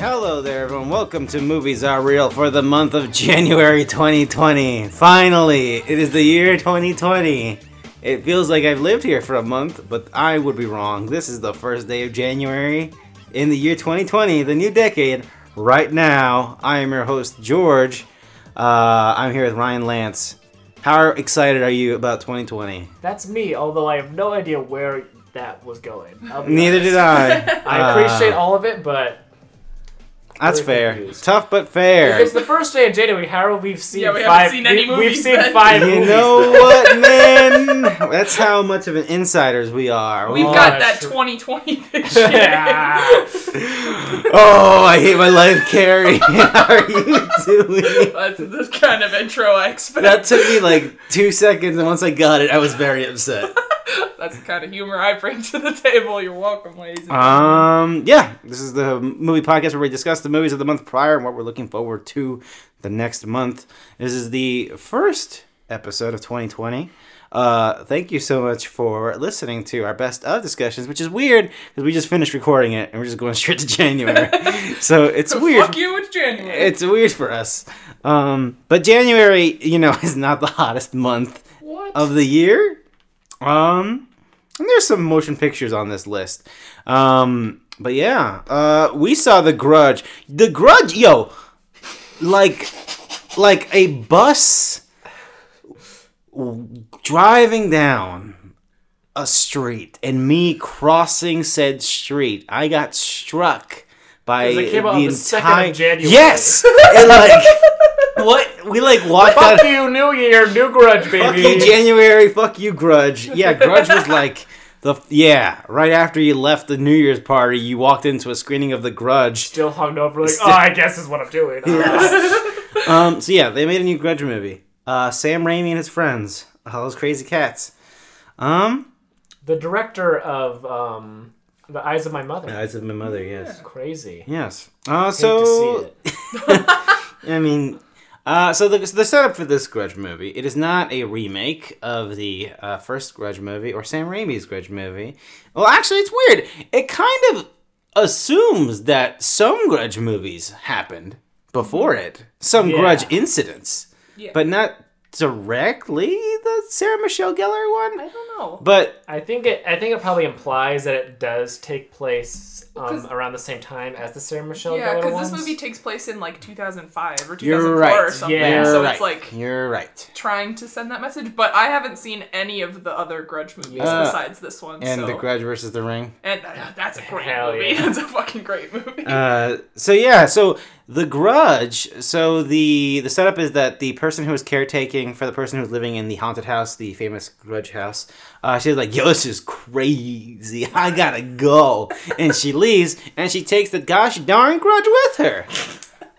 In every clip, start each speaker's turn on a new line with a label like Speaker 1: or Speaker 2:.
Speaker 1: Hello there, everyone. Welcome to Movies Are Real for the month of January 2020. Finally, it is the year 2020. It feels like I've lived here for a month, but I would be wrong. This is the first day of January in the year 2020, the new decade. Right now, I am your host, George. Uh, I'm here with Ryan Lance. How excited are you about 2020?
Speaker 2: That's me, although I have no idea where that was going. I'll be
Speaker 1: Neither
Speaker 2: honest.
Speaker 1: did I.
Speaker 2: I appreciate
Speaker 1: Uh,
Speaker 2: all of it, but
Speaker 1: That's
Speaker 2: really
Speaker 1: fair.
Speaker 2: confused.
Speaker 1: Tough but fair.
Speaker 2: it's the first day of January. Harold, we've seen
Speaker 3: Yeah, we haven't
Speaker 2: five.
Speaker 3: seen any
Speaker 2: we,
Speaker 3: movies
Speaker 2: have seen
Speaker 3: then.
Speaker 2: five.
Speaker 1: You
Speaker 2: movies.
Speaker 1: know what, man? That's how much of an insiders we are.
Speaker 3: We've
Speaker 2: Oh,
Speaker 3: got
Speaker 2: that's
Speaker 3: that
Speaker 2: true.
Speaker 3: 2020 vision.
Speaker 2: Yeah.
Speaker 1: Oh, I hate my life, Carrie. How are you doing?
Speaker 3: That's the kind of intro I expect.
Speaker 1: That took me like two seconds, and once I got it, I was very upset.
Speaker 3: That's the kind of humor I bring to the table. You're welcome, ladies. and
Speaker 1: Um, yeah, this is the movie podcast where we discuss the movies of the month prior and what we're looking forward to the next month. This is the first episode of 2020. Uh, thank you so much for listening to our best of discussions, which is weird because we just finished recording it and we're just going straight to January. so it's
Speaker 3: gentlemen.
Speaker 1: weird.
Speaker 3: Fuck you, it's January.
Speaker 1: It's weird for us. Um, but January, you know, is not the hottest month
Speaker 3: what?
Speaker 1: of the year. Um, and there's some motion pictures on this list. Um, but yeah, uh, we saw The Grudge. The Grudge, yo, like, like a bus w- driving down a street, and me crossing said street, I got struck. By
Speaker 2: Because it came out on the 2nd of
Speaker 1: entire-
Speaker 2: January.
Speaker 1: Yes, and like what we like walked out.
Speaker 2: Fuck you, New Year, New Grudge,
Speaker 1: Fuck you,
Speaker 2: baby.
Speaker 1: January. Fuck you, Grudge. Yeah, Grudge was like the yeah. Right after you left the New Year's party, you walked into a screening of the Grudge.
Speaker 2: Still hung over, like, oh, I guess is what I'm doing. Uh,
Speaker 1: Um, so yeah, they made a new Grudge movie. Uh, Sam Raimi and his friends, all those crazy cats. Um,
Speaker 2: the director of um, The Eyes of My Mother.
Speaker 1: Eyes of My Mother. Yes.
Speaker 2: Crazy.
Speaker 1: Yes. Uh,
Speaker 2: Hate to see
Speaker 1: so
Speaker 2: it.
Speaker 1: I mean, uh, so the, so the setup for this Grudge movie, it is not a remake of the uh, first Grudge movie or Sam Raimi's Grudge movie. Well, actually, it's weird. It kind of assumes that some Grudge movies happened before it, some
Speaker 2: Yeah.
Speaker 1: Grudge incidents,
Speaker 3: Yeah.
Speaker 1: but not directly the Sarah Michelle Gellar
Speaker 3: I
Speaker 1: one.
Speaker 3: don't know.
Speaker 1: But
Speaker 2: I think it. I think it probably implies that it does take place um,
Speaker 3: 'Cause-
Speaker 2: around the same time as the Sarah Michelle
Speaker 3: Yeah,
Speaker 2: Gellar
Speaker 3: because this
Speaker 2: ones.
Speaker 3: movie takes place in like 2005 or 2004
Speaker 1: you're right.
Speaker 3: or something.
Speaker 2: Yeah.
Speaker 1: You're
Speaker 3: so
Speaker 1: right.
Speaker 3: it's like
Speaker 1: you're right.
Speaker 3: trying to send that message. But I haven't seen any of the other Grudge movies
Speaker 1: Uh,
Speaker 3: besides this one.
Speaker 1: And
Speaker 3: so.
Speaker 1: the Grudge versus the Ring.
Speaker 3: And uh, that's a great
Speaker 2: Hell
Speaker 3: movie.
Speaker 2: yeah.
Speaker 3: It's a fucking great movie.
Speaker 1: Uh, so yeah, so the grudge. So the the setup is that the person who is caretaking for the person who's living in the haunted house, the famous grudge house, uh, she's like, "Yo, this is crazy. I gotta go," and she leaves, and she takes the gosh darn grudge with her.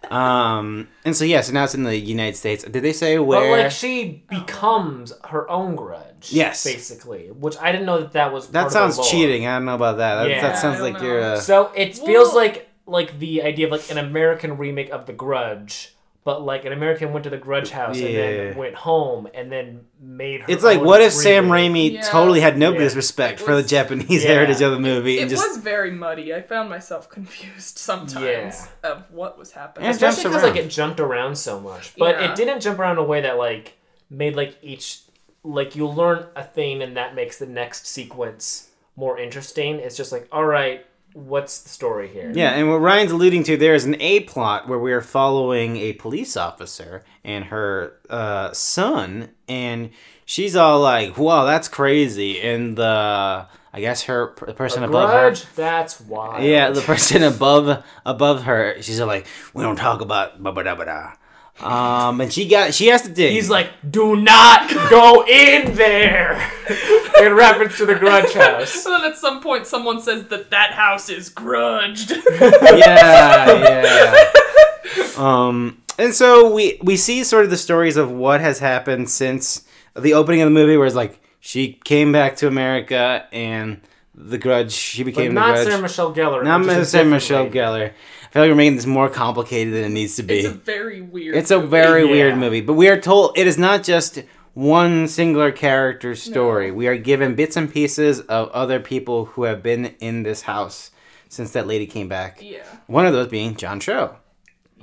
Speaker 1: Um, and so yeah, so now it's in the United States. Did they say
Speaker 2: But
Speaker 1: where?
Speaker 2: like she becomes her own grudge.
Speaker 1: Yes.
Speaker 2: basically, which I didn't know that that was.
Speaker 1: that
Speaker 2: part of the
Speaker 1: sounds
Speaker 2: lore.
Speaker 1: cheating. I don't know about that. That,
Speaker 2: Yeah,
Speaker 1: that
Speaker 2: I
Speaker 1: sounds
Speaker 3: don't
Speaker 1: like you're.
Speaker 3: know.
Speaker 1: Uh,
Speaker 2: So it feels
Speaker 3: Well-
Speaker 2: like like the idea of like an American remake of The Grudge, but like an American went to the Grudge house and
Speaker 1: Yeah.
Speaker 2: then went home and then made. Her
Speaker 1: it's like,
Speaker 2: own
Speaker 1: what if Sam Raimi
Speaker 2: remake.
Speaker 3: Yeah.
Speaker 1: totally had no
Speaker 2: Yeah.
Speaker 1: disrespect
Speaker 3: It
Speaker 1: for the
Speaker 3: was-
Speaker 1: Japanese
Speaker 2: Yeah.
Speaker 1: heritage of the movie
Speaker 3: It
Speaker 1: and just
Speaker 3: was very muddy. I found myself confused sometimes of what was happening.
Speaker 1: Yeah,
Speaker 2: Especially
Speaker 1: jumps
Speaker 2: because like
Speaker 1: around.
Speaker 2: it jumped around so much, but
Speaker 3: Yeah.
Speaker 2: it didn't jump around in a way that like made like each like you learn a thing and that makes the next sequence more interesting. It's just like, all right, what's the story here?
Speaker 1: Yeah, and what Ryan's alluding to there is an A plot where we are following a police officer and her uh, son, and she's all like, "Wow, that's crazy!" And the I guess her the person above her,
Speaker 2: Grudge, that's why.
Speaker 1: yeah, the person above above her, she's all like, "We don't talk about blah blah blah blah." Um, and she got she has to dig.
Speaker 2: He's like, do not go in there. in reference to the Grudge house.
Speaker 3: So then at some point someone says that that house is grudged.
Speaker 1: yeah, yeah. Um, and so we we see sort of the stories of what has happened since the opening of the movie, where it's like she came back to America and the Grudge. She
Speaker 2: But
Speaker 1: became
Speaker 2: not
Speaker 1: the
Speaker 2: Sarah
Speaker 1: Grudge.
Speaker 2: Michelle Gellar.
Speaker 1: Not
Speaker 2: which is a
Speaker 1: Sarah
Speaker 2: different
Speaker 1: Michelle
Speaker 2: lady.
Speaker 1: Gellar. I feel like we're making this more complicated than it needs to be.
Speaker 3: it's a very weird.
Speaker 1: It's a
Speaker 3: movie.
Speaker 1: very
Speaker 2: Yeah.
Speaker 1: weird movie, but we are told it is not just one singular character's story. We are given bits and pieces of other people who have been in this house. since that lady came back.
Speaker 3: Yeah.
Speaker 1: One of those being John Cho.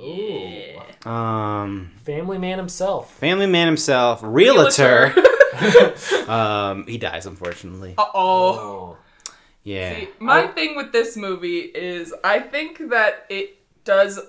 Speaker 2: Ooh.
Speaker 1: Um,
Speaker 2: Family man himself.
Speaker 1: family man himself, realtor. um, he dies unfortunately.
Speaker 3: Uh oh.
Speaker 2: Oh.
Speaker 1: Yeah.
Speaker 3: See, my
Speaker 2: I-
Speaker 3: thing with this movie is I think that it does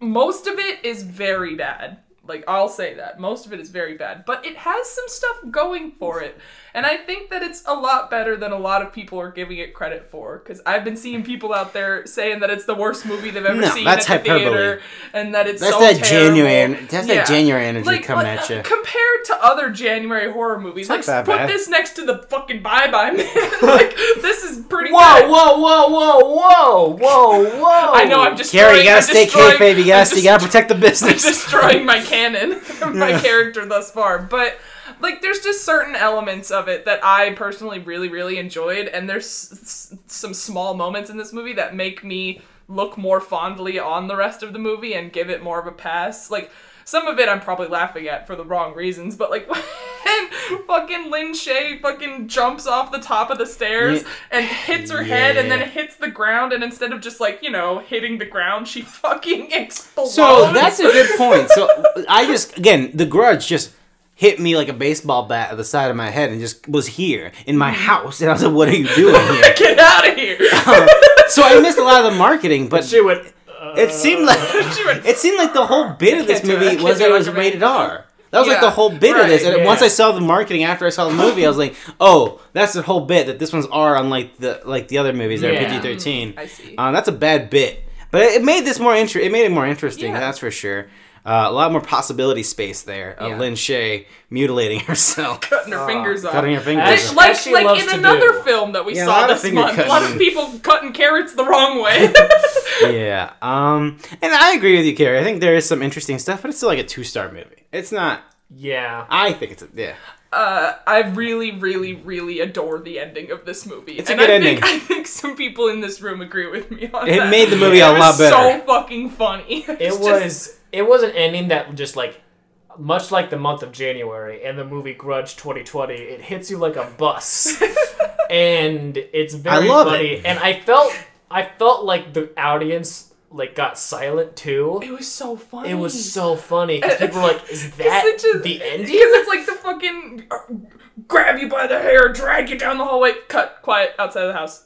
Speaker 3: most of it is very bad. Like I'll say that. Most of it is very bad, but it has some stuff going for it. And I think that it's a lot better than a lot of people are giving it credit for cuz I've been seeing people out there saying that it's the worst movie they've ever
Speaker 1: No,
Speaker 3: seen
Speaker 1: that's
Speaker 3: at the
Speaker 1: hyperbole.
Speaker 3: theater and that it's
Speaker 1: that's
Speaker 3: so
Speaker 1: that
Speaker 3: terrible.
Speaker 1: genuine. That's
Speaker 3: Yeah.
Speaker 1: that January energy
Speaker 3: Like,
Speaker 1: coming
Speaker 3: like,
Speaker 1: at you.
Speaker 3: compared to other January horror movies,
Speaker 1: not
Speaker 3: like
Speaker 1: that
Speaker 3: put
Speaker 1: bad.
Speaker 3: this next to the fucking Bye Bye Man. like this is pretty.
Speaker 2: Whoa,
Speaker 3: good.
Speaker 2: whoa, whoa, whoa, whoa, whoa, whoa.
Speaker 3: I know I'm just.
Speaker 1: Carrie, you gotta
Speaker 3: I'm
Speaker 1: stay
Speaker 3: destroying-
Speaker 1: kayfabe. You gotta,
Speaker 3: I'm
Speaker 1: stay- you gotta protect the business.
Speaker 3: destroying my canon, my
Speaker 1: Yeah.
Speaker 3: character thus far. But like, there's just certain elements of it that I personally really, really enjoyed, and there's s- s- some small moments in this movie that make me look more fondly on the rest of the movie and give it more of a pass. Like. Some of it I'm probably laughing at for the wrong reasons, but like when fucking Lin Shay fucking jumps off the top of the stairs
Speaker 1: Yeah.
Speaker 3: and hits her head and
Speaker 1: Yeah.
Speaker 3: then hits the ground, and instead of just like, you know, hitting the ground, she fucking explodes.
Speaker 1: So that's a good point. So I just again the grudge just hit me like a baseball bat at the side of my head and just was here in
Speaker 3: Mm-hmm.
Speaker 1: my house and I was like, "What are you doing here?"
Speaker 3: Get out of here!
Speaker 1: so I missed a lot of the marketing, but
Speaker 2: She went. Uh,
Speaker 1: it seemed like
Speaker 3: She went,
Speaker 1: it seemed like the whole bit of this
Speaker 3: can't do it. I
Speaker 1: movie
Speaker 3: can't
Speaker 1: was
Speaker 3: do
Speaker 1: that it
Speaker 3: it.
Speaker 1: was
Speaker 3: Recommend.
Speaker 1: rated R. That was like
Speaker 3: Yeah,
Speaker 1: the whole bit of this.
Speaker 3: right,
Speaker 1: And
Speaker 2: yeah.
Speaker 1: once I saw the marketing after I saw the movie, I was like, "Oh, that's the whole bit that this one's R, unlike the like the other movies that
Speaker 2: Yeah.
Speaker 1: are PG thirteen.
Speaker 3: I see.
Speaker 1: Uh, that's a bad bit, but it, it made this more inter- It made it more interesting.
Speaker 3: Yeah.
Speaker 1: That's for sure. Uh, a lot more possibility space there. Of
Speaker 3: Yeah.
Speaker 1: Lin Shay mutilating herself,
Speaker 3: cutting her fingers off.
Speaker 1: Ah, cutting her
Speaker 2: Ash-
Speaker 1: fingers. off.
Speaker 2: Ash-
Speaker 3: like
Speaker 2: she
Speaker 3: like
Speaker 2: loves
Speaker 3: in
Speaker 2: to
Speaker 3: another
Speaker 2: do.
Speaker 3: film that we
Speaker 1: Yeah, a
Speaker 3: saw
Speaker 1: lot of
Speaker 3: this
Speaker 1: finger
Speaker 3: month, a lot of
Speaker 1: cutting.
Speaker 3: people cutting carrots the wrong way.
Speaker 1: yeah. Um. And I agree with you, Carrie. I think there is some interesting stuff, but it's still like a two star movie. It's not.
Speaker 2: yeah.
Speaker 1: I think it's a, yeah.
Speaker 3: uh, I really, really, really adore the ending of this movie.
Speaker 1: It's a
Speaker 3: and
Speaker 1: good
Speaker 3: I
Speaker 1: ending.
Speaker 3: Think, I think some people in this room agree with me on
Speaker 1: It
Speaker 3: that.
Speaker 1: made the movie
Speaker 3: It
Speaker 1: a
Speaker 3: was
Speaker 1: lot better.
Speaker 3: So fucking funny.
Speaker 2: It was. It was an ending that just like, much like the month of January and the movie Grudge 2020, it hits you like a bus, and it's very
Speaker 1: love
Speaker 2: funny.
Speaker 1: it.
Speaker 2: And I felt. I felt like the audience like got silent too.
Speaker 3: It was so funny.
Speaker 2: It was so funny because people were like, "Is that
Speaker 3: It's such a-
Speaker 2: the
Speaker 3: Because
Speaker 2: ending?"
Speaker 3: it's like the fucking uh, grab you by the hair, drag you down the hallway, cut, quiet, outside of the house.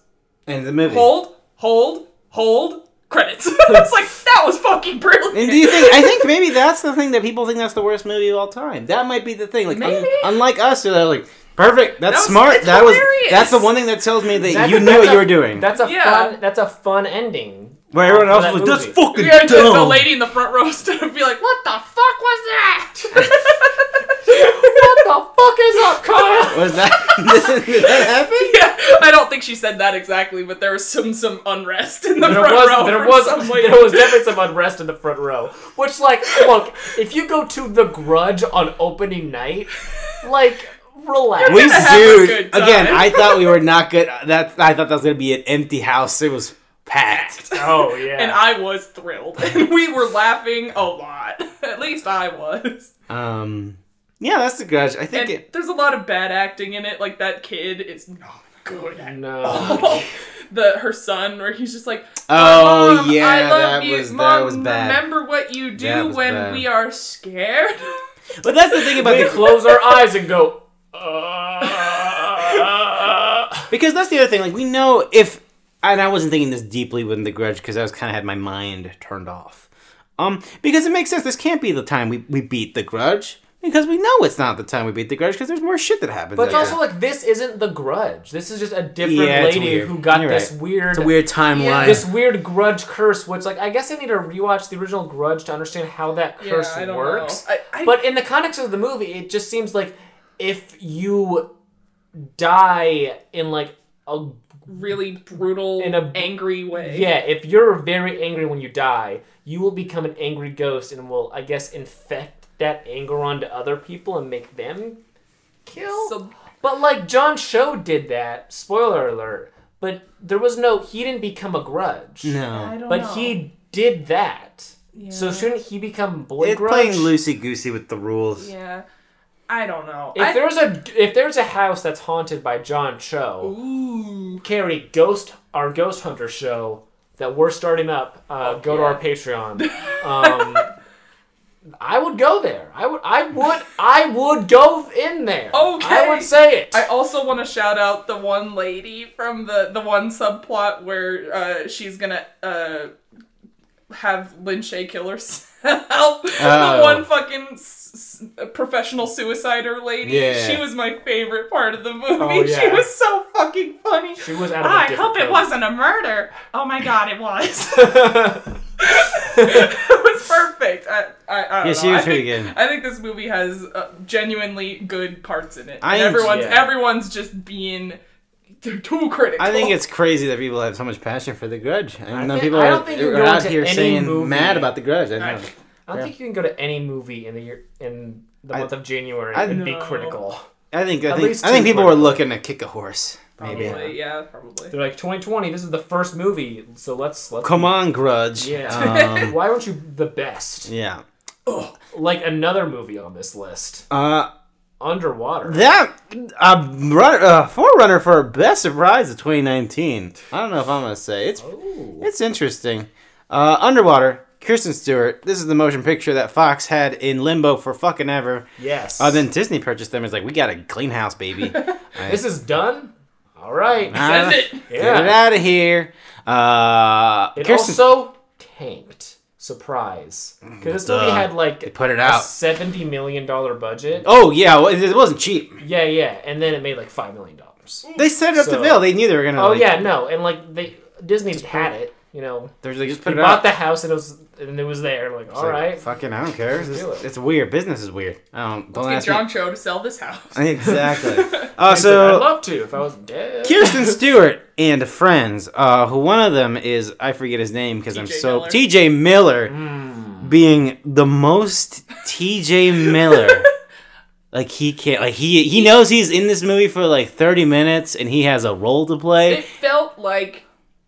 Speaker 1: And the movie.
Speaker 3: hold, hold, hold, credits. it's like that was fucking brilliant.
Speaker 1: And do you think? I think maybe that's the thing that people think that's the worst movie of all time. That might be the thing. Like, un-
Speaker 3: Maybe.
Speaker 1: unlike us, who are like, perfect. That's
Speaker 3: was-
Speaker 1: smart.
Speaker 3: it's
Speaker 1: That was.
Speaker 3: hilarious."
Speaker 1: That's the one thing that tells me that
Speaker 2: That's-
Speaker 1: you knew what
Speaker 2: that's
Speaker 1: you
Speaker 2: a-
Speaker 1: were doing.
Speaker 2: That's a
Speaker 3: Yeah.
Speaker 2: fun. That's a fun ending. Uh,
Speaker 1: Where everyone
Speaker 2: for
Speaker 1: else
Speaker 2: that
Speaker 1: was like, that's
Speaker 2: movie.
Speaker 1: fucking
Speaker 3: we gotta get the
Speaker 1: dumb."
Speaker 3: lady in the front row stood and be like, "What the fuck was that?"
Speaker 2: what the fuck is up, Kyle?
Speaker 1: Was that? did that happen?
Speaker 3: yeah, I don't think she said that exactly, but there was some some unrest in the
Speaker 2: There
Speaker 3: front row.
Speaker 2: was, there
Speaker 3: from
Speaker 2: was,
Speaker 3: some lady.
Speaker 2: there was definitely some unrest in the front row. Which, like, look, if you go to The Grudge on opening night, like, relax.
Speaker 1: We
Speaker 3: gonna have a
Speaker 1: sued
Speaker 3: good time.
Speaker 1: again. I thought we were not good. That I thought that was gonna be an empty house. It was packed.
Speaker 2: oh yeah.
Speaker 3: And I was thrilled. And we were laughing a lot. At least I was.
Speaker 1: Um. Yeah, that's the grudge. I think
Speaker 3: And
Speaker 1: it.
Speaker 3: there's a lot of bad acting in it. Like that kid is not good at
Speaker 2: no.
Speaker 3: all. the her son where he's just like
Speaker 1: Oh,
Speaker 3: "Mom,
Speaker 1: yeah,
Speaker 3: I love
Speaker 1: that
Speaker 3: you.
Speaker 1: was- that
Speaker 3: Mom,
Speaker 1: was bad.
Speaker 3: remember what you
Speaker 1: That
Speaker 3: do
Speaker 1: was
Speaker 3: when
Speaker 1: bad.
Speaker 3: we are scared
Speaker 1: But that's the thing about
Speaker 2: We
Speaker 1: the
Speaker 2: close our eyes and go. Uh,
Speaker 1: Because that's the other thing. Like we know if, and I wasn't thinking this deeply with The Grudge because I was kind of had my mind turned off. Um, because it makes sense. This can't be the time we, we beat The Grudge because we know it's not the time we beat The Grudge because there's more shit that happens.
Speaker 2: but it's
Speaker 1: after
Speaker 2: also
Speaker 1: that.
Speaker 2: like this isn't the grudge. This is just a different
Speaker 1: Yeah, it's
Speaker 2: lady
Speaker 1: weird.
Speaker 2: who got
Speaker 1: You're
Speaker 2: this
Speaker 1: right.
Speaker 2: weird,
Speaker 1: it's a weird timeline.
Speaker 3: Yeah.
Speaker 2: this weird grudge curse. Which like I guess I need to rewatch the original Grudge to understand how that
Speaker 3: Yeah,
Speaker 2: curse
Speaker 3: I don't
Speaker 2: works.
Speaker 3: know. I, I,
Speaker 2: But in the context of the movie, it just seems like if you die in like a
Speaker 3: really brutal
Speaker 2: In a-
Speaker 3: angry way
Speaker 2: yeah, if you're very angry when you die, you will become an angry ghost and will I guess infect that anger onto other people and make them kill.
Speaker 3: so
Speaker 2: but like John Cho did that. Spoiler alert. But there was no he didn't become a grudge.
Speaker 3: I
Speaker 1: no,
Speaker 3: don't
Speaker 2: But
Speaker 3: know.
Speaker 2: he did that. So
Speaker 3: Yeah.
Speaker 2: shouldn't he become boy
Speaker 1: it's
Speaker 2: grudge?
Speaker 1: playing loosey goosey with the rules.
Speaker 3: yeah i don't know
Speaker 2: If
Speaker 3: I-
Speaker 2: there's a if there's a house that's haunted by John Cho,
Speaker 3: ooh
Speaker 2: Carrie ghost our Ghost Hunter show that we're starting up, uh, go to
Speaker 3: yeah.
Speaker 2: our Patreon. Um, I would go there. I would. I would. I would go in there. I
Speaker 3: Okay.
Speaker 2: would say it.
Speaker 3: I also want to shout out the one lady from the the one subplot where uh, she's gonna uh, have Lin Shay kill herself.
Speaker 1: Oh.
Speaker 3: The one fucking s- s- professional suicider lady.
Speaker 1: Yeah.
Speaker 3: She was my favorite part of the movie.
Speaker 2: Oh, yeah.
Speaker 3: She was so fucking funny.
Speaker 2: she was out of a
Speaker 3: I
Speaker 2: different
Speaker 3: hope it
Speaker 2: code.
Speaker 3: wasn't a murder. Oh my god, it was. it was perfect. I, I, I don't
Speaker 1: Yeah,
Speaker 3: know.
Speaker 1: she was
Speaker 3: I
Speaker 1: pretty
Speaker 3: think,
Speaker 1: good.
Speaker 3: I think this movie has uh, genuinely good parts in it.
Speaker 1: I-
Speaker 3: And everyone's
Speaker 2: yeah.
Speaker 3: everyone's just being they're too critical.
Speaker 1: I think it's crazy that people have so much passion for The Grudge. And
Speaker 2: I
Speaker 1: then
Speaker 2: thi-
Speaker 1: people
Speaker 2: I
Speaker 1: are,
Speaker 2: don't think you
Speaker 1: are
Speaker 2: go
Speaker 1: out
Speaker 2: into
Speaker 1: here
Speaker 2: any
Speaker 1: saying
Speaker 2: movie-
Speaker 1: mad about The Grudge. I
Speaker 3: I-
Speaker 1: know.
Speaker 2: I don't
Speaker 1: Yeah.
Speaker 2: think you can go to any movie in the year in the
Speaker 1: I-
Speaker 2: month of January
Speaker 1: I-
Speaker 2: and be
Speaker 3: No.
Speaker 2: critical.
Speaker 1: I think I
Speaker 2: At
Speaker 1: think,
Speaker 2: least
Speaker 1: I think
Speaker 2: two
Speaker 1: people were
Speaker 2: critical.
Speaker 1: looking to kick a horse. Maybe.
Speaker 3: probably, yeah, probably.
Speaker 2: They're like 2020. This is the first movie, so let's let's.
Speaker 1: Come on, Grudge.
Speaker 2: Yeah.
Speaker 1: Um,
Speaker 2: Why weren't you the best?
Speaker 1: yeah.
Speaker 2: Like another movie on this list,
Speaker 1: Uh,
Speaker 2: Underwater.
Speaker 1: that uh, run, uh, forerunner for best surprise of 2019. I don't know if I'm gonna say it's
Speaker 2: Ooh.
Speaker 1: It's interesting. Uh, underwater, Kirsten Stewart. This is the motion picture that Fox had in limbo for fucking ever.
Speaker 2: Yes.
Speaker 1: Uh, then Disney purchased them. It's like we got a clean house, baby.
Speaker 2: this is done. All right.
Speaker 1: Uh,
Speaker 3: Send it.
Speaker 1: Get it
Speaker 2: yeah.
Speaker 1: out of here. Uh,
Speaker 2: It
Speaker 1: Kirsten,
Speaker 2: also tanked. Surprise. Because this
Speaker 1: Mm, Duh.
Speaker 2: movie had like
Speaker 1: They put it
Speaker 2: a
Speaker 1: out.
Speaker 2: seventy million dollar budget.
Speaker 1: oh yeah, well, it, it wasn't cheap.
Speaker 2: Yeah, yeah, and then it made like five million dollars.
Speaker 1: They set it up to
Speaker 2: So-
Speaker 1: Bill. They knew they were gonna.
Speaker 2: Oh
Speaker 1: like,
Speaker 2: yeah, no, and like they Disney had it. You know,
Speaker 1: They're just like, just
Speaker 2: he
Speaker 1: put it
Speaker 2: bought
Speaker 1: out.
Speaker 2: the house and it was and it was there. Like,
Speaker 1: It's
Speaker 2: all
Speaker 1: like,
Speaker 2: right,
Speaker 1: Fucking, I don't care. It's,
Speaker 2: do it.
Speaker 1: it's weird. Business is weird. I don't. Don't
Speaker 3: Get
Speaker 1: ask me.
Speaker 3: John Cho to sell this house.
Speaker 1: Exactly.
Speaker 2: I
Speaker 1: Uh,
Speaker 2: said,
Speaker 1: so
Speaker 2: I'd love to if I was dead.
Speaker 1: Kirsten Stewart and friends, uh, who one of them is I forget his name because I'm
Speaker 3: T.J.
Speaker 1: so
Speaker 3: Miller.
Speaker 1: T.J. Miller
Speaker 2: Hmm.
Speaker 1: being the most T.J. Miller. like he can't. Like he he knows he's in this movie for like 30 minutes and he has a role to
Speaker 3: It
Speaker 1: play.
Speaker 3: felt like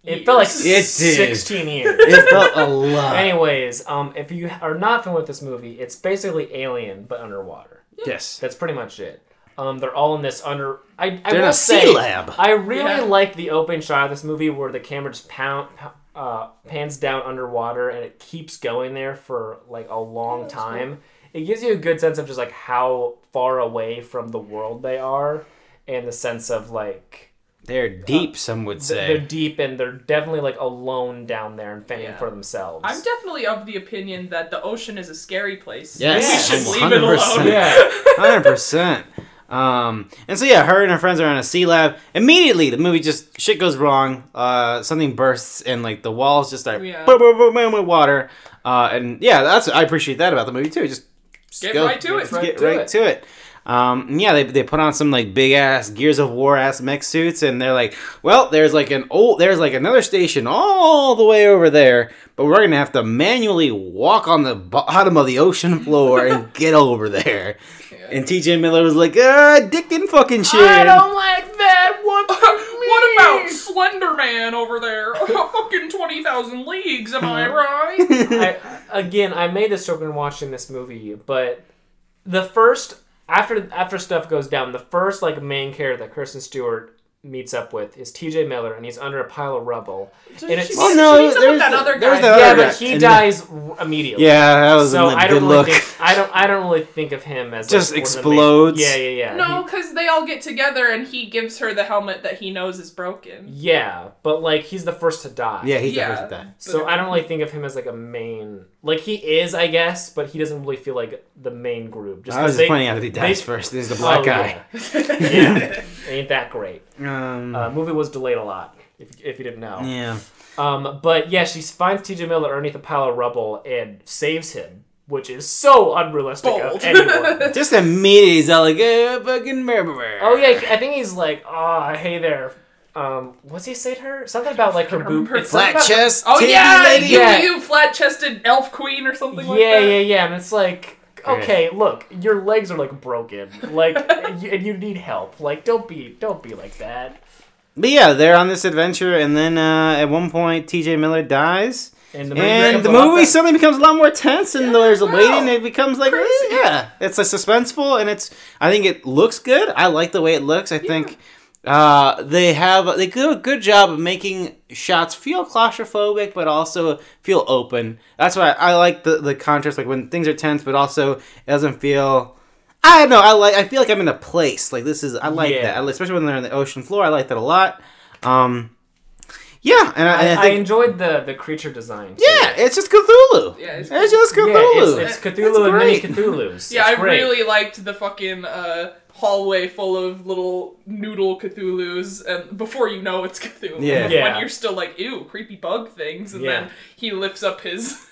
Speaker 2: It felt like
Speaker 3: years.
Speaker 1: It did.
Speaker 2: sixteen years.
Speaker 1: It felt a lot.
Speaker 2: Anyways, um, if you are not familiar with this movie, it's basically Alien but underwater.
Speaker 1: Yes.
Speaker 2: That's pretty much it. Um, they're all in this under. I, I
Speaker 1: They're in
Speaker 2: will
Speaker 1: a sea
Speaker 2: say,
Speaker 1: lab.
Speaker 2: I really
Speaker 3: Yeah.
Speaker 2: like the open shot of this movie where the camera just pound, uh, pans down underwater and it keeps going there for like a long time. It gives you a good sense of just like how far away from the world they are, and the sense of like
Speaker 1: They're deep. Some would
Speaker 2: th-
Speaker 1: say.
Speaker 2: they're deep and they're definitely like alone down there and fending
Speaker 3: Yeah.
Speaker 2: for themselves.
Speaker 3: I'm definitely of the opinion that the ocean is a scary place.
Speaker 1: Yes,
Speaker 3: we should leave it alone.
Speaker 1: 100%.
Speaker 2: yeah.
Speaker 1: Hundred percent. Um, and so yeah, her and her friends are in a sea lab. Immediately, the movie just shit goes wrong. Uh, something bursts and like the walls just start
Speaker 3: Yeah.
Speaker 1: boom, boom, boom, boom with water. Uh, and yeah, that's I appreciate that about the movie too. Just just
Speaker 3: Get
Speaker 1: go-
Speaker 3: right to it.
Speaker 1: just Get
Speaker 2: Right to
Speaker 1: right
Speaker 2: it.
Speaker 1: to it. Um, and yeah, they, they put on some like big ass Gears of War ass mech suits, and they're like, well, there's like an old, there's like another station all the way over there, but we're gonna have to manually walk on the bottom of the ocean floor and get over there. And TJ Miller was like, ah, dick didn't fucking shit.
Speaker 2: like that. What?
Speaker 3: what about Slender Man over there? Fucking 20,000 leagues, am I right?
Speaker 2: I, again, I made this joke when watching this movie, but the first after after stuff goes down, the first like main character that Kirsten Stewart meets up with is T.J. Miller, and he's under a pile of rubble, and it's
Speaker 1: Oh
Speaker 3: Well,
Speaker 1: no,
Speaker 3: She's up with
Speaker 1: there's
Speaker 3: that
Speaker 1: the-
Speaker 3: other
Speaker 1: there's
Speaker 3: guy.
Speaker 1: the
Speaker 3: Yeah,
Speaker 2: yeah,
Speaker 1: other
Speaker 2: but
Speaker 1: guy.
Speaker 2: he
Speaker 1: And-
Speaker 2: dies r- immediately.
Speaker 1: Yeah, that was
Speaker 2: So
Speaker 1: a
Speaker 2: I
Speaker 1: good
Speaker 2: don't really
Speaker 1: look.
Speaker 2: think I don't I don't really think of him as
Speaker 1: Just
Speaker 2: like, one of the main-
Speaker 1: explodes.
Speaker 2: Yeah, yeah, yeah.
Speaker 3: no, because they all get together and he gives her the helmet that he knows is broken.
Speaker 2: He- yeah, but like he's the first to die.
Speaker 1: yeah, he's
Speaker 3: yeah.
Speaker 1: the first to die.
Speaker 2: So I don't really think of him as like a main. Like he is, I guess, but he doesn't really feel like the main group. Just
Speaker 1: I was
Speaker 2: 'cause
Speaker 1: just
Speaker 2: they-
Speaker 1: pointing out that he dies
Speaker 2: they-
Speaker 1: first. He's the black
Speaker 2: Oh,
Speaker 1: guy.
Speaker 2: Yeah. Yeah. Ain't that great?
Speaker 1: Um,
Speaker 2: Uh, movie was delayed a lot. If, if you didn't know.
Speaker 1: yeah.
Speaker 2: Um, but yeah, she finds T.J. Miller underneath a pile of rubble and saves him, which is so unrealistic
Speaker 3: Bold.
Speaker 2: of anyone.
Speaker 1: Just immediately, he's all like, eh, fucking murderer.
Speaker 2: oh yeah, I think he's like, ah, hey there. Um, what's he say to her? Something about like her boob.
Speaker 3: remember.
Speaker 2: it's something
Speaker 1: Flat
Speaker 2: about-
Speaker 1: chest.
Speaker 3: Oh,
Speaker 1: titty
Speaker 3: yeah,
Speaker 1: lady.
Speaker 3: you,
Speaker 2: Yeah.
Speaker 3: you flat chested elf queen or something like
Speaker 2: yeah,
Speaker 3: that.
Speaker 2: yeah, yeah. And it's like,
Speaker 1: Yeah.
Speaker 2: okay, look, your legs are like broken, like, and you- and you need help. Like, don't be, don't be like that.
Speaker 1: But yeah, they're on this adventure, and then uh, at one point, T.J. Miller dies,
Speaker 2: And the
Speaker 1: and
Speaker 2: becomes
Speaker 1: the
Speaker 2: a lot
Speaker 1: movie
Speaker 2: better.
Speaker 1: suddenly becomes a lot more tense, and there's a
Speaker 3: wow.
Speaker 1: waiting. It becomes like,
Speaker 3: Crazy.
Speaker 1: eh, yeah, it's a suspenseful, and it's. I think it looks good. I like the way it looks. I think Uh, they have they do a good job of making shots feel claustrophobic, but also feel open. That's why I like the the contrast, like when things are tense, but also it doesn't feel. I don't know. I like. I feel like I'm in a place. Like this is. I like
Speaker 2: Yeah.
Speaker 1: that, I li- especially when they're on the ocean floor. I like that a lot. Um, yeah, and I,
Speaker 2: I,
Speaker 1: and I think
Speaker 2: enjoyed the the creature design. too.
Speaker 1: yeah, it's just Cthulhu.
Speaker 3: Yeah,
Speaker 1: it's,
Speaker 3: it's
Speaker 1: just
Speaker 2: Yeah,
Speaker 1: Cthulhu.
Speaker 2: it's, it's Cthulhu and mini
Speaker 1: great.
Speaker 2: Cthulhus. It's
Speaker 3: Yeah, I
Speaker 2: great.
Speaker 3: really liked the fucking uh, hallway full of little noodle Cthulhu's, and before you know it's Cthulhu.
Speaker 1: Yeah.
Speaker 2: Yeah.
Speaker 3: When you're still like, ew, creepy bug things, and
Speaker 2: Yeah.
Speaker 3: then he lifts up his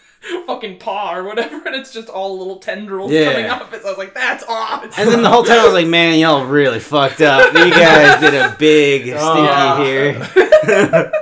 Speaker 3: fucking paw or whatever, and it's just all little tendrils
Speaker 1: Yeah.
Speaker 3: coming up. And so I was like, that's odd.
Speaker 1: And then the whole time I was like, man, y'all really fucked up. You guys did a big stinky
Speaker 2: Oh.
Speaker 1: here.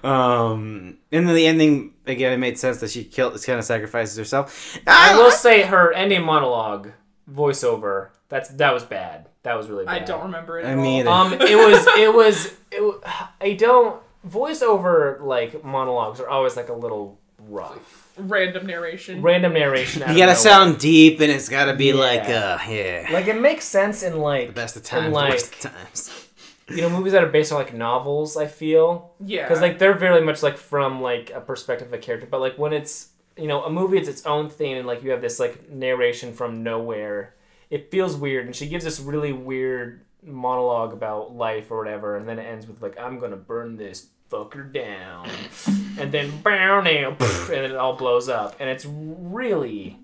Speaker 1: um, and then the ending again, it made sense that she killed, kind of sacrifices herself. I,
Speaker 2: I will say her ending monologue voiceover. That's that was bad. That was really
Speaker 3: I
Speaker 2: bad.
Speaker 3: don't remember it.
Speaker 1: I
Speaker 3: at
Speaker 1: mean,
Speaker 3: all.
Speaker 2: Um, it was it was it, wa- I don't voiceover like monologues are always like a little rough.
Speaker 3: random narration.
Speaker 2: Random narration. out
Speaker 1: you
Speaker 2: of
Speaker 1: gotta
Speaker 2: nowhere.
Speaker 1: sound deep, and it's gotta be
Speaker 2: Yeah.
Speaker 1: like, uh, yeah,
Speaker 2: like it makes sense in like
Speaker 1: best of
Speaker 2: in,
Speaker 1: times,
Speaker 2: like
Speaker 1: worst of times.
Speaker 2: you know movies that are based on like novels. I feel
Speaker 3: yeah,
Speaker 2: because like they're very much like from like a perspective of a character but like when it's you know a movie it's its own thing and like you have this like narration from nowhere it feels weird and she gives this really weird monologue about life or whatever and then it ends with like i'm gonna burn this fucker down and then bow now pff, and then it all blows up and it's really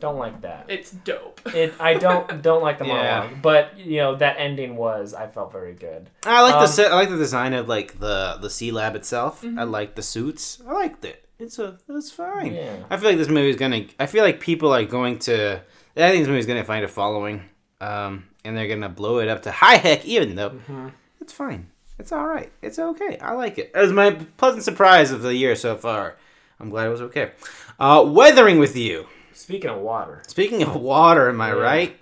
Speaker 2: don't like that
Speaker 3: it's dope.
Speaker 2: it, I don't don't like the
Speaker 1: Yeah.
Speaker 2: monologue, but you know that ending was I felt very good.
Speaker 1: I like the
Speaker 2: Um,
Speaker 1: set. I like the design of like the the C lab itself. I
Speaker 2: Mm-hmm.
Speaker 1: like the suits. I liked it. It's a it's fine.
Speaker 2: Yeah.
Speaker 1: I feel like this movie's gonna. I feel like people are going to. I think this movie's gonna find a following, um, and they're gonna blow it up to high heck. Even though
Speaker 2: Mm-hmm.
Speaker 1: it's fine, it's all right, it's okay. I like it. It was my pleasant surprise of the year so far. I'm glad it was okay. Uh, weathering with you.
Speaker 2: Speaking of water,
Speaker 1: Speaking of water, am I
Speaker 2: Yeah.
Speaker 1: right?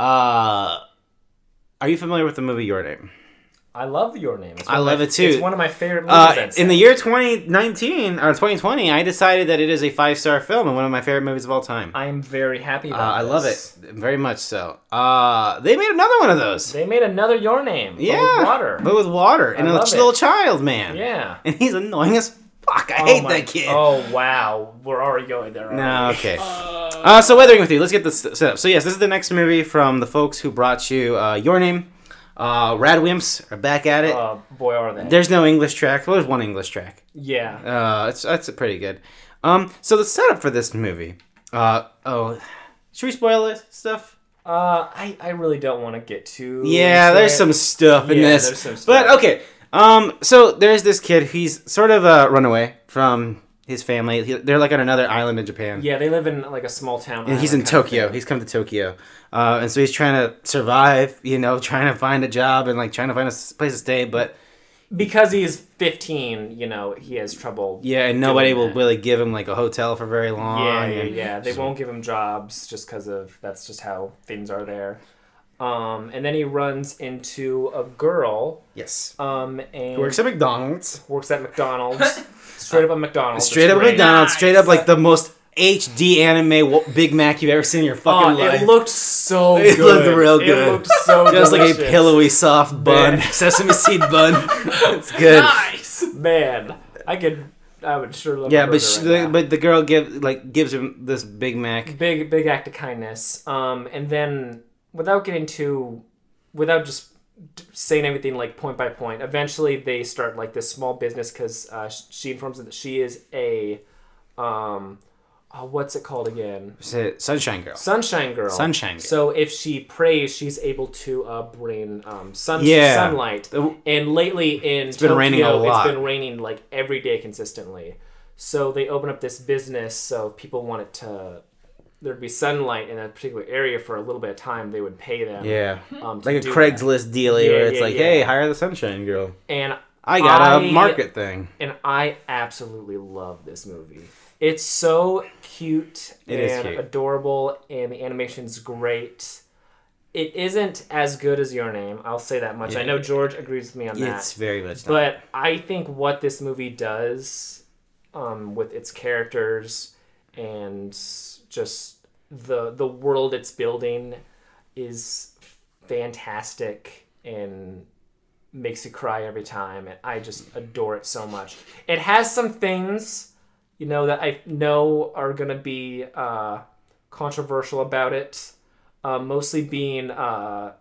Speaker 1: Uh, are you familiar with the movie Your Name?
Speaker 2: I love Your Name. It's
Speaker 1: I
Speaker 2: one of
Speaker 1: love
Speaker 2: my-
Speaker 1: it too.
Speaker 2: It's one of my favorite movies.
Speaker 1: Uh,
Speaker 2: I'd
Speaker 1: in the
Speaker 2: say.
Speaker 1: year 2019 or 2020, I decided that it is a five star film and one of my favorite movies of all time. Uh,
Speaker 2: I am very happy about
Speaker 1: I love it
Speaker 2: this.
Speaker 1: very much. So uh, they made another one of those.
Speaker 2: They made another Your Name. but with
Speaker 1: yeah,
Speaker 2: water.
Speaker 1: but with water and a
Speaker 2: love it.
Speaker 1: little child man.
Speaker 2: Yeah.
Speaker 1: and he's annoying as fuck. I
Speaker 2: Oh
Speaker 1: hate
Speaker 2: my-
Speaker 1: that kid.
Speaker 2: Oh wow, we're already going there.
Speaker 1: No,
Speaker 2: aren't
Speaker 1: okay.
Speaker 3: Uh,
Speaker 1: Uh, so weathering with you. Let's get this set up. So yes, this is the next movie from the folks who brought you uh, Your Name. Uh, Rad Wimps are back at
Speaker 2: we?
Speaker 1: it.
Speaker 2: Uh, boy, are they?
Speaker 1: There's no English track. Well, there's one English track.
Speaker 2: yeah.
Speaker 1: Uh, it's that's pretty good. Um, so the setup for this movie. Uh oh, should we spoil this stuff?
Speaker 2: Uh, I I really don't want to get too.
Speaker 1: Yeah,
Speaker 2: into
Speaker 1: there's
Speaker 2: it.
Speaker 1: some stuff in
Speaker 2: Yeah,
Speaker 1: this.
Speaker 2: there's some stuff.
Speaker 1: But okay. Um, so there's this kid. He's sort of a runaway from his family. He, they're like on another island in Japan.
Speaker 2: Yeah, they live in like a small town.
Speaker 1: And he's
Speaker 2: island
Speaker 1: in
Speaker 2: kind of
Speaker 1: Tokyo. He's come to Tokyo, uh, and so he's trying to survive. You know, trying to find a job and like trying to find a s- place to stay. But
Speaker 2: thing. because he's 15. You know, he has trouble.
Speaker 1: yeah, and nobody
Speaker 2: Doing
Speaker 1: will
Speaker 2: that.
Speaker 1: really give him like a hotel for very long.
Speaker 2: Yeah, yeah,
Speaker 1: and-
Speaker 2: yeah. They won't give him jobs just because of that's just how things are there. Um, and then he runs into a girl.
Speaker 1: Yes.
Speaker 2: Um, and
Speaker 1: Works at McDonald's.
Speaker 2: works at McDonald's. straight up at McDonald's.
Speaker 1: Straight
Speaker 2: It's
Speaker 1: up
Speaker 2: great.
Speaker 1: McDonald's,
Speaker 3: Nice.
Speaker 1: straight up like the most HD anime wo- Big Mac you've ever seen in your fucking
Speaker 2: Oh,
Speaker 1: life.
Speaker 2: it looked so
Speaker 1: It
Speaker 2: good.
Speaker 1: looked real good.
Speaker 2: It looked so
Speaker 1: Just like a
Speaker 2: delicious.
Speaker 1: pillowy soft bun,
Speaker 2: Man.
Speaker 1: sesame seed bun. It's good.
Speaker 3: nice.
Speaker 2: Man, I could. I would sure love.
Speaker 1: Yeah,
Speaker 2: a
Speaker 1: but
Speaker 2: burger
Speaker 1: she,
Speaker 2: right
Speaker 1: the,
Speaker 2: now.
Speaker 1: but the girl give like gives him this Big Mac.
Speaker 2: big big act of kindness. Um, and then without getting too, without just d- saying everything like point by point, eventually they start like this small business because uh, sh- she informs them that she is a, um, oh, what's it called again?
Speaker 1: Is it Sunshine Girl.
Speaker 2: Sunshine girl.
Speaker 1: Sunshine Girl.
Speaker 2: So if she prays, she's able to uh, bring um, sun
Speaker 1: Yeah.
Speaker 2: sunlight.
Speaker 1: The-
Speaker 2: And lately in
Speaker 1: been
Speaker 2: Tokyo,
Speaker 1: raining a lot.
Speaker 2: it's been raining like every day consistently. So they open up this business so if people want it to. There'd be sunlight in a particular area for a little bit of time. They would pay them.
Speaker 1: Yeah,
Speaker 2: Um, to
Speaker 1: like a
Speaker 2: do that.
Speaker 1: Craigslist dealie
Speaker 2: Yeah,
Speaker 1: where it's
Speaker 2: yeah,
Speaker 1: like,
Speaker 2: yeah.
Speaker 1: hey, hire the Sunshine Girl.
Speaker 2: And
Speaker 1: I got a
Speaker 2: I-
Speaker 1: market thing.
Speaker 2: and I absolutely love this movie. It's so cute
Speaker 1: It
Speaker 2: and
Speaker 1: is cute.
Speaker 2: adorable, and the animation's great. It isn't as good as Your Name. I'll say that much. I
Speaker 1: Yeah.
Speaker 2: know George agrees with me on that.
Speaker 1: It's very much. not-
Speaker 2: But I think what this movie does um, with its characters and just the the world it's building is fantastic and makes you cry every time, and I just adore it so much. It has some things, you know, that I know are gonna be uh, controversial about it, uh, mostly being uh,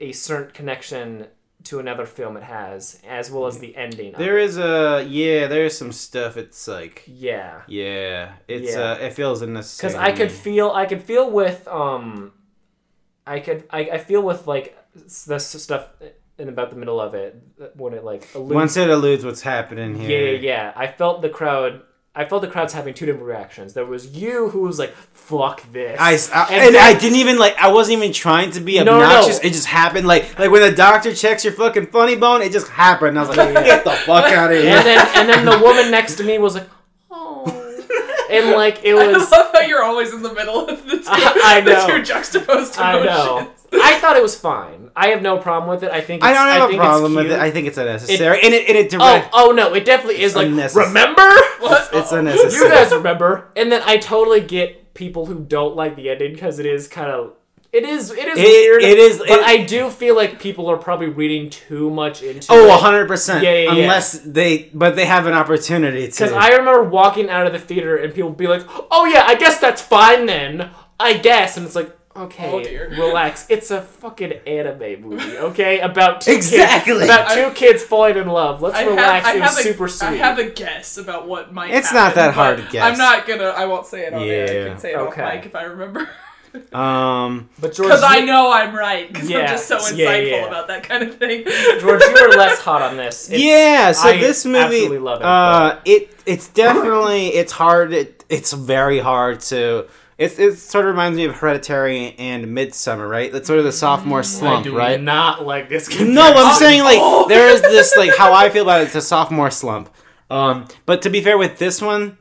Speaker 2: a certain connection to another film it has, as well as the ending. of
Speaker 1: There
Speaker 2: it.
Speaker 1: is a yeah. There's some stuff. It's like
Speaker 2: yeah.
Speaker 1: yeah. It's
Speaker 2: Yeah.
Speaker 1: uh. It feels unnecessary.
Speaker 2: because I could
Speaker 1: to me.
Speaker 2: feel I could feel with um, I could I, I feel with like s- the s- stuff in about the middle of it uh, when it like alludes.
Speaker 1: once it alludes what's happening
Speaker 2: yeah,
Speaker 1: here.
Speaker 2: yeah, yeah. I felt the crowd. I felt the crowd's having two different reactions. There was you who was like, "Fuck this,"
Speaker 1: I, s- I-
Speaker 2: And
Speaker 1: and,
Speaker 2: then-
Speaker 1: I didn't even like I wasn't even trying to be
Speaker 2: No, no, no.
Speaker 1: obnoxious. It just happened like like when the doctor checks your fucking funny bone, it just happened. I was like, get the fuck out of
Speaker 2: and
Speaker 1: here.
Speaker 2: then and then the woman next to me was like, "Oh," and like it
Speaker 3: I
Speaker 2: was.
Speaker 3: love how you're always in the middle of the two,
Speaker 2: I- I know.
Speaker 3: The two juxtaposed emotions.
Speaker 2: I know. I thought it was fine. I have no problem with it. I think it's,
Speaker 1: I don't have a
Speaker 2: think it's
Speaker 1: problem with it.
Speaker 2: cute.
Speaker 1: I think it's unnecessary, and it and it
Speaker 2: Oh,
Speaker 1: direct.
Speaker 2: oh no! It definitely is
Speaker 1: It's
Speaker 2: like
Speaker 1: unnecessary.
Speaker 2: remember.
Speaker 3: What?
Speaker 2: Oh.
Speaker 1: It's
Speaker 3: Uh-oh.
Speaker 1: unnecessary.
Speaker 2: you guys remember? And then I totally get people who don't like the ending because it is kind of it is it is
Speaker 1: It-
Speaker 2: weird.
Speaker 1: it is-
Speaker 2: but
Speaker 1: it-
Speaker 2: I do feel like people are probably reading too much into.
Speaker 1: Oh,
Speaker 2: it.
Speaker 1: 100 percent.
Speaker 2: Yeah, yeah, yeah.
Speaker 1: Unless they, but they have an opportunity to.
Speaker 2: Because I remember walking out of the theater and people be like, "Oh yeah, I guess that's fine then. I guess." And it's like, okay,
Speaker 3: Oh, dear.
Speaker 2: relax. It's a fucking anime movie, okay? About two
Speaker 1: Exactly.
Speaker 2: kids, about
Speaker 3: I-
Speaker 2: two kids falling in love. Let's
Speaker 3: I have,
Speaker 2: relax.
Speaker 3: I
Speaker 2: it
Speaker 3: have
Speaker 2: was
Speaker 3: a,
Speaker 2: super sweet.
Speaker 3: I have a guess about what might.
Speaker 1: It's
Speaker 3: happen,
Speaker 1: not that hard
Speaker 3: but
Speaker 1: to guess.
Speaker 3: I'm not gonna. I won't say it on air. I
Speaker 1: Yeah.
Speaker 3: can say it
Speaker 2: Okay.
Speaker 3: off mic if I remember.
Speaker 1: um,
Speaker 2: but George,
Speaker 3: Because I
Speaker 2: you-
Speaker 3: know I'm right. Because
Speaker 2: Yeah.
Speaker 3: I'm just so
Speaker 2: Yeah,
Speaker 3: insightful
Speaker 2: yeah.
Speaker 3: about that kind of thing.
Speaker 2: George, you were less hot on this. It's-
Speaker 1: yeah. So
Speaker 2: I
Speaker 1: this movie,
Speaker 2: absolutely love it,
Speaker 1: uh, it it's definitely it's hard. It, it's very hard to. It's it sort of reminds me of Hereditary and Midsummer, right? That's sort of the sophomore slump,
Speaker 2: I do
Speaker 1: right?
Speaker 2: not like this.
Speaker 1: No,
Speaker 2: comparison.
Speaker 1: I'm saying like
Speaker 3: Oh.
Speaker 1: there is this like how I feel about it, it's a sophomore slump. Um, but to be fair with this one,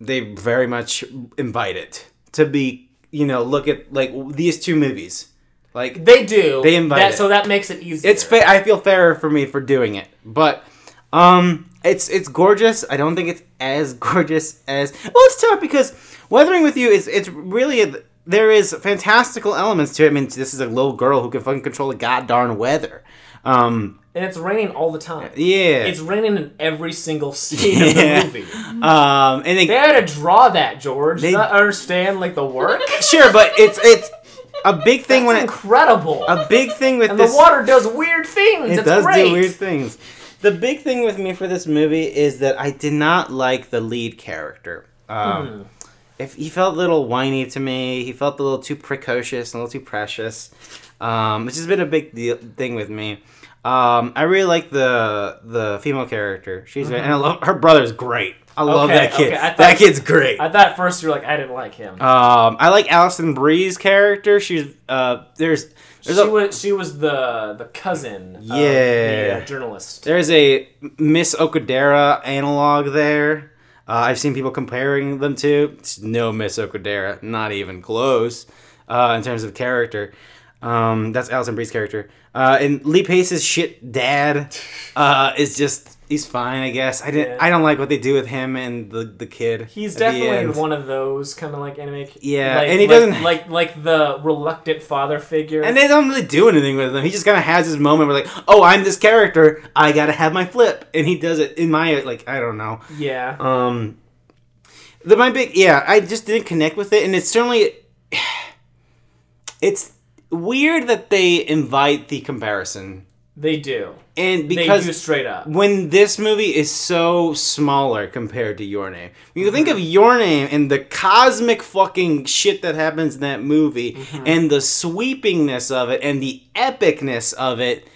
Speaker 1: they very much invite it to be you know look at like these two movies, like
Speaker 2: they do.
Speaker 1: They invite
Speaker 2: that,
Speaker 1: it.
Speaker 2: so that makes it easier.
Speaker 1: it's fa- I feel fairer for me for doing it, but um, it's it's gorgeous. I don't think it's as gorgeous as well. It's tough because weathering with you is it's really a, there is fantastical elements to it. I mean, this is a little girl who can fucking control the goddamn weather. Um,
Speaker 2: and it's raining all the time.
Speaker 1: yeah,
Speaker 2: It's raining in every single scene
Speaker 1: Yeah.
Speaker 2: of the movie.
Speaker 1: um, and they,
Speaker 2: They had to draw that, George.
Speaker 1: They-
Speaker 2: They understand like the work.
Speaker 1: sure, but it's it's a big thing
Speaker 2: It's
Speaker 1: when it,
Speaker 2: incredible.
Speaker 1: a big thing with
Speaker 2: and
Speaker 1: this
Speaker 2: the water does weird things.
Speaker 1: it
Speaker 2: it's
Speaker 1: does
Speaker 2: great.
Speaker 1: do weird things. The big thing with me for this movie is that I did not like the lead character. Um,
Speaker 2: Hmm.
Speaker 1: If he felt a little whiny to me, he felt a little too precocious and a little too precious, um, which has been a big deal, thing with me. Um, I really like the the female character. She's and I love her brother's great. I love
Speaker 2: Mm-hmm. Okay,
Speaker 1: that kid.
Speaker 2: okay, I thought-
Speaker 1: that kid's great.
Speaker 2: I thought at first you were like, I didn't like him.
Speaker 1: um, I like Allison Bree's character. She's uh, there's
Speaker 2: she
Speaker 1: there's a
Speaker 2: was she was the the cousin. of the, uh,
Speaker 1: Yeah.
Speaker 2: journalist.
Speaker 1: There's a Miss Okudera analog there. Uh, I've seen people comparing them to. It's no Miss Okudera, not even close uh, in terms of character. Um, that's Allison Bree's character. Uh, and Lee Pace's shit dad uh, is just he's fine, I guess. I didn't.
Speaker 2: Yeah.
Speaker 1: I don't like what they do with him and the the kid.
Speaker 2: He's
Speaker 1: at the
Speaker 2: definitely
Speaker 1: end.
Speaker 2: one of those kind of like anime.
Speaker 1: Yeah,
Speaker 2: like,
Speaker 1: and he
Speaker 2: like-
Speaker 1: doesn't-
Speaker 2: like like the reluctant father figure.
Speaker 1: And they don't really do anything with him. He just kind of has his moment where, like, oh, I'm this character. I gotta have my flip, and he does it in my like, I don't know.
Speaker 2: yeah,
Speaker 1: Um, the my big yeah, I just didn't connect with it, and it's certainly it's weird that they invite the comparison,
Speaker 2: they do.
Speaker 1: and
Speaker 2: They
Speaker 1: because
Speaker 2: do straight up.
Speaker 1: when this movie is so smaller compared to Your Name, when you think
Speaker 2: Mm-hmm.
Speaker 1: of Your Name and the cosmic fucking shit that happens in that movie,
Speaker 2: Mm-hmm.
Speaker 1: and the sweepingness of it, and the epicness of it.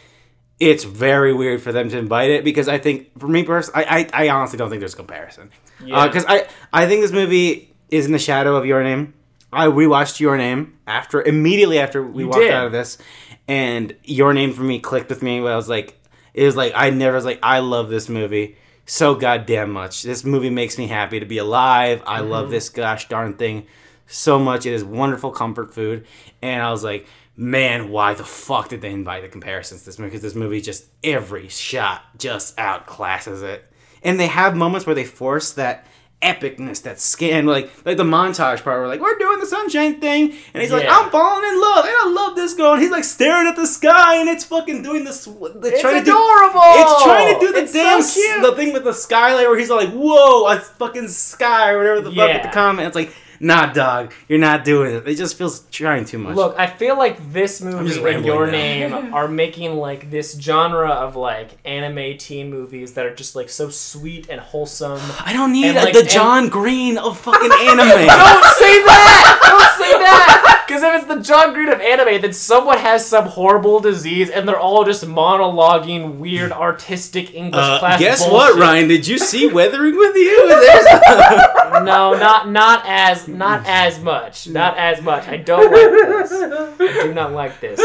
Speaker 1: It's very weird for them to invite it because I think, for me personally, I, I, I honestly don't think there's comparison
Speaker 2: Yeah.
Speaker 1: because I I think this movie is in the shadow of Your Name. I rewatched Your Name after immediately after we walked
Speaker 2: did.
Speaker 1: out of this, and Your Name for me clicked with me. Where I was like, it was like I never was like I love this movie so goddamn much. This movie makes me happy to be alive. I love this gosh darn thing so much. It is wonderful comfort food, and I was like. Man, why the fuck did they invite the comparisons to this movie? Because this movie just every shot just outclasses it and they have moments where they force that epicness that scan like like the montage part where like we're doing the sunshine thing and he's like
Speaker 2: Yeah.
Speaker 1: I'm falling in love and I love this girl and he's like staring at the sky and it's fucking doing this the
Speaker 2: It's
Speaker 1: trying to do
Speaker 2: adorable.
Speaker 1: it's trying to do the
Speaker 2: It's so
Speaker 1: damn s-
Speaker 2: cute.
Speaker 1: the thing with the skylight where he's all like, "Whoa, a fucking sky" or whatever the fuck with the
Speaker 2: Yeah.
Speaker 1: comment. It's like, nah, dog, you're not doing it. It just feels trying too much.
Speaker 2: Look, I feel like this movie
Speaker 1: just
Speaker 2: and Your
Speaker 1: rambling
Speaker 2: Name are making like this genre of like anime teen movies that are just like so sweet and wholesome.
Speaker 1: I don't need
Speaker 2: and, like,
Speaker 1: the
Speaker 2: and-
Speaker 1: John Green of fucking anime.
Speaker 2: Don't say that! Don't say that! Because if it's the John Green of anime, then someone has some horrible disease and they're all just monologuing weird artistic English
Speaker 1: Uh,
Speaker 2: class.
Speaker 1: guess
Speaker 2: bullshit.
Speaker 1: what, Ryan? Did you see Weathering with You? There's-
Speaker 2: No, not not as not as much. Not as much. I don't like this. I do not like this.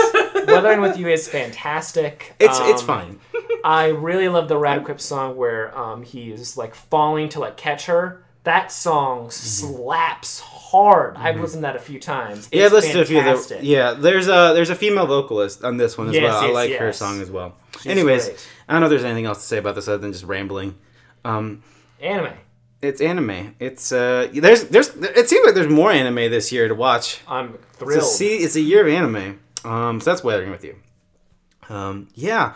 Speaker 2: Weathering with you is fantastic.
Speaker 1: it's it's
Speaker 2: Um,
Speaker 1: fine.
Speaker 2: I really love the Radcliffe song where um, he is like falling to like catch her. That
Speaker 1: Mm-hmm.
Speaker 2: song slaps hard. I've listened to that a few times.
Speaker 1: Yeah,
Speaker 2: It's
Speaker 1: let's do a few. Of
Speaker 2: fantastic.
Speaker 1: the, yeah, there's a there's a female vocalist on this one as
Speaker 2: Yes,
Speaker 1: well. I
Speaker 2: yes,
Speaker 1: like her
Speaker 2: yes.
Speaker 1: song as well. Anyways,
Speaker 2: great.
Speaker 1: I don't know if there's anything else to say about this other than just rambling. Um,
Speaker 2: Anime.
Speaker 1: It's anime. It's uh, there's there's it seems like there's more anime this year to watch.
Speaker 2: I'm
Speaker 1: It's a,
Speaker 2: thrilled.
Speaker 1: see, it's a year of anime. Um, so that's weathering with you. Um, yeah.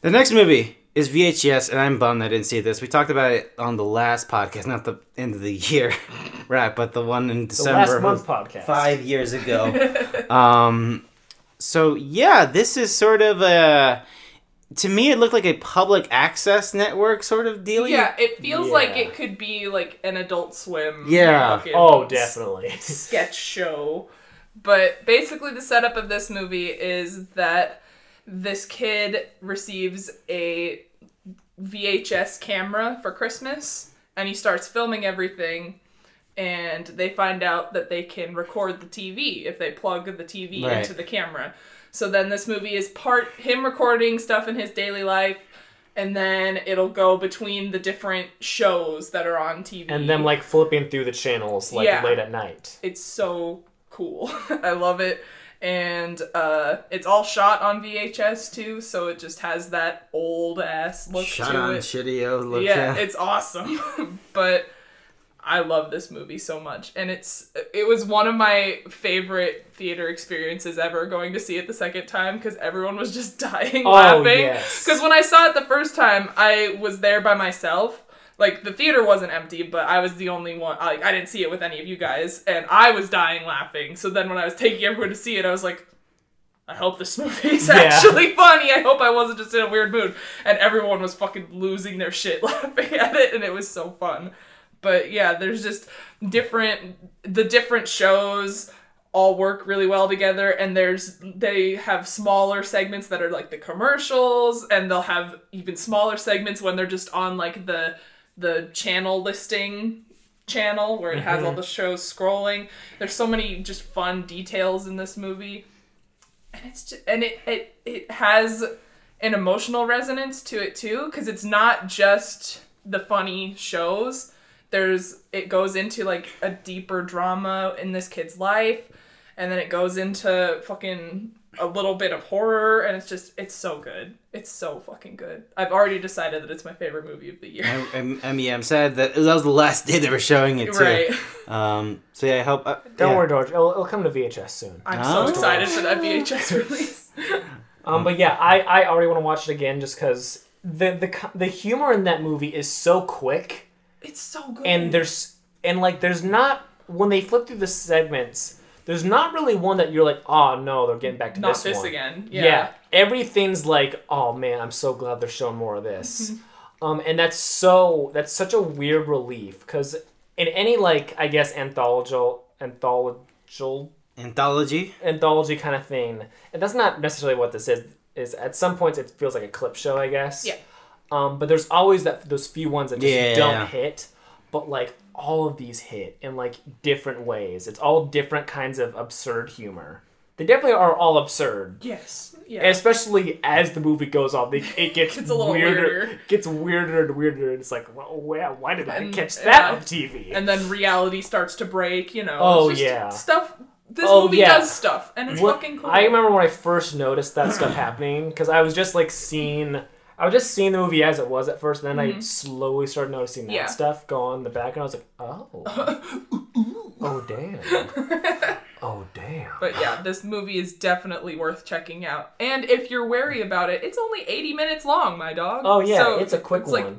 Speaker 1: The next movie is VHS, and I'm bummed I didn't see this. We talked about it on the last podcast, not the end of the year, right? But the one in
Speaker 2: the
Speaker 1: December,
Speaker 2: last month's podcast.
Speaker 1: five years ago. um, so yeah, this is sort of a. To me, it looked like a public access network sort of dealing.
Speaker 3: Yeah, it feels like
Speaker 2: Yeah.
Speaker 3: it could be like an Adult Swim.
Speaker 1: Yeah.
Speaker 3: fucking
Speaker 2: Oh, definitely.
Speaker 3: sketch show. But basically, the setup of this movie is that this kid receives a VHS camera for Christmas and he starts filming everything. And they find out that they can record the TV if they plug the TV
Speaker 1: Right.
Speaker 3: into the camera. So then this movie is part him recording stuff in his daily life, and then it'll go between the different shows that are on TV.
Speaker 2: and then like flipping through the channels like
Speaker 3: Yeah.
Speaker 2: late at night.
Speaker 3: it's so cool. I love it. And uh, it's all shot on VHS too, so it just has that old ass look
Speaker 1: Shot
Speaker 3: to
Speaker 1: on
Speaker 3: it.
Speaker 1: shitty oh, look.
Speaker 3: yeah, it's awesome. but I love this movie so much, and it's it was one of my favorite theater experiences ever. Going to see it the second time because everyone was just dying
Speaker 2: Oh,
Speaker 3: laughing.
Speaker 2: yes.
Speaker 3: Because when I saw it the first time, I was there by myself. Like the theater wasn't empty, but I was the only one. Like I didn't see it with any of you guys, and I was dying laughing. So then when I was taking everyone to see it, I was like. I hope this movie is
Speaker 2: Yeah.
Speaker 3: actually funny. I hope I wasn't just in a weird mood. And everyone was fucking losing their shit laughing at it, and it was so fun. But yeah, there's just different the different shows all work really well together and there's they have smaller segments that are like the commercials and they'll have even smaller segments when they're just on like the the channel listing channel where it has all the shows scrolling. There's so many just fun details in this movie. And it's just, and it, it it has an emotional resonance to it too cuz it's not just the funny shows. There's it goes into like a deeper drama in this kid's life and then it goes into fucking a little bit of horror and it's just it's so good. It's so fucking good. I've already decided that it's my favorite movie of the year.
Speaker 1: I'm, I'm, I'm, yeah, I'm sad E that that was the last day they were showing it too.
Speaker 3: Right.
Speaker 1: Um, so yeah, I hope. Uh,
Speaker 2: Don't
Speaker 1: yeah.
Speaker 2: worry, George. It'll, it'll come to VHS soon.
Speaker 3: I'm
Speaker 1: Oh.
Speaker 3: so excited for that VHS release.
Speaker 2: Um, but yeah, I, I already want to watch it again just because the, the co- the humor in that movie is so quick.
Speaker 3: It's so good.
Speaker 2: and there's and like there's not when they flip through the segments there's not really one that you're like oh no they're getting back to
Speaker 3: not
Speaker 2: this,
Speaker 3: this,
Speaker 2: one.
Speaker 3: again.
Speaker 2: yeah.
Speaker 3: Yeah.
Speaker 2: everything's like oh man i'm so glad they're showing more of this
Speaker 3: Mm-hmm.
Speaker 2: um and that's so that's such a weird relief because in any like i guess anthological anthological
Speaker 1: Anthology.
Speaker 2: anthology kind of thing and that's not necessarily what this is is at some points it feels like a clip show i guess
Speaker 3: Yeah.
Speaker 2: um, but there's always that those few ones that just
Speaker 1: Yeah.
Speaker 2: don't hit. But like all of these hit in like different ways. It's all different kinds of absurd humor. They definitely are all absurd.
Speaker 3: Yes. Yeah.
Speaker 2: And especially as the movie goes on, they, it gets
Speaker 3: It's a little
Speaker 2: weirder,
Speaker 3: weirder.
Speaker 2: gets weirder and weirder. And it's like, well, wow, why did I
Speaker 3: And-
Speaker 2: catch that
Speaker 3: yeah.
Speaker 2: on TV?
Speaker 3: and then reality starts to break, you know.
Speaker 2: Oh,
Speaker 3: It's
Speaker 2: yeah.
Speaker 3: Stuff this
Speaker 2: Oh,
Speaker 3: movie
Speaker 2: yeah.
Speaker 3: does stuff and it's
Speaker 2: What-
Speaker 3: fucking cool.
Speaker 2: I remember when I first noticed that stuff happening because I was just like seeing I was just seeing the movie as it was at first, and then I slowly started noticing that
Speaker 3: Mm-hmm. Yeah.
Speaker 2: stuff go on in the background. I was like, oh, oh damn, oh damn.
Speaker 3: But yeah, this movie is definitely worth checking out. And if you're wary about it, it's only 80 minutes long, my dog.
Speaker 2: Oh yeah,
Speaker 3: So
Speaker 2: it's a quick
Speaker 3: it's
Speaker 2: one.
Speaker 3: like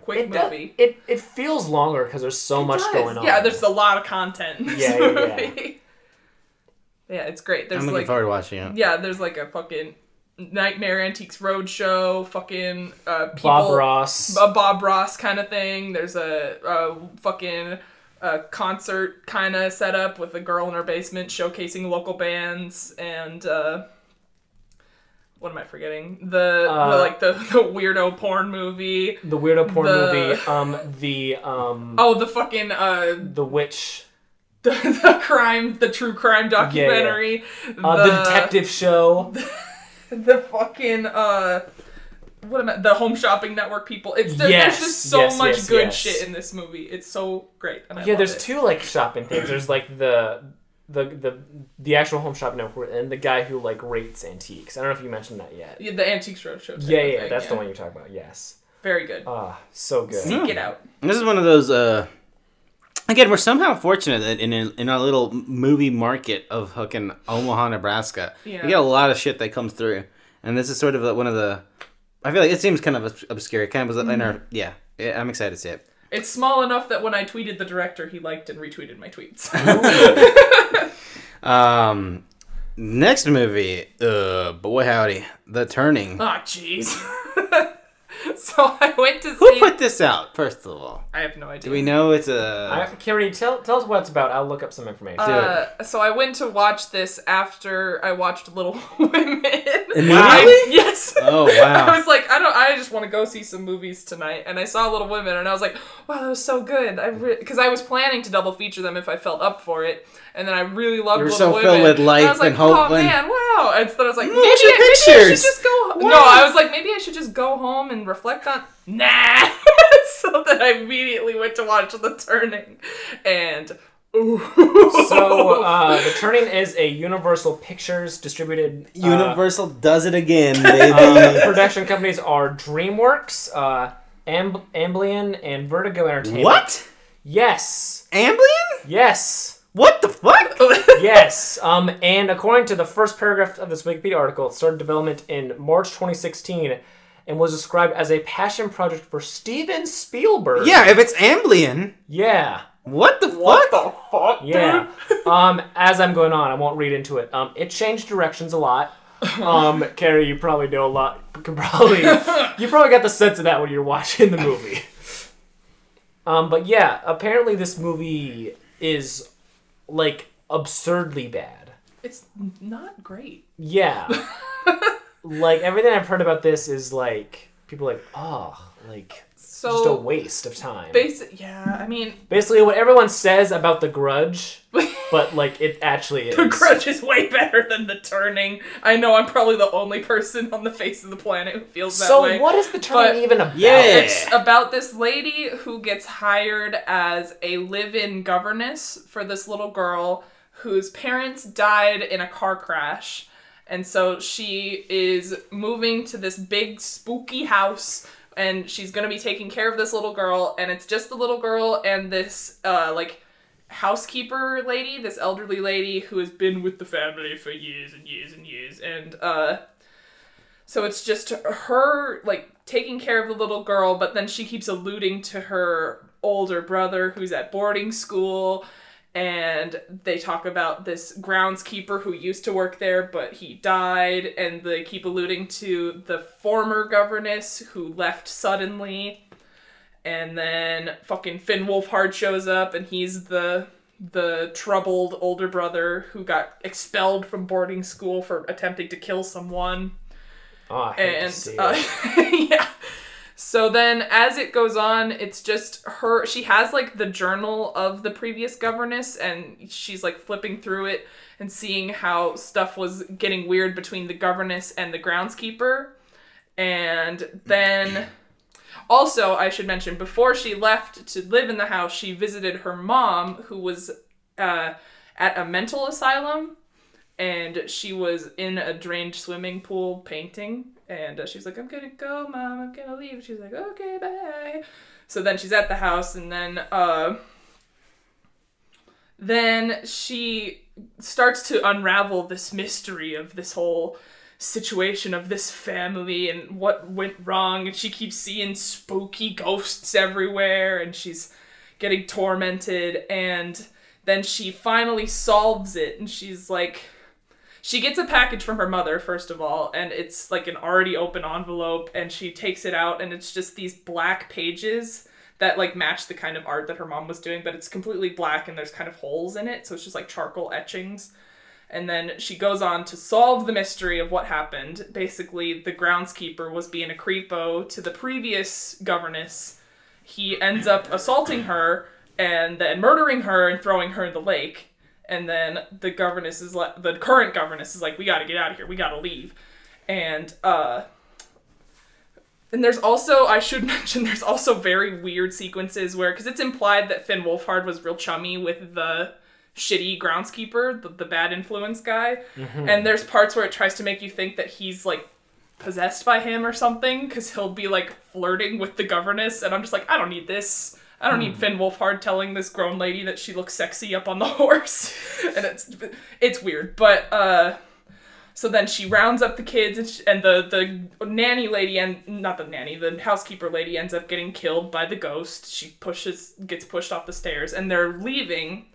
Speaker 3: quick
Speaker 2: it, does-
Speaker 3: movie.
Speaker 2: it it feels longer because there's so much
Speaker 3: It does.
Speaker 2: going on.
Speaker 3: Yeah, there's a lot of content in this
Speaker 2: Yeah, yeah, yeah.
Speaker 3: movie. Yeah, it's great. There's
Speaker 1: I'm looking
Speaker 3: like
Speaker 1: forward to watching it.
Speaker 3: yeah, there's like a fucking Nightmare Antiques Roadshow, fucking uh, people,
Speaker 2: Bob Ross.
Speaker 3: a Bob Ross kind of thing. There's a, a fucking uh concert kind of setup with a girl in her basement showcasing local bands and uh, what am I forgetting? The, the
Speaker 2: Uh,
Speaker 3: like the, the weirdo porn movie.
Speaker 2: the weirdo porn
Speaker 3: the-
Speaker 2: movie. Um, the um,
Speaker 3: Oh, the fucking uh,
Speaker 2: the witch.
Speaker 3: the, the crime, the true crime documentary.
Speaker 2: Uh, the, detective show.
Speaker 3: the fucking uh what am I, the home shopping network people it's there,
Speaker 2: Yes,
Speaker 3: there's just so
Speaker 2: yes,
Speaker 3: much
Speaker 2: yes,
Speaker 3: good
Speaker 2: yes.
Speaker 3: shit in this movie it's so great and I
Speaker 2: yeah,
Speaker 3: love
Speaker 2: there's
Speaker 3: it.
Speaker 2: two like shopping things. There's like the the the the actual home shop network and the guy who like rates antiques. I don't know if you mentioned that yet.
Speaker 3: yeah, the antiques roadshow type
Speaker 2: Yeah,
Speaker 3: of
Speaker 2: yeah,
Speaker 3: thing,
Speaker 2: that's the one you're talking about. Yes.
Speaker 3: very good
Speaker 2: Ah, so good.
Speaker 3: seek it out
Speaker 1: This is one of those. Uh, again, we're somehow fortunate that in in our little movie market of fucking Omaha, Nebraska,
Speaker 3: Yeah.
Speaker 1: we get a lot of shit that comes through, and this is sort of the, one of the. I feel like it seems kind of obs- obscure. It kind of was in
Speaker 3: Mm-hmm.
Speaker 1: our yeah. yeah, I'm excited to see it.
Speaker 3: it's small enough that when i tweeted the director he liked and retweeted my tweets
Speaker 1: Um, next movie, uh, boy howdy, The Turning.
Speaker 3: oh jeez so i went to
Speaker 1: Who
Speaker 3: see
Speaker 1: put this out? First of all,
Speaker 3: i have no idea
Speaker 1: do we know it's a?
Speaker 2: I, Carrie, tell tell us what it's about. I'll look up some information.
Speaker 1: do it.
Speaker 3: Uh, so I went to watch this after I watched Little Women.
Speaker 1: Immediately?
Speaker 3: I- yes.
Speaker 1: Oh, wow.
Speaker 3: I was like, I don't. I just want to go see some movies tonight, and I saw Little Women, and I was like, wow, that was so good. I because I was planning to double feature them if I felt up for it, and then I really loved
Speaker 1: You were
Speaker 3: Little
Speaker 1: so
Speaker 3: Women.
Speaker 1: filled with
Speaker 3: and I
Speaker 1: life
Speaker 3: was like,
Speaker 1: and hope
Speaker 3: oh
Speaker 1: and-
Speaker 3: man, wow. And so then I was like, maybe,
Speaker 1: Look at your
Speaker 3: I- maybe I should
Speaker 1: pictures.
Speaker 3: just go.
Speaker 1: Wow.
Speaker 3: No, I was like, maybe I should just go home and reflect on. Nah. so then I immediately went to watch The Turning, and. Ooh.
Speaker 2: so uh, the turning is a Universal Pictures distributed uh,
Speaker 1: Universal does it again,
Speaker 2: uh,
Speaker 1: baby.
Speaker 2: production companies are DreamWorks, uh, Amb- Amblin, and Vertigo Entertainment.
Speaker 1: what?
Speaker 2: Yes,
Speaker 1: Amblin?
Speaker 2: yes,
Speaker 1: What the fuck?
Speaker 2: yes. Um, and according to the first paragraph of this Wikipedia article, it started development in March 2016 and was described as a passion project for Steven Spielberg.
Speaker 1: Yeah, if it's Amblin,
Speaker 2: yeah.
Speaker 1: what the
Speaker 3: What
Speaker 1: fuck?
Speaker 3: the fuck,
Speaker 2: Yeah.
Speaker 3: dude?
Speaker 2: um, as I'm going on, I won't read into it. Um, it changed directions a lot. Um, Carrie, you probably know a lot. Can probably you probably got the sense of that when you're watching the movie. Um, but yeah, apparently this movie is like absurdly bad.
Speaker 3: It's not great.
Speaker 2: Yeah. like everything I've heard about this is like people are like, oh, like just a
Speaker 3: So
Speaker 2: waste of time.
Speaker 3: basic, yeah. I mean,
Speaker 2: Basically, what everyone says about the grudge, but like it actually is.
Speaker 3: The Grudge is way better than The Turning. I know I'm probably the only person on the face of the planet who feels that
Speaker 2: So
Speaker 3: way.
Speaker 2: what is the turning
Speaker 3: but-
Speaker 2: even about?
Speaker 1: Yeah.
Speaker 3: It's about this lady who gets hired as a live-in governess for this little girl whose parents died in a car crash. And so she is moving to this big spooky house and she's going to be taking care of this little girl and it's just the little girl and this uh like housekeeper lady, this elderly lady who has been with the family for years and years and years and uh so it's just her like taking care of the little girl, but then she keeps alluding to her older brother who's at boarding school. And they talk about this groundskeeper who used to work there, but he died. And they keep alluding to the former governess who left suddenly. And then fucking Finn Wolfhard shows up, and he's the the troubled older brother who got expelled from boarding school for attempting to kill someone
Speaker 2: Oh, I hate to
Speaker 3: and
Speaker 2: see it.
Speaker 3: uh, yeah so then as it goes on it's just her she has like the journal of the previous governess and she's like flipping through it and seeing how stuff was getting weird between the governess and the groundskeeper and then also i should mention before she left to live in the house she visited her mom who was uh, at a mental asylum and she was in a drained swimming pool painting and uh, she's like i'm gonna go mom i'm gonna leave she's like okay bye so then she's at the house and then uh then she starts to unravel this mystery of this whole situation of this family and what went wrong and she keeps seeing spooky ghosts everywhere and she's getting tormented and then she finally solves it and she's like she gets a package from her mother first of all and it's like an already open envelope and she takes it out and it's just these black pages that like match the kind of art that her mom was doing but it's completely black and there's kind of holes in it so it's just like charcoal etchings and then she goes on to solve the mystery of what happened basically the groundskeeper was being a creepo to the previous governess he ends up assaulting her and then murdering her and throwing her in the lake. And then the governess is like, the current governess is like, we got to get out of here. We got to leave. And uh, and there's also I should mention there's also very weird sequences where because it's implied that Finn Wolfhard was real chummy with the shitty groundskeeper, the, the bad influence guy. And there's parts where it tries to make you think that he's like possessed by him or something because he'll be like flirting with the governess and i'm just like i don't need this i don't need finn wolfhard telling this grown lady that she looks sexy up on the horse and it's it's weird but uh so then she rounds up the kids and, sh and the the nanny lady and not the nanny the housekeeper lady ends up getting killed by the ghost she pushes gets pushed off the stairs and they're leaving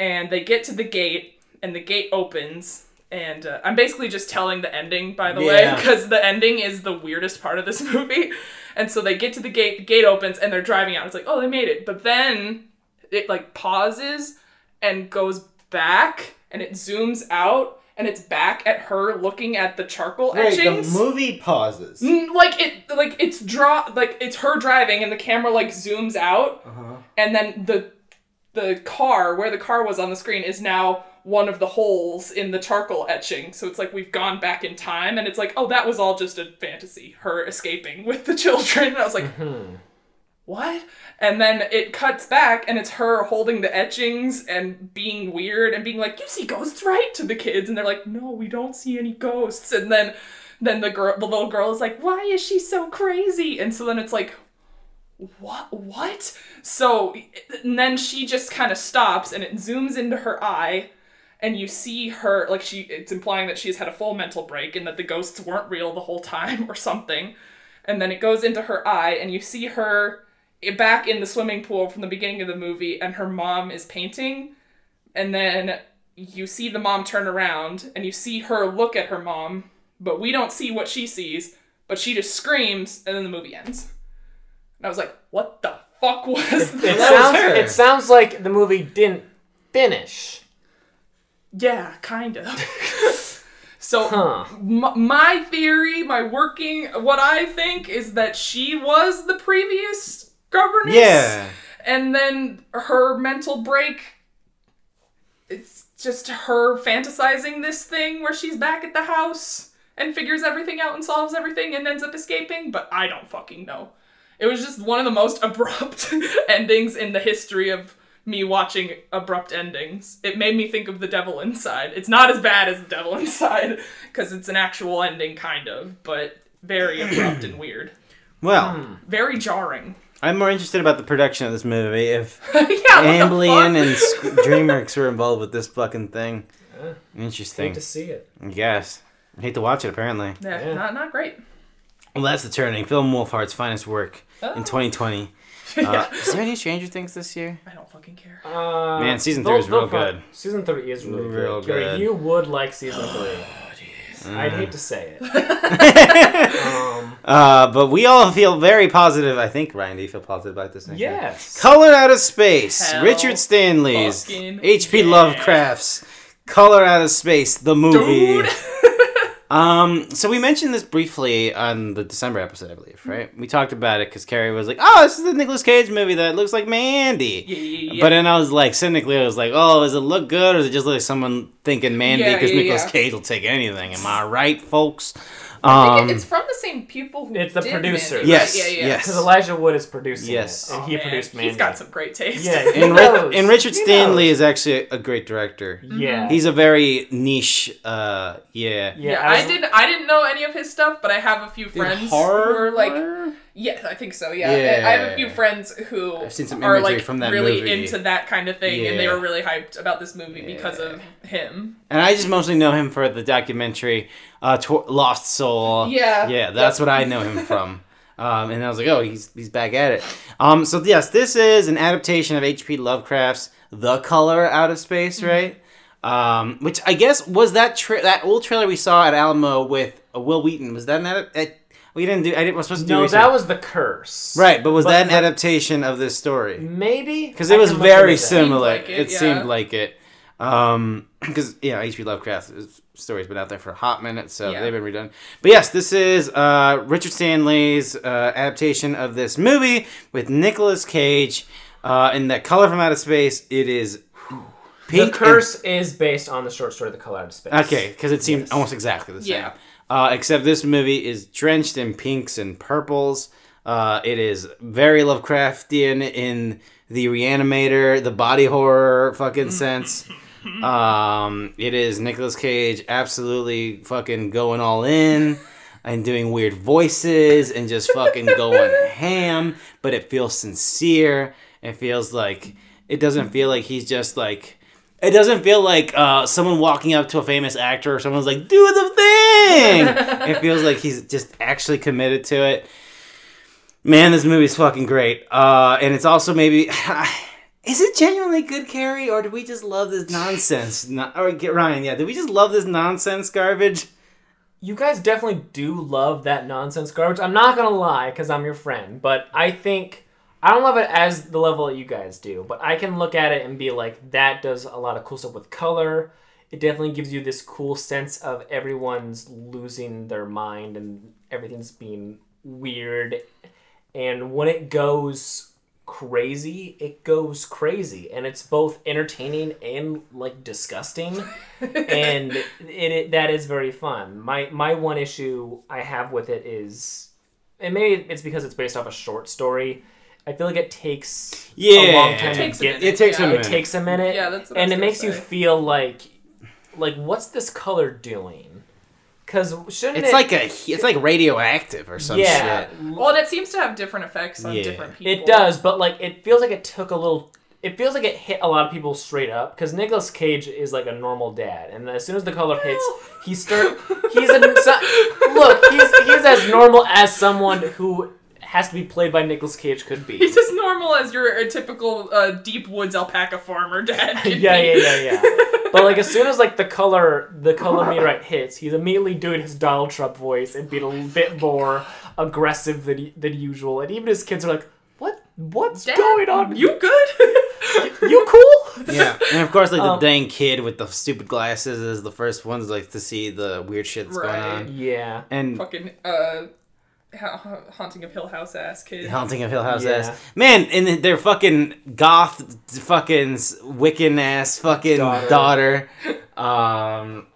Speaker 3: and they get to the gate and the gate opens and uh, i'm basically just telling the ending by the way
Speaker 1: Yeah.
Speaker 3: because the ending is the weirdest part of this movie and so they get to the gate the gate opens and they're driving out it's like oh they made it but then it like pauses and goes back and it zooms out and it's back at her looking at the charcoal
Speaker 1: Wait, the
Speaker 3: etchings
Speaker 1: movie pauses.
Speaker 3: Mm, like it like it's draw like it's her driving and the camera like zooms out
Speaker 1: Uh-huh.
Speaker 3: and then the the car where the car was on the screen is now one of the holes in the charcoal etching so it's like we've gone back in time and it's like oh that was all just a fantasy her escaping with the children and i was like what and then it cuts back and it's her holding the etchings and being weird and being like you see ghosts right to the kids and they're like no we don't see any ghosts and then then the girl the little girl is like why is she so crazy and so then it's like what what so and then she just kind of stops and it zooms into her eye and you see her like she it's implying that she's had a full mental break and that the ghosts weren't real the whole time or something and then it goes into her eye and you see her i- back in the swimming pool from the beginning of the movie and her mom is painting and then you see the mom turn around and you see her look at her mom but we don't see what she sees but she just screams and then the movie ends and i was like what the fuck was
Speaker 2: It
Speaker 3: this
Speaker 1: was
Speaker 2: sounds,
Speaker 1: her.
Speaker 2: it sounds like the movie didn't finish.
Speaker 3: yeah kind of so
Speaker 2: Huh.
Speaker 3: my, my theory, my working, what I think is that she was the previous governess.
Speaker 1: Yeah.
Speaker 3: And then her mental break. It's just her fantasizing this thing where she's back at the house and figures everything out and solves everything and ends up escaping, but I don't fucking know. It was just one of the most abrupt endings in the history of me watching abrupt endings. It made me think of The Devil Inside. It's not as bad as The Devil Inside because it's an actual ending, kind of, but very abrupt and weird.
Speaker 1: Well,
Speaker 3: Very jarring.
Speaker 1: I'm more interested about the production of this movie. If
Speaker 3: yeah, what the
Speaker 1: Amblin
Speaker 3: fuck?
Speaker 1: and Squ- DreamWorks were involved with this fucking thing,
Speaker 2: Need
Speaker 1: interesting.
Speaker 2: to see it.
Speaker 1: I guess. I hate to watch it, apparently.
Speaker 3: Yeah,
Speaker 2: Yeah.
Speaker 3: Not, not great.
Speaker 1: Well, that's the turning. Film Wolfhard's finest work in 2020. Uh,
Speaker 3: Oh. yeah.
Speaker 1: is there any Stranger Things this year?
Speaker 3: I don't fucking care.
Speaker 2: Uh,
Speaker 1: Man, season three
Speaker 2: they'll-
Speaker 1: is real
Speaker 2: they'll pro-
Speaker 1: good.
Speaker 2: Season three is really
Speaker 1: Real
Speaker 2: good. Gary,
Speaker 1: good.
Speaker 2: you would like season
Speaker 3: Oh,
Speaker 2: three. I'd hate to say it. um,
Speaker 1: Uh, but we all feel very positive. I think, Ryan, do you feel positive about this? next one?
Speaker 2: yes.
Speaker 1: Color Out of Space,
Speaker 3: Hell
Speaker 1: Richard Stanley's,
Speaker 3: fucking
Speaker 1: H.P.
Speaker 3: yeah.
Speaker 1: Lovecraft's Color Out of Space, the movie.
Speaker 3: Dude.
Speaker 1: Um, so we mentioned this briefly on the December episode, I believe,
Speaker 3: Mm-hmm.
Speaker 1: right? We talked about it because Carrie was like, "Oh, this is the Nicolas Cage movie that looks like Mandy."
Speaker 3: Yeah, yeah, yeah.
Speaker 1: But then I was like, cynically, I was like, "Oh, does it look good, or is it just like someone thinking Mandy
Speaker 3: Yeah,
Speaker 1: because
Speaker 3: yeah,
Speaker 1: Nicolas
Speaker 3: yeah.
Speaker 1: Cage will take anything?" Am I right, folks?
Speaker 3: I think
Speaker 1: Um,
Speaker 3: it- it's from the same people who
Speaker 2: It's the
Speaker 3: did
Speaker 2: producer.
Speaker 3: Mandy, right?
Speaker 1: yes,
Speaker 3: Yeah, yeah.
Speaker 1: yes.
Speaker 2: Because Elijah Wood is producing
Speaker 1: Yes.
Speaker 2: it, and he
Speaker 3: Oh, Man,
Speaker 2: produced Mandy.
Speaker 3: He's got some great taste.
Speaker 2: Yeah,
Speaker 1: and,
Speaker 2: Who
Speaker 1: Ri-
Speaker 2: knows?
Speaker 1: and Richard
Speaker 2: Who
Speaker 1: Stanley
Speaker 2: knows?
Speaker 1: is actually a great director.
Speaker 3: Mm-hmm.
Speaker 2: Yeah.
Speaker 1: He's a very niche. Uh, yeah.
Speaker 2: yeah,
Speaker 3: Yeah,
Speaker 2: was-
Speaker 3: I didn't. I didn't know any of his stuff, but I have a few
Speaker 1: Did
Speaker 3: friends
Speaker 1: horror
Speaker 3: who are like,
Speaker 1: horror?
Speaker 3: yeah, I think so. Yeah,
Speaker 1: Yeah.
Speaker 3: I have a few friends who
Speaker 1: I've seen some
Speaker 3: are
Speaker 1: imagery
Speaker 3: like
Speaker 1: from that
Speaker 3: really
Speaker 1: movie.
Speaker 3: into that kind of thing, and they
Speaker 1: Yeah.
Speaker 3: were really hyped about this movie because of him.
Speaker 1: And I just mostly know him for the documentary uh, Tor- Lost Soul.
Speaker 3: Yeah.
Speaker 1: Yeah, that's what I know him from. Um, and I was like, oh, he's, he's back at it. Um, so, yes, this is an adaptation of H.P. Lovecraft's The Color Out of
Speaker 3: Mm-hmm.
Speaker 1: Space, right? Um, which I guess was that tra- that old trailer we saw at Alamo with uh, Will Wheaton. Was that an adaptation? We didn't do, I didn't, was supposed to do
Speaker 2: no,
Speaker 1: research.
Speaker 2: that was the curse.
Speaker 1: Right, but was that an
Speaker 2: but-
Speaker 1: adaptation of this story?
Speaker 2: Maybe
Speaker 1: because
Speaker 2: I
Speaker 1: it was
Speaker 2: can look into
Speaker 1: very
Speaker 2: that.
Speaker 1: similar.
Speaker 3: Seemed like
Speaker 1: it
Speaker 3: it, yeah.
Speaker 1: seemed like it. Um, because yeah, H.P. Lovecraft's story's been out there for a hot minute, so
Speaker 3: Yeah.
Speaker 1: they've been redone. But yes, this is uh Richard Stanley's uh, adaptation of this movie with Nicolas Cage. Uh, in that color from outer space, it is pink.
Speaker 2: The
Speaker 1: and-
Speaker 2: curse is based on the short story "The Color Out of Space."
Speaker 1: okay, because it seemed almost exactly the same.
Speaker 3: Yeah.
Speaker 1: Uh, except this movie is drenched in pinks and purples. Uh, it is very Lovecraftian in the reanimator, the body horror fucking sense. Um, it is Nicolas Cage absolutely fucking going all in and doing weird voices and just fucking going ham, but it feels sincere. It feels like it doesn't feel like he's just like it doesn't feel like uh, someone walking up to a famous actor or someone's like, do the thing. it feels like he's just actually committed to it. Man, this movie's fucking great. Uh, and it's also maybe. Is it genuinely good, Carrie, or do we just love this nonsense? No, or get Ryan, yeah, do we just love this nonsense garbage?
Speaker 2: you guys definitely do love that nonsense garbage. I'm not gonna lie, because I'm your friend, but I think I don't love it as the level that you guys do, but I can look at it and be like, that does a lot of cool stuff with color. It definitely gives you this cool sense of everyone's losing their mind and everything's being weird. And when it goes crazy, it goes crazy. And it's both entertaining and like disgusting and it, it that is very fun. My my one issue I have with it is, and maybe it's because it's based off a short story. I feel like it takes a long
Speaker 1: Yeah.
Speaker 2: time
Speaker 1: It
Speaker 3: takes a
Speaker 2: to get.
Speaker 3: minute.
Speaker 1: It takes
Speaker 3: Yeah.
Speaker 1: a
Speaker 3: It
Speaker 2: It
Speaker 1: minute.
Speaker 2: takes a minute.
Speaker 3: Yeah, that's what I
Speaker 2: and
Speaker 3: was
Speaker 2: it
Speaker 3: gonna
Speaker 2: makes you
Speaker 3: say.
Speaker 2: feel like, like what's this color doing? Because shouldn't
Speaker 1: it's
Speaker 2: it-
Speaker 1: like a, it's like radioactive or some
Speaker 2: yeah,
Speaker 1: shit.
Speaker 3: Well, and it seems to have different effects on
Speaker 1: Yeah.
Speaker 3: different people.
Speaker 2: It does, but like it feels like it took a little. It feels like it hit a lot of people straight up because Nicolas Cage is like a normal dad, and as soon as the color hits, he start. He's a so- look. He's he's as normal as someone who has to be played by Nicolas Cage could be.
Speaker 3: He's as normal as your a typical uh, deep woods alpaca farmer dad. could
Speaker 2: yeah,
Speaker 3: be.
Speaker 2: yeah, yeah, yeah. But like as soon as like the color the color meteorite hits, he's immediately doing his Donald Trump voice and
Speaker 3: Oh
Speaker 2: being a little bit more aggressive than than usual, and even his kids are like, "What? What's
Speaker 3: Dad,
Speaker 2: going on?
Speaker 3: You good?
Speaker 2: you cool?"
Speaker 1: Yeah, and of course, like
Speaker 2: Um,
Speaker 1: the dang kid with the stupid glasses is the first ones like to see the weird shit that's
Speaker 3: Right.
Speaker 1: going on.
Speaker 2: Yeah.
Speaker 1: And
Speaker 3: Fucking uh, ha- haunting of Hill House ass kid.
Speaker 1: Haunting of Hill House
Speaker 2: Yeah.
Speaker 1: ass man, and their fucking goth, fucking Wiccan ass fucking daughter,
Speaker 2: Daughter.
Speaker 1: um,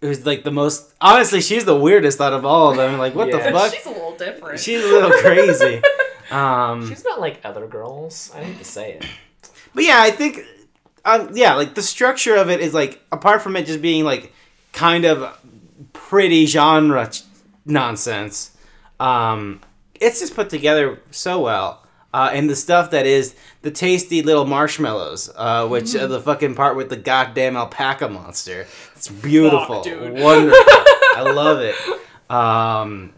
Speaker 1: who's like the most. Honestly, she's the weirdest out of all of them. Like, what
Speaker 2: Yeah.
Speaker 1: the fuck?
Speaker 3: She's a little different.
Speaker 1: She's a little crazy.
Speaker 3: Hmm.
Speaker 1: Um,
Speaker 2: She's not like other girls. I hate to say it.
Speaker 1: But yeah, I think, um, yeah, like the structure of it is like apart from it just being like kind of pretty genre ch- nonsense, um, it's just put together so well. Uh, and the stuff that is the tasty little marshmallows, uh, which uh, the fucking part with the goddamn alpaca monster. It's beautiful,
Speaker 3: dude.
Speaker 1: wonderful. I love it. Um,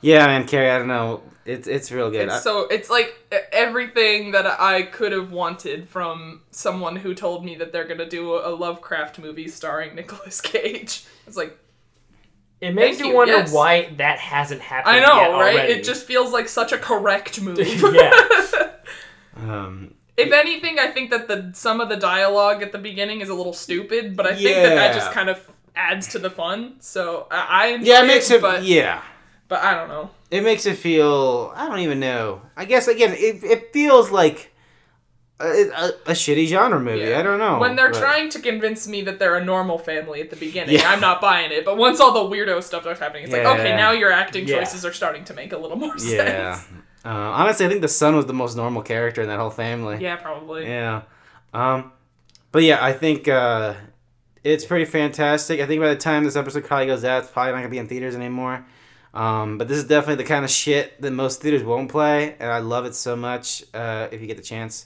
Speaker 1: yeah, man, Carrie, I don't know. It's it's real good. I-
Speaker 3: so it's like e- everything that I could have wanted from someone who told me that they're gonna do a Lovecraft movie starring Nicolas Cage. It's like
Speaker 2: It makes you,
Speaker 3: you,
Speaker 2: wonder
Speaker 3: yes.
Speaker 2: why that hasn't happened.
Speaker 3: I
Speaker 2: yet
Speaker 3: know, right?
Speaker 2: already.
Speaker 3: It just feels like such a correct movie.
Speaker 2: Yeah.
Speaker 1: um,
Speaker 3: If anything, I think that the some of the dialogue at the beginning is a little stupid, but I think that that just
Speaker 1: Yeah.
Speaker 3: kind of adds to the fun. So I, I enjoy
Speaker 1: yeah, it makes it.
Speaker 3: but,
Speaker 1: yeah.
Speaker 3: but I don't know.
Speaker 1: it makes it feel i don't even know i guess again it, it feels like a, a, a shitty genre movie.
Speaker 3: Yeah.
Speaker 1: I don't know.
Speaker 3: When they're
Speaker 1: but-
Speaker 3: trying to convince me that they're a normal family at the beginning,
Speaker 1: Yeah.
Speaker 3: I'm not buying it. But once all the weirdo stuff starts happening, it's like, okay,
Speaker 1: Yeah.
Speaker 3: now your acting
Speaker 2: Yeah.
Speaker 3: choices are starting to make a little more sense.
Speaker 1: Yeah. Uh, honestly, I think the son was the most normal character in that whole family.
Speaker 3: Yeah, probably.
Speaker 1: Yeah. Um, but yeah, I think uh, it's pretty fantastic. I think by the time this episode probably goes out, it's probably not gonna be in theaters anymore. Um, but this is definitely the kind of shit that most theaters won't play, and I love it so much. Uh, if you get the chance.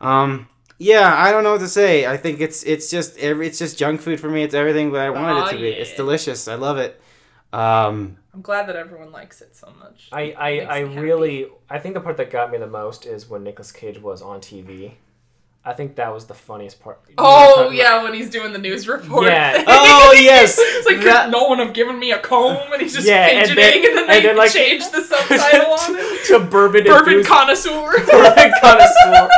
Speaker 1: Um, yeah, I don't know what to say. I think it's it's just every it's just junk food for me. It's everything that I wanted
Speaker 3: Aw,
Speaker 1: it to be.
Speaker 3: Oh, yeah.
Speaker 1: It's delicious. I love it. Um,
Speaker 3: I'm glad that everyone likes it so much.
Speaker 2: I, I,
Speaker 3: Makes
Speaker 2: I
Speaker 3: me happy.
Speaker 2: really I think the part that got me the most is when Nicolas Cage was on TV. I think that was the funniest part. You know what I'm
Speaker 3: oh
Speaker 2: talking about?
Speaker 3: yeah, when he's doing the news report.
Speaker 2: Yeah.
Speaker 3: thing.
Speaker 1: Oh, yes.
Speaker 3: it's like could
Speaker 1: That-
Speaker 3: no one have given me a comb, and he's just
Speaker 2: Yeah, and
Speaker 3: fidgeting, and
Speaker 2: then-
Speaker 3: then, they
Speaker 2: and then, like-
Speaker 3: change the subtitle on it.
Speaker 2: to bourbon
Speaker 3: Bourbon
Speaker 2: infused-
Speaker 3: connoisseur.
Speaker 2: bourbon connoisseur.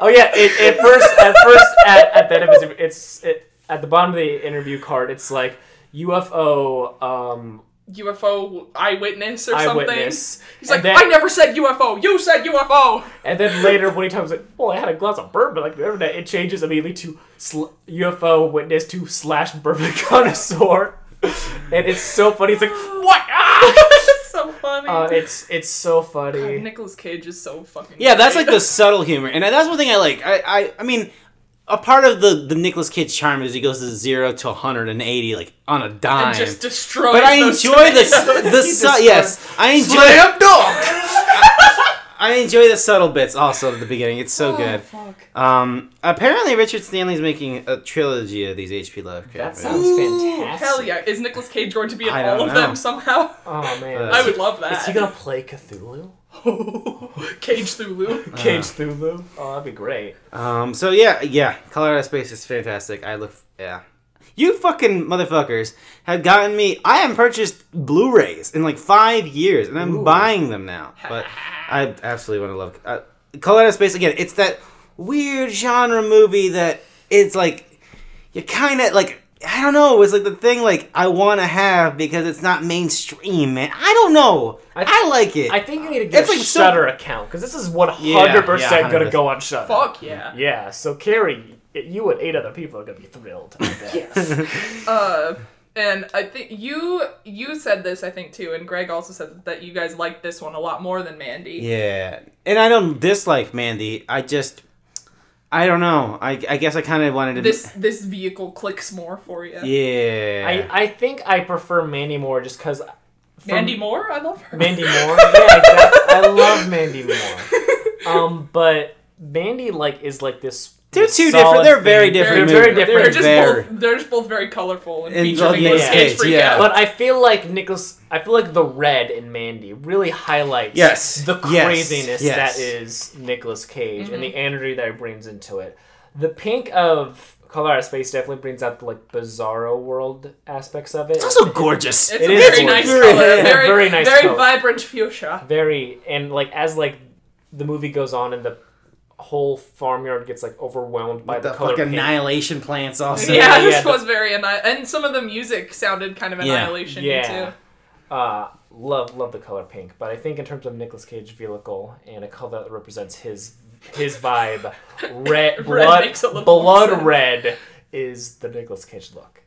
Speaker 2: Oh yeah, it, at first at first at, at the end of his, it's it, at the bottom of the interview card. It's like UFO um,
Speaker 3: UFO eyewitness or something.
Speaker 2: eyewitness.
Speaker 3: He's
Speaker 2: and
Speaker 3: like,
Speaker 2: then,
Speaker 3: I never said UFO. You said UFO.
Speaker 2: and then later when he talks like, well, I had a glass of bourbon like the other day. It changes immediately to sl- UFO witness to slash bourbon connoisseur, and it's so funny. It's like what? Ah!
Speaker 3: That's so funny.
Speaker 2: Uh, it's it's so funny.
Speaker 3: Nicholas Cage is so fucking.
Speaker 1: Yeah, that's like
Speaker 3: funny.
Speaker 1: the subtle humor, and that's one thing I like. I, I, I mean, a part of the the Nicolas Cage charm is he goes to zero to 180 like on a dime.
Speaker 3: and just destroys.
Speaker 1: but I
Speaker 3: those
Speaker 1: enjoy the
Speaker 3: tomatoes.
Speaker 1: the
Speaker 2: He
Speaker 1: su-
Speaker 2: just
Speaker 1: yes, I enjoy
Speaker 2: Slam
Speaker 1: dunk. I enjoy the subtle bits also at the beginning. It's so
Speaker 3: Oh,
Speaker 1: good.
Speaker 3: fuck.
Speaker 1: Um, apparently Richard Stanley's making a trilogy of these H.P.
Speaker 2: That
Speaker 1: Lovecraft.
Speaker 2: sounds
Speaker 1: movies.
Speaker 2: fantastic.
Speaker 3: Hell yeah! Is Nicolas Cage going to be in
Speaker 1: I
Speaker 3: all
Speaker 1: don't
Speaker 3: of
Speaker 1: know.
Speaker 3: them somehow?
Speaker 2: Oh man,
Speaker 1: Uh,
Speaker 3: I would love that.
Speaker 2: Is he gonna play Cthulhu?
Speaker 3: Oh, Cage
Speaker 1: Uh.
Speaker 3: Thulu.
Speaker 2: Cage Cthulhu? Oh, that'd be great.
Speaker 1: Um, so yeah, yeah, Color Out of Space is fantastic. I look, yeah. You fucking motherfuckers have gotten me. I haven't purchased Blu-rays in like five years, and I'm
Speaker 2: Ooh.
Speaker 1: buying them now. But I absolutely want to love uh, Color Out of Space again. It's that weird genre movie that it's like you kind of like I don't know. It's like the thing like I want to have because it's not mainstream, man. I don't know. I,
Speaker 2: I th-
Speaker 1: like it.
Speaker 2: I think you need to get
Speaker 1: It's
Speaker 2: a
Speaker 1: like so-
Speaker 2: Shutter account because this is one
Speaker 1: Yeah,
Speaker 2: hundred
Speaker 1: yeah,
Speaker 2: percent gonna
Speaker 1: 100%.
Speaker 2: go on Shutter.
Speaker 3: Fuck yeah.
Speaker 2: Yeah. So Carrie, you and eight other people are gonna be thrilled. I bet.
Speaker 3: Uh, and I think you you said this I think too, and Greg also said that you guys liked this one a lot more than Mandy.
Speaker 1: Yeah, and I don't dislike Mandy. I just, I don't know. I, I guess I kind of wanted to.
Speaker 3: This this vehicle clicks more for you.
Speaker 1: yeah.
Speaker 2: I I think I prefer Mandy Moore just because
Speaker 3: Mandy Moore, I love her.
Speaker 2: Mandy Moore. Yeah, exactly. I love Mandy Moore. Um, but Mandy like is like this.
Speaker 1: they're
Speaker 2: this
Speaker 1: two
Speaker 2: solid
Speaker 1: different. They're very
Speaker 2: thing.
Speaker 1: different.
Speaker 2: They're very
Speaker 1: movies.
Speaker 2: different.
Speaker 3: They're just
Speaker 1: very-
Speaker 3: both they're just both very colorful and,
Speaker 1: And
Speaker 3: featuring
Speaker 1: both
Speaker 3: Nicolas
Speaker 2: Nicolas
Speaker 3: Cage
Speaker 1: Cage,
Speaker 3: freak
Speaker 1: yeah.
Speaker 3: out.
Speaker 2: But I feel like Nicholas. I feel like the red in Mandy really highlights
Speaker 1: Yes.
Speaker 2: the
Speaker 1: Yes.
Speaker 2: craziness
Speaker 1: Yes.
Speaker 2: that is Nicolas Cage and
Speaker 3: Mm-hmm.
Speaker 2: the energy that he brings into it. The pink of Color Out of Space definitely brings out the like bizarro world aspects of it.
Speaker 1: It's also gorgeous.
Speaker 3: it's
Speaker 2: it
Speaker 3: a
Speaker 2: is
Speaker 3: very nice
Speaker 2: gorgeous.
Speaker 3: color.
Speaker 2: Yeah,
Speaker 3: very,
Speaker 2: very nice
Speaker 3: Very
Speaker 2: color.
Speaker 3: vibrant fuchsia.
Speaker 2: very and like as like the movie goes on and the whole farmyard gets like overwhelmed by
Speaker 1: With the
Speaker 2: the color
Speaker 1: fucking
Speaker 2: pink.
Speaker 1: annihilation plants also.
Speaker 3: yeah,
Speaker 2: yeah,
Speaker 3: this
Speaker 2: the-
Speaker 3: was very anni- and some of the music sounded kind of
Speaker 1: Yeah.
Speaker 3: annihilation
Speaker 2: Yeah.
Speaker 3: too.
Speaker 2: Uh, love love the color pink, but I think in terms of Nicolas Cage vehicle and a color that represents his his vibe, red
Speaker 3: Red
Speaker 2: blood
Speaker 3: makes a little more
Speaker 2: blood
Speaker 3: sense.
Speaker 2: red is the Nicolas Cage look,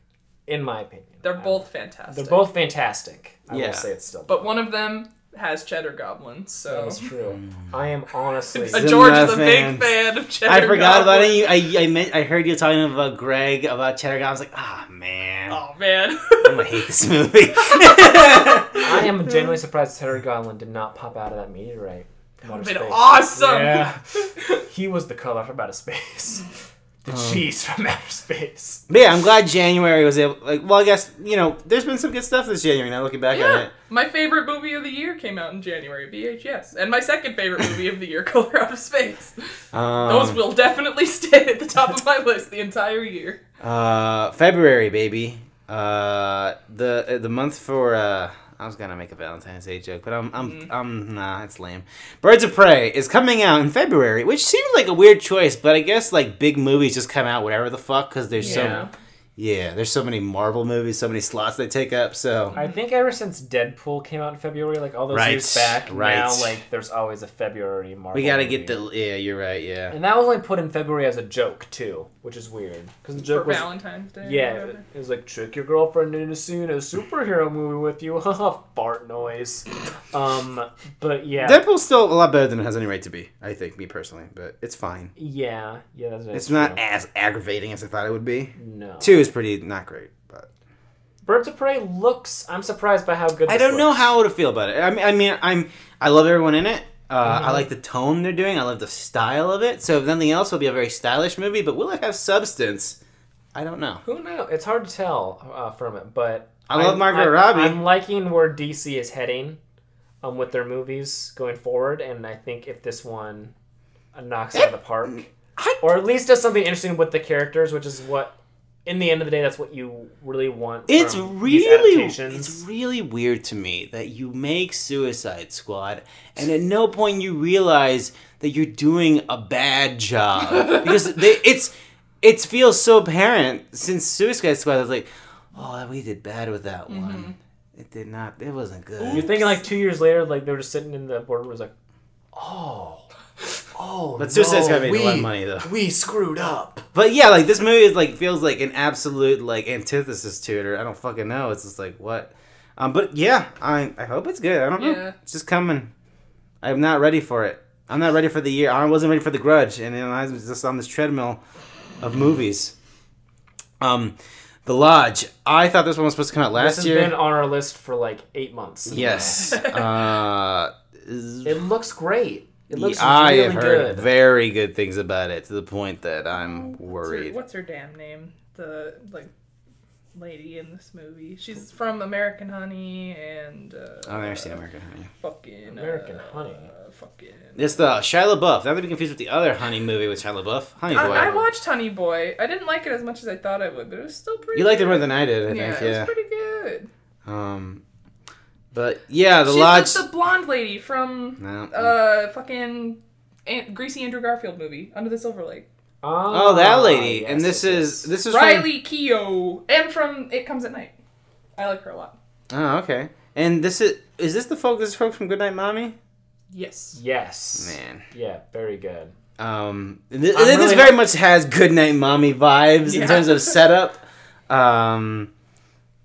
Speaker 2: in my opinion.
Speaker 3: They're
Speaker 2: I-
Speaker 3: both fantastic.
Speaker 2: they're both fantastic. I
Speaker 1: Yeah.
Speaker 2: will say it's still.
Speaker 3: but one of them has cheddar goblins, so
Speaker 2: that's true. I am honestly.
Speaker 3: Uh, George is
Speaker 1: Zimna
Speaker 3: a big
Speaker 1: fans.
Speaker 3: fan of cheddar.
Speaker 1: I forgot about E.
Speaker 3: Goblin.
Speaker 1: it. You- I I, meant, I heard you talking about Greg about Cheddar Goblin. I was like, ah man,
Speaker 3: Oh man.
Speaker 1: I'm gonna hate this movie.
Speaker 2: I am genuinely surprised Terry Garland did not pop out of that meteorite. That would
Speaker 3: It's been awesome.
Speaker 2: Yeah. he was the color from outer space. The
Speaker 1: Um.
Speaker 2: cheese from outer space.
Speaker 1: but yeah, I'm glad January was able. Like, well, I guess you know, there's been some good stuff this January. Now looking back
Speaker 3: Yeah.
Speaker 1: at it.
Speaker 3: My favorite movie of the year came out in January, VHS. And my second favorite movie of the year, Color Out of Space.
Speaker 1: Um,
Speaker 3: Those will definitely stay at the top of my list the entire year.
Speaker 1: Uh, February, baby. Uh, the uh, the month for uh, I was gonna make a Valentine's Day joke, but I'm I'm
Speaker 2: Mm-hmm.
Speaker 1: I'm nah, it's lame. Birds of Prey is coming out in February, which seems like a weird choice, but I guess like big movies just come out whatever the fuck because there's
Speaker 3: Yeah.
Speaker 1: so Yeah, there's so many Marvel movies, so many slots they take up. So
Speaker 2: I think ever since Deadpool came out in February, like all those
Speaker 1: Right,
Speaker 2: years back,
Speaker 1: right.
Speaker 2: now like there's always a February Marvel.
Speaker 1: we gotta
Speaker 2: movie.
Speaker 1: get the. Yeah, you're right. Yeah,
Speaker 2: And that was only put in February as a joke too, which is weird because the
Speaker 3: for
Speaker 2: joke was
Speaker 3: Valentine's Day. or
Speaker 2: yeah,
Speaker 3: whatever.
Speaker 2: it was like trick your girlfriend into seeing a superhero movie with you, haha, fart noise. Um, but yeah,
Speaker 1: Deadpool's still a lot better than it has any right to be. I think me personally, but it's fine.
Speaker 2: yeah, yeah, that's
Speaker 1: It's not as aggravating as I thought it would be.
Speaker 2: No,
Speaker 1: Two is pretty not great, but
Speaker 2: Birds of Prey looks. I'm surprised by how good.
Speaker 1: I
Speaker 2: this
Speaker 1: don't know
Speaker 2: looks.
Speaker 1: how to feel about it. I mean, I mean, I'm I love everyone in it. Uh,
Speaker 2: Mm-hmm.
Speaker 1: I like the tone they're doing. I love the style of it. So if nothing else, it'll be a very stylish movie. But will it have substance? I don't know.
Speaker 2: Who knows? It's hard to tell uh, from it, but
Speaker 1: I love
Speaker 2: I'm-
Speaker 1: Margot
Speaker 2: I'm-
Speaker 1: Robbie.
Speaker 2: I'm liking where DC is heading um, with their movies going forward, and I think if this one uh, knocks it out of the park,
Speaker 1: I-
Speaker 2: or at least does something interesting with the characters, which is what, in the end of the day, that's what you really want.
Speaker 1: It's
Speaker 2: from these
Speaker 1: really
Speaker 2: adaptations.
Speaker 1: it's really weird to me that you make Suicide Squad and at no point you realize that you're doing a bad job because they, it's it feels so apparent since Suicide Squad I was like oh we did bad with that
Speaker 2: Mm-hmm.
Speaker 1: one it did not it wasn't good
Speaker 2: You're thinking like two years later, like they were just sitting in the boardroom, was like, oh, oh,
Speaker 1: But Suicide Squad made a lot of
Speaker 2: we-
Speaker 1: money, though.
Speaker 2: We screwed up.
Speaker 1: but yeah like this movie is like feels like an absolute like antithesis to it or I don't fucking know it's just like what um but yeah I I hope it's good I don't know
Speaker 3: Yeah.
Speaker 1: it's just coming I'm not ready for it. I'm not ready for the year. I wasn't ready for the grudge, and then I was just on this treadmill of movies. Um, The Lodge. I thought this one was supposed to come out
Speaker 2: This
Speaker 1: last
Speaker 2: has
Speaker 1: year.
Speaker 2: been on our list for like eight months.
Speaker 1: yes. uh, z-
Speaker 2: It looks great. It looks
Speaker 1: I
Speaker 2: really
Speaker 1: have heard
Speaker 2: good.
Speaker 1: very good things about it to the point that I'm
Speaker 3: What's her-
Speaker 1: worried.
Speaker 3: What's her damn name? The like lady in this movie. She's from American Honey and uh,
Speaker 1: I'll never seen Oh, American Honey.
Speaker 3: fucking
Speaker 2: American
Speaker 3: uh,
Speaker 2: Honey.
Speaker 3: Fucking.
Speaker 1: It's the Shia LaBeouf. Not to be confused with the other Honey movie with Shia LaBeouf. Honey Boy.
Speaker 3: I, I watched Honey Boy. I didn't like it as much as I thought I would, but it was still pretty.
Speaker 1: you liked it
Speaker 3: good.
Speaker 1: more than I did, I
Speaker 3: yeah,
Speaker 1: think.
Speaker 3: it
Speaker 1: Yeah.
Speaker 3: was pretty good.
Speaker 1: um, but yeah, The
Speaker 3: She's
Speaker 1: Lodge.
Speaker 3: like the blonde lady from
Speaker 1: No.
Speaker 2: Oh,
Speaker 3: uh fucking Aunt, greasy Andrew Garfield movie Under the Silver Lake.
Speaker 1: Oh, that
Speaker 2: Ah,
Speaker 1: lady.
Speaker 2: yes,
Speaker 1: and this
Speaker 2: yes,
Speaker 1: is
Speaker 2: yes.
Speaker 1: this is
Speaker 3: Riley Keough and from It Comes at Night. I like her a lot.
Speaker 1: From, oh, okay. And this is is this the folk? This is folk from Goodnight Mommy.
Speaker 3: Yes.
Speaker 2: Yes.
Speaker 1: Man.
Speaker 2: Yeah, very good.
Speaker 1: Um. And thi- and
Speaker 2: I'm
Speaker 1: this
Speaker 2: really-
Speaker 1: very much has Goodnight Mommy vibes
Speaker 3: Yeah.
Speaker 1: in terms of setup. Um.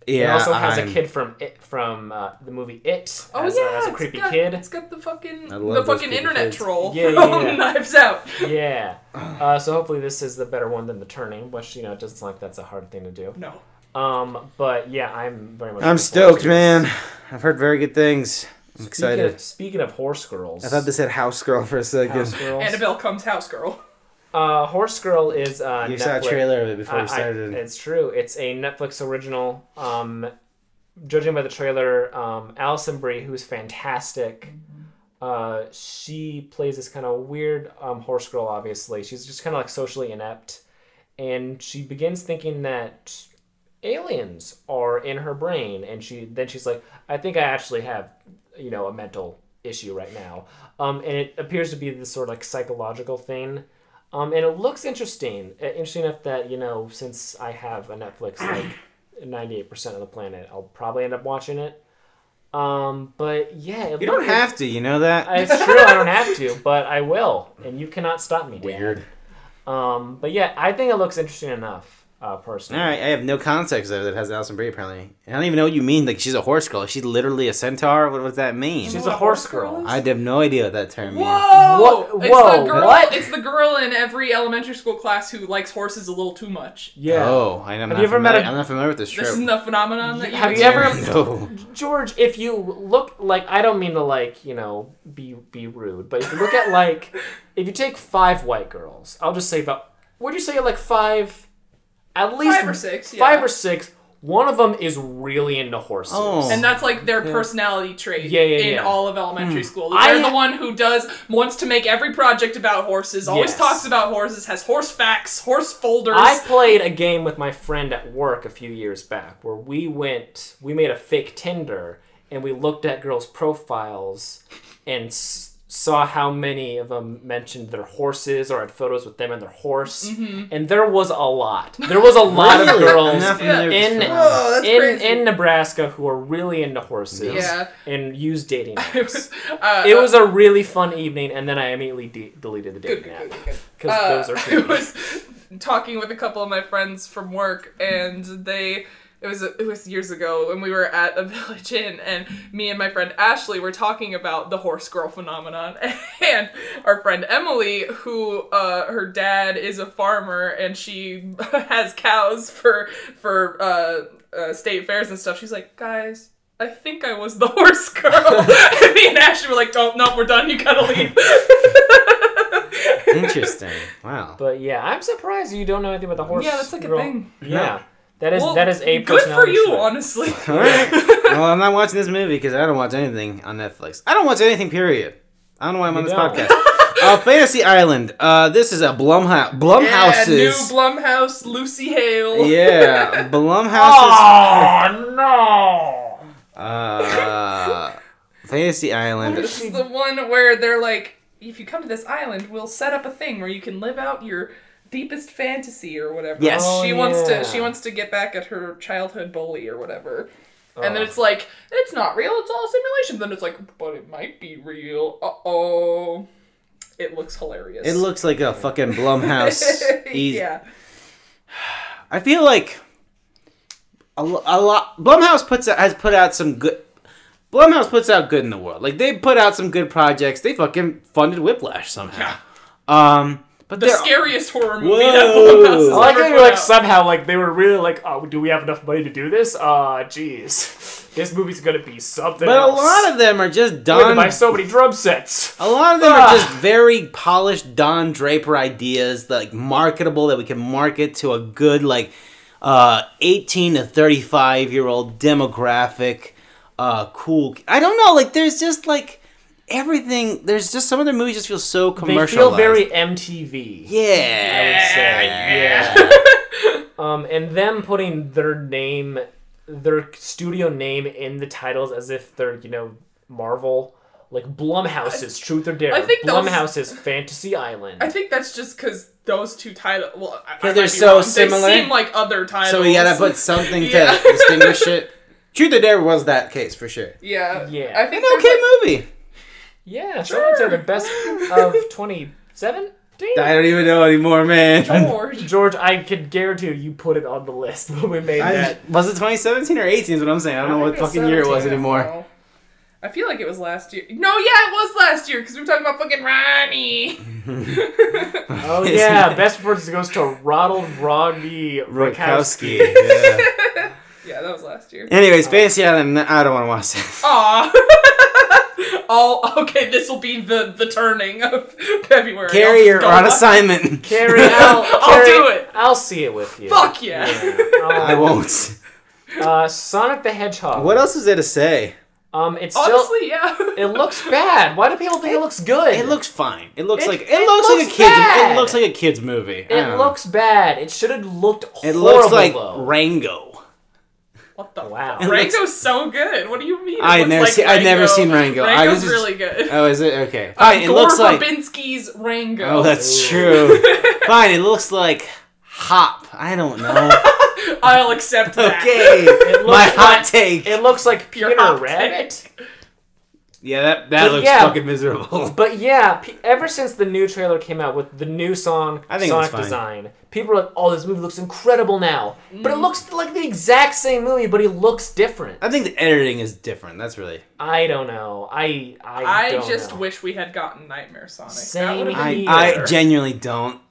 Speaker 1: Yeah.
Speaker 2: it also has
Speaker 1: I'm-
Speaker 2: a kid from it from uh, the movie It.
Speaker 3: Oh
Speaker 2: as,
Speaker 3: yeah,
Speaker 2: a, as a
Speaker 3: it's
Speaker 2: creepy
Speaker 3: got-
Speaker 2: kid.
Speaker 3: It's got the fucking
Speaker 1: I love
Speaker 3: the
Speaker 1: those
Speaker 3: fucking
Speaker 1: creepy
Speaker 3: internet
Speaker 1: kids.
Speaker 3: troll
Speaker 2: Yeah, yeah,
Speaker 3: from
Speaker 2: yeah.
Speaker 3: Knives Out.
Speaker 2: Yeah. Uh, so hopefully this is the better one than the Turning, which you know it doesn't sound like that's a hard thing to do.
Speaker 3: No.
Speaker 2: Um, but yeah, I'm very much.
Speaker 1: I'm
Speaker 2: looking forward
Speaker 1: stoked,
Speaker 2: to this.
Speaker 1: man. I've heard very good things. I'm
Speaker 2: Speaking
Speaker 1: excited.
Speaker 2: of, speaking of horse girls,
Speaker 1: I thought this said House Girl for a second.
Speaker 2: Horse Girls.
Speaker 3: Annabelle comes house girl.
Speaker 2: Uh, horse girl is uh,
Speaker 1: You
Speaker 2: Netflix.
Speaker 1: saw a trailer of it before
Speaker 2: I- I-
Speaker 1: we started.
Speaker 2: it's true. It's a Netflix original. Um, judging by the trailer, um, Alison Brie, who's fantastic, uh, she plays this kind of weird um, horse girl. Obviously, she's just kind of like socially inept, and she begins thinking that aliens are in her brain, and she then she's like, "I think I actually have, you know, a mental issue right now," um, and it appears to be this sort of like psychological thing. Um, and it looks interesting. Uh, Interesting enough that you know, since I have a Netflix, like ninety-eight percent of the planet, I'll probably end up watching it. Um, but yeah, it
Speaker 1: you don't
Speaker 2: looked-
Speaker 1: have to. You know that.
Speaker 2: It's true, I don't have to, but I will, and you cannot stop me. Dan. Um, but yeah, I think it looks interesting enough, uh, personally.
Speaker 1: All right, I have no context of it. It has Alison Brie apparently. And I don't even know what you mean. Like she's a horse girl. She's literally a centaur. What does that mean?
Speaker 2: She's
Speaker 3: know
Speaker 2: a
Speaker 3: what
Speaker 2: horse
Speaker 3: horse girl
Speaker 2: girl.
Speaker 1: I have no idea what that term
Speaker 3: Whoa!
Speaker 1: means.
Speaker 2: Whoa,
Speaker 3: it's
Speaker 2: whoa,
Speaker 3: the girl
Speaker 2: what?
Speaker 3: it's the girl in every elementary school class who likes horses a little too much.
Speaker 2: Yeah.
Speaker 1: Oh, I, am
Speaker 2: Have
Speaker 1: not
Speaker 2: you ever met
Speaker 1: familiar-
Speaker 2: a-
Speaker 1: I'm not familiar with this trope.
Speaker 3: This is the phenomenon that you
Speaker 2: Have you ever-
Speaker 1: no.
Speaker 2: George, if you look like I don't mean to like, you know, be be rude, but if you look at like if you take five white girls, I'll just say about would you say like five at least
Speaker 3: Five or six, yeah.
Speaker 2: five or six, one of them is really into horses.
Speaker 1: Oh.
Speaker 3: And that's like their personality trait
Speaker 2: Yeah, yeah,
Speaker 3: in
Speaker 2: yeah. Hmm.
Speaker 3: all of elementary school.
Speaker 2: I-
Speaker 3: They're the one who does wants to make every project about horses, always
Speaker 2: Yes.
Speaker 3: talks about horses, has horse facts, horse folders.
Speaker 2: I played a game with my friend at work a few years back where we went, we made a fake Tinder and we looked at girls' profiles and s- saw how many of them mentioned their horses or had photos with them and their horse.
Speaker 3: Mm-hmm.
Speaker 2: And there was a lot. There was a lot of
Speaker 1: Really?
Speaker 2: girls
Speaker 1: Not familiar with
Speaker 2: in
Speaker 1: this phenomenon.
Speaker 4: Whoa, Oh, that's
Speaker 2: in,
Speaker 4: crazy.
Speaker 2: in Nebraska who are really into horses
Speaker 3: Yeah.
Speaker 2: and use dating apps.
Speaker 3: Uh,
Speaker 2: it was a really fun evening, and then I immediately de- deleted the
Speaker 3: Good,
Speaker 2: dating app
Speaker 3: good, good, good.
Speaker 2: because
Speaker 3: Uh,
Speaker 2: those are
Speaker 3: I
Speaker 2: creepy.
Speaker 3: was talking with a couple of my friends from work, and they. It was it was years ago when we were at a village inn, and me and my friend Ashley were talking about the horse girl phenomenon, and our friend Emily, who uh, her dad is a farmer and she has cows for for uh, uh, state fairs and stuff. She's like, guys, I think I was the horse girl. and me and Ashley were like, don't, no, we're done. You gotta leave.
Speaker 1: Interesting. Wow.
Speaker 2: But yeah, I'm surprised you don't know anything about the horse.
Speaker 3: yeah, that's like a
Speaker 2: girl.
Speaker 3: thing.
Speaker 2: Yeah, that is
Speaker 3: Well,
Speaker 2: that is a
Speaker 3: good for
Speaker 2: personality
Speaker 3: you,
Speaker 2: trait.
Speaker 3: honestly.
Speaker 1: All right. well, I'm not watching this movie because I don't watch anything on Netflix. I don't watch anything. Period. I don't know why I'm on
Speaker 2: You
Speaker 1: this
Speaker 2: don't.
Speaker 1: podcast. uh, Fantasy Island. Uh, this is a Blumhouse.
Speaker 3: Yeah, new
Speaker 1: Blumhouse's.
Speaker 3: Blumhouse, Lucy Hale.
Speaker 1: Yeah, Blumhouse's.
Speaker 2: Oh no!
Speaker 1: Uh, Fantasy Island.
Speaker 3: this is the one where they're like, if you come to this island, we'll set up a thing where you can live out your deepest fantasy or whatever.
Speaker 1: Yes.
Speaker 2: Oh,
Speaker 3: she wants
Speaker 2: yeah.
Speaker 3: to. She wants to get back at her childhood bully or whatever. And then it's like, it's not real. It's all a simulation. Then it's like, but it might be real. Uh oh. It looks hilarious.
Speaker 1: It looks like a fucking Blumhouse. eas-
Speaker 3: yeah.
Speaker 1: I feel like a, lo- a lot. Blumhouse puts out, has put out some good. Blumhouse puts out good in the world. Like they put out some good projects. They fucking funded Whiplash somehow. Um, but
Speaker 3: The
Speaker 1: they're
Speaker 3: scariest horror movie
Speaker 1: Whoa.
Speaker 3: that Blumhouse has
Speaker 2: Oh. I like
Speaker 3: ever
Speaker 2: how
Speaker 3: put
Speaker 2: you're like
Speaker 3: out.
Speaker 2: somehow like they were really like, oh, do we have enough money to do this? Uh, jeez, this movie's gonna be something.
Speaker 1: but
Speaker 2: else.
Speaker 1: a lot of them are just
Speaker 2: we had to
Speaker 1: done.
Speaker 2: buy so many drum sets.
Speaker 1: A lot of them are
Speaker 2: Ah.
Speaker 1: just very polished Don Draper ideas, like marketable that we can market to a good like uh, eighteen to thirty five year old demographic. Uh, cool. I don't know. Like, there's just like everything. There's just some of their movies just feel so
Speaker 2: They
Speaker 1: commercial.
Speaker 2: feel very MTV. I would
Speaker 1: yeah.
Speaker 2: say.
Speaker 1: Yeah.
Speaker 2: Um, and them putting their name, their studio name in the titles as if they're, you know, Marvel. Like Blumhouse is Truth or Dare.
Speaker 3: I think those-
Speaker 2: Blumhouse is Fantasy Island.
Speaker 3: I think that's just because those two titles. Well, because
Speaker 1: they're so similar?
Speaker 3: They seem like other titles.
Speaker 1: So we gotta put something
Speaker 3: Yeah.
Speaker 1: to distinguish it. Truth or Dare was that case for sure.
Speaker 3: yeah.
Speaker 2: Yeah.
Speaker 3: I think
Speaker 1: Okay,
Speaker 3: okay.
Speaker 1: movie.
Speaker 2: yeah, someone said the best of 2017?
Speaker 1: I don't even know anymore, man.
Speaker 3: George.
Speaker 2: George, I could guarantee you, you put it on the list when we made
Speaker 1: I,
Speaker 2: that.
Speaker 1: was it 2017 or 18? Is what I'm saying. I don't know what fucking year it was anymore.
Speaker 3: I feel like it was last year. No, yeah, it was last year because we were talking about fucking Ronnie.
Speaker 2: Oh, yeah, best person goes to Ronald Rodney
Speaker 1: Rakowski.
Speaker 2: Rakowski.
Speaker 1: yeah.
Speaker 3: yeah, that was last year.
Speaker 1: Anyways, Fantasy Island. I don't want to watch this.
Speaker 3: Aw. Oh, okay. This will be the the turning of February.
Speaker 1: Carrie,
Speaker 3: I'll
Speaker 1: you're
Speaker 3: just go
Speaker 1: on
Speaker 3: watch-
Speaker 1: assignment.
Speaker 2: Carrie, I'll,
Speaker 3: I'll do
Speaker 2: Carrie,
Speaker 3: it.
Speaker 2: I'll see it with you.
Speaker 3: Fuck yeah.
Speaker 1: I
Speaker 2: Yeah. Um,
Speaker 1: won't.
Speaker 2: uh, Sonic the Hedgehog.
Speaker 1: What else is there to say?
Speaker 2: Um, it's still.
Speaker 3: Honestly, yeah.
Speaker 2: It looks bad. Why do people think it, looks good?
Speaker 1: It looks fine. It looks
Speaker 2: It-
Speaker 1: like it,
Speaker 2: it
Speaker 1: looks, like a
Speaker 2: looks
Speaker 1: kids.
Speaker 2: bad.
Speaker 1: It looks like a kids movie. I
Speaker 2: It
Speaker 1: don't know.
Speaker 2: looks bad. It should have looked
Speaker 1: It
Speaker 2: horrible.
Speaker 1: looks like
Speaker 2: though.
Speaker 1: Rango.
Speaker 3: What the
Speaker 2: Wow.
Speaker 3: fuck? Rango's so good. What do you mean? It
Speaker 1: I had
Speaker 3: looks
Speaker 1: never seen- I'd never seen Rango. I
Speaker 3: Rango's
Speaker 1: was just-
Speaker 3: really good.
Speaker 1: Oh, is it okay? Fine. It
Speaker 3: Gore
Speaker 1: looks like.
Speaker 3: Verbinski's Rango.
Speaker 1: Oh, that's
Speaker 2: Ooh.
Speaker 1: true. Fine. It looks like Hop. I don't know.
Speaker 3: I'll accept that.
Speaker 1: Okay.
Speaker 2: looks
Speaker 1: My hot
Speaker 2: like-
Speaker 1: take.
Speaker 2: It looks like
Speaker 3: Pure
Speaker 2: Peter
Speaker 3: optic.
Speaker 2: Rabbit.
Speaker 1: yeah, that that
Speaker 2: But
Speaker 1: looks
Speaker 2: yeah.
Speaker 1: fucking miserable.
Speaker 2: But yeah, pe- ever since the new trailer came out with the new song
Speaker 1: I think it's
Speaker 2: Sonic
Speaker 1: fine.
Speaker 2: Design, people are like, "Oh, this movie looks incredible now." But it looks like the exact same movie, but it looks different.
Speaker 1: Mm. I think the editing is different. That's really.
Speaker 2: I don't know. I I,
Speaker 3: I
Speaker 2: don't
Speaker 3: just
Speaker 2: know.
Speaker 3: wish we had gotten Nightmare Sonic.
Speaker 2: Same
Speaker 3: that would've been
Speaker 1: I,
Speaker 2: Yeah.
Speaker 1: I genuinely don't.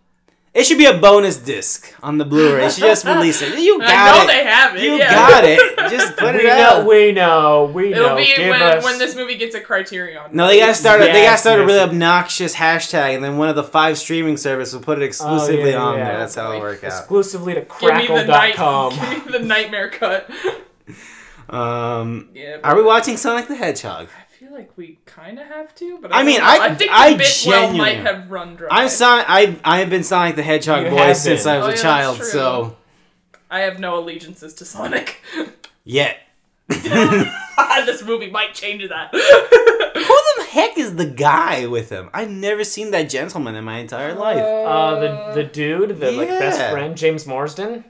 Speaker 1: It should be a bonus disc on the Blu-ray. You should just release it. You got
Speaker 3: I know
Speaker 1: it.
Speaker 3: they have it.
Speaker 1: you
Speaker 3: yeah.
Speaker 1: got it. Just put
Speaker 2: we
Speaker 1: it
Speaker 2: know,
Speaker 1: out.
Speaker 2: we know, we
Speaker 3: It'll
Speaker 2: know.
Speaker 3: be
Speaker 2: Give
Speaker 3: when,
Speaker 2: us-
Speaker 3: when this movie gets a Criterion.
Speaker 1: no, they gotta start. A, they gotta
Speaker 2: Yes,
Speaker 1: start a really
Speaker 2: yes.
Speaker 1: obnoxious hashtag, and then one of the five streaming services will put it exclusively
Speaker 2: yeah,
Speaker 1: on
Speaker 2: yeah.
Speaker 1: there. That's how it'll work out.
Speaker 2: exclusively to
Speaker 3: Give me the night.
Speaker 2: crackle.com.
Speaker 3: Give me the nightmare cut.
Speaker 1: Um,
Speaker 3: yeah. but
Speaker 1: are we watching Sonic the Hedgehog?
Speaker 3: I feel like we kind of have to, but
Speaker 1: I
Speaker 3: I,
Speaker 1: mean,
Speaker 3: don't know.
Speaker 1: I-
Speaker 3: I think
Speaker 1: I
Speaker 3: the bit well might
Speaker 1: genuinely-
Speaker 3: have run dry.
Speaker 1: I'm Sonic. I I have been Sonic the Hedgehog
Speaker 2: You
Speaker 1: boy
Speaker 2: have
Speaker 1: since
Speaker 2: been.
Speaker 1: I was
Speaker 3: Oh,
Speaker 1: a
Speaker 3: yeah, that's
Speaker 1: child.
Speaker 3: true.
Speaker 1: So
Speaker 3: I have no allegiances to Sonic.
Speaker 1: yet.
Speaker 3: this movie might change that.
Speaker 1: Who the heck is the guy with him? I've never seen that gentleman in my entire life.
Speaker 2: Uh, the the dude, the like best
Speaker 1: Yeah.
Speaker 2: friend, James Marsden.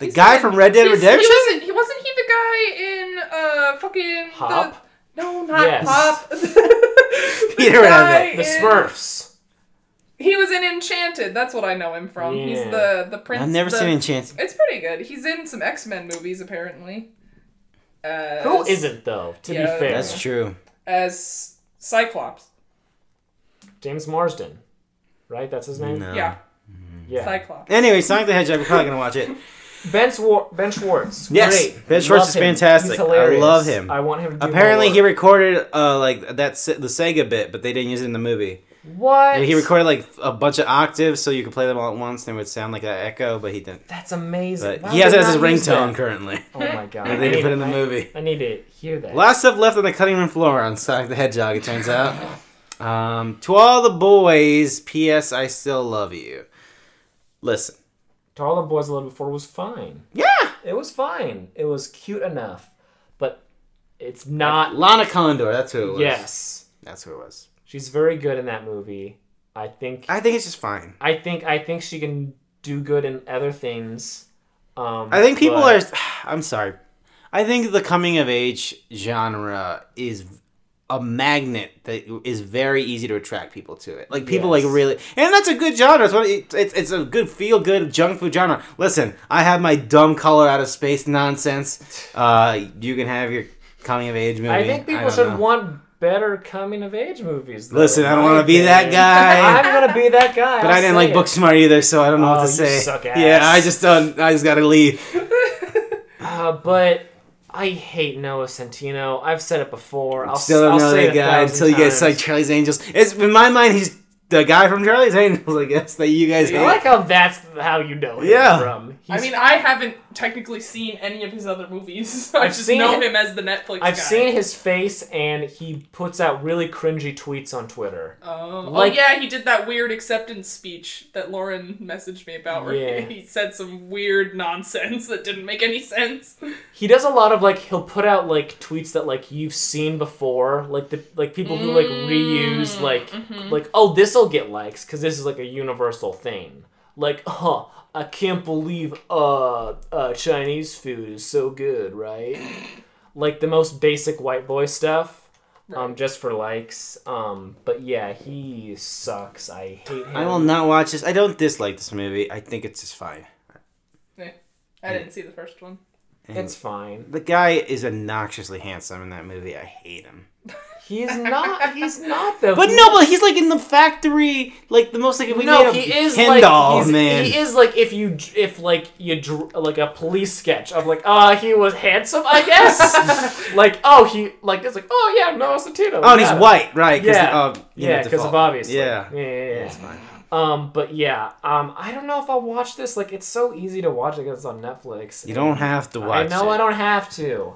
Speaker 1: The guy from Red Dead
Speaker 3: He's-
Speaker 1: Redemption?
Speaker 3: He wasn't, he wasn't he the guy in uh fucking the-
Speaker 2: Hop?
Speaker 3: no, not
Speaker 2: Yes.
Speaker 3: Hop. the
Speaker 1: Peter
Speaker 3: guy
Speaker 1: Rabbit.
Speaker 2: The
Speaker 3: in-
Speaker 2: Smurfs.
Speaker 3: He was in Enchanted. That's what I know him from. He's
Speaker 2: Yeah.
Speaker 3: the the prince.
Speaker 1: I've never
Speaker 3: the-
Speaker 1: seen Enchanted.
Speaker 3: It's pretty good. He's in some X Men movies apparently. As,
Speaker 2: Who isn't though? To
Speaker 3: Yeah.
Speaker 2: be fair,
Speaker 1: That's true.
Speaker 3: As Cyclops.
Speaker 2: James Marsden, right? That's his name.
Speaker 1: No.
Speaker 3: Yeah,
Speaker 2: Yeah.
Speaker 3: Cyclops.
Speaker 1: Anyway, Sonic the Hedgehog, we're probably gonna watch it.
Speaker 2: ben, Swar- ben Schwartz.
Speaker 1: Yes,
Speaker 2: Great.
Speaker 1: Ben Schwartz
Speaker 2: Love
Speaker 1: is
Speaker 2: him.
Speaker 1: fantastic.
Speaker 2: He's
Speaker 1: I
Speaker 2: hilarious.
Speaker 1: love him.
Speaker 2: I want him. to do
Speaker 1: Apparently, he
Speaker 2: more.
Speaker 1: recorded uh like that se- the Sega bit, but they didn't use it in the movie.
Speaker 2: what
Speaker 1: He recorded like a bunch of octaves, so you could play them all at once, and it would sound like an echo. But he didn't.
Speaker 2: That's amazing.
Speaker 1: But
Speaker 2: Why
Speaker 1: he has
Speaker 2: would
Speaker 1: it as his
Speaker 2: not use
Speaker 1: ringtone
Speaker 2: that?
Speaker 1: currently.
Speaker 2: Oh my god!
Speaker 1: They didn't put it in the
Speaker 2: I-
Speaker 1: movie.
Speaker 2: I need to hear that.
Speaker 1: A lot of stuff left on the cutting room floor on Sonic the Hedgehog, it turns out. Um, to all the boys, P.S. I still love you. Listen.
Speaker 2: to all the boys I loved before was fine.
Speaker 1: Yeah!
Speaker 2: It was fine. It was cute enough, but it's not.
Speaker 1: Lana Condor, that's who it was.
Speaker 2: Yes,
Speaker 1: That's who it was.
Speaker 2: she's very good in that movie. I think.
Speaker 1: I think it's just fine.
Speaker 2: I think. I think she can do good in other things. Um,
Speaker 1: I think people
Speaker 2: but-
Speaker 1: are. I'm sorry. I think the coming of age genre is a magnet that is very easy to attract people to it. Like people
Speaker 2: Yes.
Speaker 1: like really, and that's a good genre. It's, one, it- it's it's a good feel good junk food genre. Listen, I have my dumb color out of space nonsense. Uh, you can have your coming of age movie.
Speaker 2: I think people
Speaker 1: don't
Speaker 2: should
Speaker 1: know.
Speaker 2: want better coming of age movies. though,
Speaker 1: Listen, I
Speaker 2: in
Speaker 1: don't
Speaker 2: my
Speaker 1: want to be that
Speaker 2: opinion.
Speaker 1: guy.
Speaker 2: I'm gonna be that guy.
Speaker 1: But
Speaker 2: I'll
Speaker 1: I didn't
Speaker 2: say
Speaker 1: like
Speaker 2: it.
Speaker 1: Booksmart either, so I don't know
Speaker 2: Oh,
Speaker 1: what
Speaker 2: you
Speaker 1: to say.
Speaker 2: suck
Speaker 1: yeah,
Speaker 2: ass.
Speaker 1: I just don't. I just gotta leave.
Speaker 2: Uh, but I hate Noah Centino. I've said it before. I'll
Speaker 1: Still
Speaker 2: I'll
Speaker 1: don't know
Speaker 2: say
Speaker 1: that
Speaker 2: it a
Speaker 1: guy
Speaker 2: thousand
Speaker 1: until you guys
Speaker 2: times.
Speaker 1: like Charlie's Angels. It's in my mind he's the guy from Charlie's Angels, I guess, that you guys
Speaker 2: I like
Speaker 1: hate.
Speaker 2: how that's how you know him
Speaker 1: Yeah.
Speaker 2: from. He's,
Speaker 3: I mean, I haven't technically seen any of his other movies. I
Speaker 2: I've
Speaker 3: just
Speaker 2: seen
Speaker 3: know
Speaker 2: it.
Speaker 3: him as the Netflix.
Speaker 2: I've
Speaker 3: guy.
Speaker 2: seen his face, and he puts out really cringy tweets on Twitter.
Speaker 3: Oh,
Speaker 2: Like-
Speaker 3: oh yeah, he did that weird acceptance speech that Lauren messaged me about where
Speaker 2: Yeah.
Speaker 3: he, he said some weird nonsense that didn't make any sense.
Speaker 2: He does a lot of like he'll put out like tweets that like you've seen before, like the like people who like reuse like like oh this'll get likes because this is like a universal thing. Like huh, I can't believe uh, uh Chinese food is so good, right? like the most basic white boy stuff. Um, just for likes. Um, but yeah, he sucks. I hate him.
Speaker 1: I will not watch this. I don't dislike this movie. I think it's just fine.
Speaker 3: Eh, I didn't see the first one.
Speaker 1: And
Speaker 2: It's fine.
Speaker 1: the guy is obnoxiously handsome in that movie. I hate him.
Speaker 2: He's not. He's not though.
Speaker 1: But
Speaker 2: He-
Speaker 1: no, but he's like in the factory, like the most like we
Speaker 2: no,
Speaker 1: made a
Speaker 2: he is
Speaker 1: Ken
Speaker 2: like
Speaker 1: doll,
Speaker 2: he's-
Speaker 1: man.
Speaker 2: he is like if you dr- if like you dr- like a police sketch of like ah he was handsome I guess like oh he like it's like oh yeah no it's a Tito
Speaker 1: oh, and he's white, right? 'cause,
Speaker 2: yeah
Speaker 1: uh, you know,
Speaker 2: yeah because
Speaker 1: default.
Speaker 2: of obviously
Speaker 1: Yeah.
Speaker 2: yeah, yeah, yeah.
Speaker 1: It's fine.
Speaker 2: um but yeah um I don't know if I'll watch this like it's so easy to watch like it's on Netflix
Speaker 1: You don't have to
Speaker 2: I
Speaker 1: watch.
Speaker 2: know
Speaker 1: it.
Speaker 2: I don't have to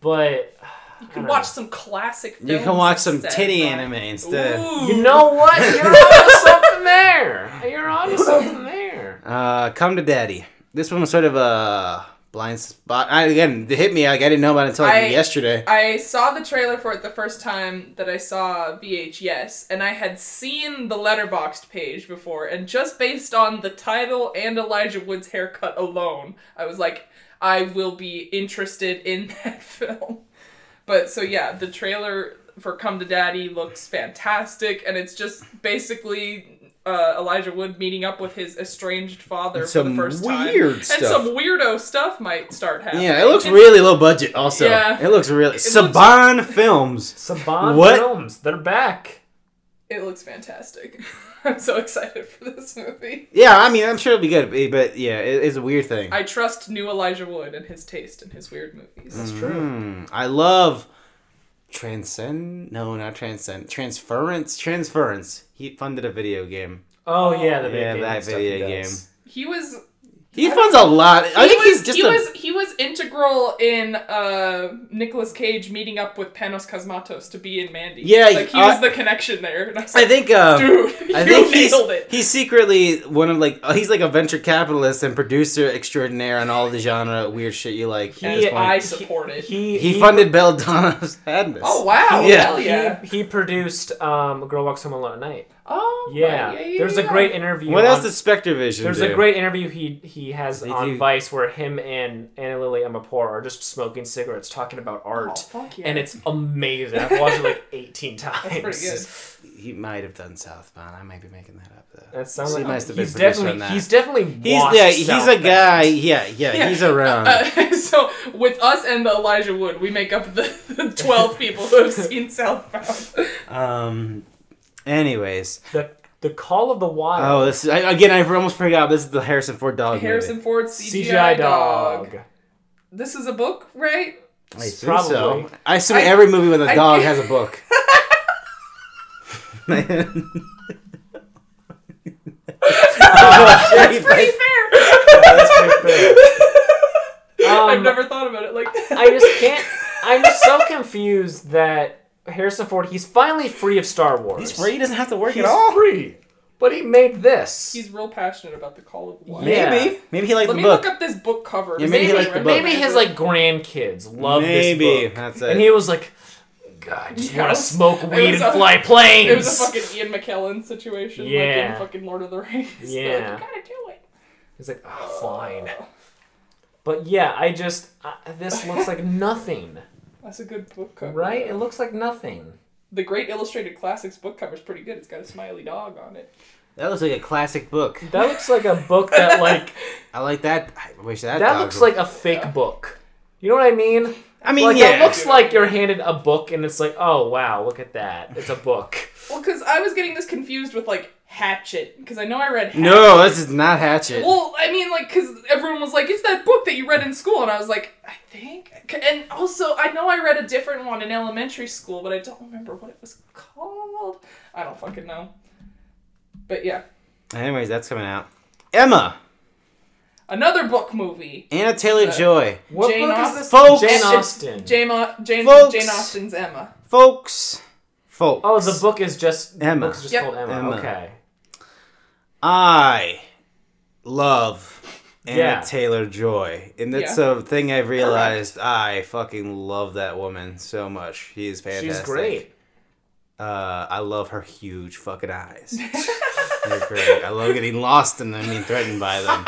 Speaker 2: but
Speaker 3: You
Speaker 2: I
Speaker 3: can
Speaker 2: don't
Speaker 3: watch
Speaker 2: know.
Speaker 3: some classic. Films
Speaker 1: You can watch some
Speaker 3: instead,
Speaker 1: titty
Speaker 3: right?
Speaker 1: anime instead.
Speaker 3: Ooh.
Speaker 2: you know what you're onto something there you're onto something there
Speaker 1: Uh, come to daddy. This one was sort of a blind spot. I, again, it hit me. Like I didn't know about it until like,
Speaker 3: I-
Speaker 1: yesterday.
Speaker 3: I saw the trailer for it the first time that I saw VHS, and I had seen the letterboxed page before, and just based on the title and Elijah Wood's haircut alone, I was like, I will be interested in that film. But so yeah, the trailer for Come to Daddy looks fantastic, and it's just basically uh, Elijah Wood meeting up with his estranged father
Speaker 1: And
Speaker 3: for the
Speaker 1: some
Speaker 3: first time,
Speaker 1: weird
Speaker 3: and
Speaker 1: stuff.
Speaker 3: some weirdo stuff might start happening.
Speaker 1: yeah, it looks
Speaker 3: It's-
Speaker 1: really low budget. Also,
Speaker 3: Yeah.
Speaker 1: it looks really
Speaker 3: looks-
Speaker 1: Saban Films.
Speaker 2: Saban
Speaker 1: What?
Speaker 2: Films they're back.
Speaker 3: It looks fantastic. I'm so excited for this movie.
Speaker 1: Yeah, I mean, I'm sure it'll be good, eh, but- but yeah, it, it's a weird thing.
Speaker 3: I trust new Elijah Wood and his taste in his weird movies.
Speaker 2: true.
Speaker 1: Hmm, I love transcend. No, not transcend. Transference. Transference. He funded a video game.
Speaker 2: Oh yeah, the
Speaker 1: Yeah,
Speaker 2: video game
Speaker 1: that
Speaker 2: stuff
Speaker 1: video
Speaker 2: he
Speaker 1: game.
Speaker 2: does.
Speaker 3: He was
Speaker 1: He funds a lot. I
Speaker 3: he
Speaker 1: think
Speaker 3: was,
Speaker 1: he's just
Speaker 3: he
Speaker 1: a.
Speaker 3: was he was integral in uh Nicolas Cage meeting up with Panos Cosmatos to be in Mandy.
Speaker 1: Yeah,
Speaker 3: like he
Speaker 1: I-
Speaker 3: was the connection there. And I, was
Speaker 1: I
Speaker 3: like,
Speaker 1: think. Uh,
Speaker 3: dude,
Speaker 1: I
Speaker 3: you
Speaker 1: think he's,
Speaker 3: nailed it.
Speaker 1: he's secretly one of like uh, he's like a venture capitalist and producer extraordinaire on all the genre weird shit you like. at
Speaker 3: And
Speaker 1: this point.
Speaker 3: I support it.
Speaker 2: He
Speaker 1: he funded Belladonna's Sadness.
Speaker 3: oh wow!
Speaker 1: Yeah.
Speaker 3: Hell yeah!
Speaker 2: He, he produced um, "Girl Walks Home Alone at Night."
Speaker 3: oh
Speaker 2: Yeah,
Speaker 3: right, yeah, yeah,
Speaker 2: there's a
Speaker 3: yeah.
Speaker 2: great interview.
Speaker 1: What else
Speaker 2: on-
Speaker 1: does Spectre Vision
Speaker 2: There's
Speaker 1: do?
Speaker 2: a great interview he he has
Speaker 1: They
Speaker 2: on
Speaker 1: do-
Speaker 2: Vice where him and Anna Lily Emapore are just smoking cigarettes, talking about
Speaker 3: Oh,
Speaker 2: art,
Speaker 3: fuck yeah.
Speaker 2: and it's amazing. I've watched it like 18 times.
Speaker 3: pretty good.
Speaker 1: He might have done Southbound. I might be making that up though.
Speaker 2: That sounds
Speaker 1: He
Speaker 2: like
Speaker 1: must have been
Speaker 2: he's
Speaker 1: produced on
Speaker 2: definitely
Speaker 1: that.
Speaker 2: he's definitely
Speaker 1: He's
Speaker 2: watched
Speaker 1: yeah, he's a
Speaker 2: Southbound.
Speaker 1: guy. Yeah, yeah,
Speaker 3: Yeah.
Speaker 1: he's around.
Speaker 3: Uh, so with us and the Elijah Wood, we make up the, the twelve people who have seen Southbound.
Speaker 1: um. Anyways,
Speaker 2: The the Call of the Wild
Speaker 1: oh, this is, I, again. I almost forgot. This is the Harrison Ford dog.
Speaker 3: Harrison Ford's CGI,
Speaker 2: CGI,
Speaker 3: dog.
Speaker 2: dog.
Speaker 3: This is a book, right?
Speaker 1: movie. I think
Speaker 2: Probably.
Speaker 1: so. I assume
Speaker 3: I-
Speaker 1: every movie with a
Speaker 3: I-
Speaker 1: dog has a book.
Speaker 3: That's pretty
Speaker 2: That's
Speaker 3: fair.
Speaker 2: pretty fair.
Speaker 3: I've
Speaker 2: Um,
Speaker 3: never thought about it like that.
Speaker 2: I just can't. I'm so confused that Harrison Ford. He's finally free of Star Wars.
Speaker 1: He's free. He doesn't have to work
Speaker 2: He's
Speaker 1: at all.
Speaker 2: free. But he made this.
Speaker 3: He's real passionate about the Call of the Wild.
Speaker 2: Yeah.
Speaker 1: Maybe. Maybe he liked
Speaker 3: Let
Speaker 1: the
Speaker 3: me
Speaker 1: book.
Speaker 3: look up this book cover.
Speaker 1: Yeah,
Speaker 3: Is
Speaker 1: maybe
Speaker 3: it
Speaker 1: he
Speaker 3: right?
Speaker 1: liked the book.
Speaker 2: Maybe his like grandkids love this
Speaker 1: Maybe.
Speaker 2: book.
Speaker 1: That's it.
Speaker 2: And he was like, God, I just
Speaker 3: Yeah,
Speaker 2: want
Speaker 3: it
Speaker 2: to
Speaker 3: was-
Speaker 2: smoke
Speaker 3: it
Speaker 2: weed
Speaker 3: was
Speaker 2: and
Speaker 3: a-
Speaker 2: fly planes.
Speaker 3: It was a fucking Ian McKellen situation, like in
Speaker 2: Yeah.
Speaker 3: fucking Lord of the Rings. They're
Speaker 2: Yeah.
Speaker 3: like, you gotta do it.
Speaker 2: He's like, oh, fine. But yeah, I just uh, this looks like nothing,
Speaker 3: That's a good book cover,
Speaker 2: right? It looks like nothing.
Speaker 3: The Great Illustrated Classics book cover is pretty good. It's got a smiley dog on it.
Speaker 1: That looks like a classic book.
Speaker 2: That looks like a book that like
Speaker 1: I like that. I wish that.
Speaker 2: that
Speaker 1: dog
Speaker 2: looks
Speaker 1: would-
Speaker 2: like a fake book. You know what I mean?
Speaker 1: I mean,
Speaker 2: like
Speaker 1: yeah.
Speaker 2: it looks like you're handed a book and it's like, oh wow, look at that, it's a book.
Speaker 3: Well, because I was getting this confused with like Hatchet, because I know I read. Hatchet.
Speaker 1: no, this is not Hatchet.
Speaker 3: Well, I mean, like, because everyone was like, it's that book that you read in school. And I was like, I think. And also, I know I read a different one in elementary school, but I don't remember what it was called. I don't fucking know. But yeah.
Speaker 1: Anyways, that's coming out. Emma,
Speaker 3: Another book movie.
Speaker 1: Anna Taylor Joy,
Speaker 2: What
Speaker 3: Jane
Speaker 2: book is
Speaker 3: Austen.
Speaker 2: this?
Speaker 1: Folks.
Speaker 2: Jane
Speaker 1: It's-
Speaker 2: Austen.
Speaker 3: Jane, Au- Jane,
Speaker 1: Folks.
Speaker 3: Jane Austen's Emma.
Speaker 1: folks, folks.
Speaker 2: oh, the book is just
Speaker 1: Emma.
Speaker 2: The book's just
Speaker 3: Yep.
Speaker 2: called Emma.
Speaker 1: Emma.
Speaker 2: Okay.
Speaker 1: I love Anna
Speaker 2: Yeah.
Speaker 1: Taylor Joy, and that's a thing I've realized. I fucking love that woman so much. She is fantastic.
Speaker 2: She's great.
Speaker 1: Uh, I love her huge fucking eyes. They're great. I love getting lost in them, being threatened by them.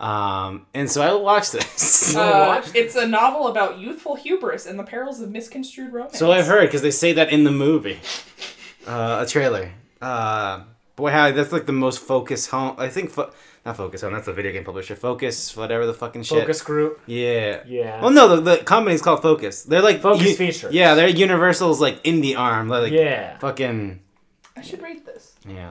Speaker 1: Um, and so I watched this.
Speaker 2: wanna
Speaker 3: Uh,
Speaker 2: watch
Speaker 3: it's a novel about youthful hubris and the perils of misconstrued romance.
Speaker 1: So I've heard because they say that in the movie, uh, a trailer. Uh, boy, how that's like the most focus home. I think fo- not focus home. That's a video game publisher. Focus, whatever the fucking shit.
Speaker 2: Focus group.
Speaker 1: Yeah.
Speaker 2: Yeah.
Speaker 1: Well, no, the, the company's called Focus. They're like
Speaker 2: Focus Features.
Speaker 1: Yeah, they're Universal's like indie arm. They're like
Speaker 2: yeah.
Speaker 1: fucking
Speaker 3: I should read this.
Speaker 1: yeah.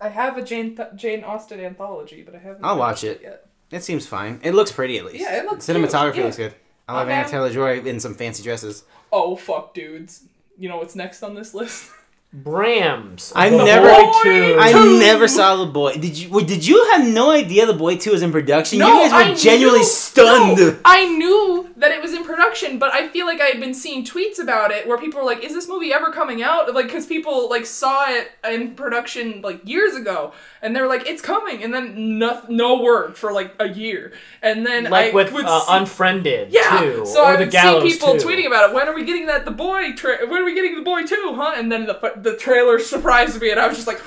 Speaker 3: I have a Jane Th- Jane Austen anthology, but I haven't.
Speaker 1: I'll
Speaker 3: read
Speaker 1: watch it.
Speaker 3: yet.
Speaker 1: It seems fine. It looks pretty at least.
Speaker 3: Yeah, it looks
Speaker 1: Cinematography
Speaker 3: cute, yeah.
Speaker 1: looks good. I love
Speaker 3: Okay.
Speaker 1: Anna Taylor Joy in some fancy dresses.
Speaker 3: Oh fuck, dudes! You know what's next on this list?
Speaker 2: Brams.
Speaker 1: I
Speaker 2: The
Speaker 1: never-
Speaker 2: Boy Two.
Speaker 1: I
Speaker 3: Two.
Speaker 1: never saw the boy. Did you? Wait, did you have no idea the boy two was in production?
Speaker 3: No,
Speaker 1: you guys were
Speaker 3: I
Speaker 1: genuinely
Speaker 3: knew-
Speaker 1: stunned.
Speaker 3: no, I knew that it was in production, but I feel like I had been seeing tweets about it where people were like, "Is this movie ever coming out?" Like, because people like saw it in production like years ago, and they were like, "It's coming," and then no, no word for like a year, and then
Speaker 2: like
Speaker 3: I
Speaker 2: with
Speaker 3: would
Speaker 2: uh,
Speaker 3: see-
Speaker 2: Unfriended
Speaker 3: yeah,
Speaker 2: too,
Speaker 3: so
Speaker 2: or
Speaker 3: I
Speaker 2: the
Speaker 3: would see
Speaker 2: Gallows
Speaker 3: people
Speaker 2: too.
Speaker 3: tweeting about it. When are we getting that the boy? Tra- when are we getting the boy too? Huh? And then the the trailer surprised me, and I was just like,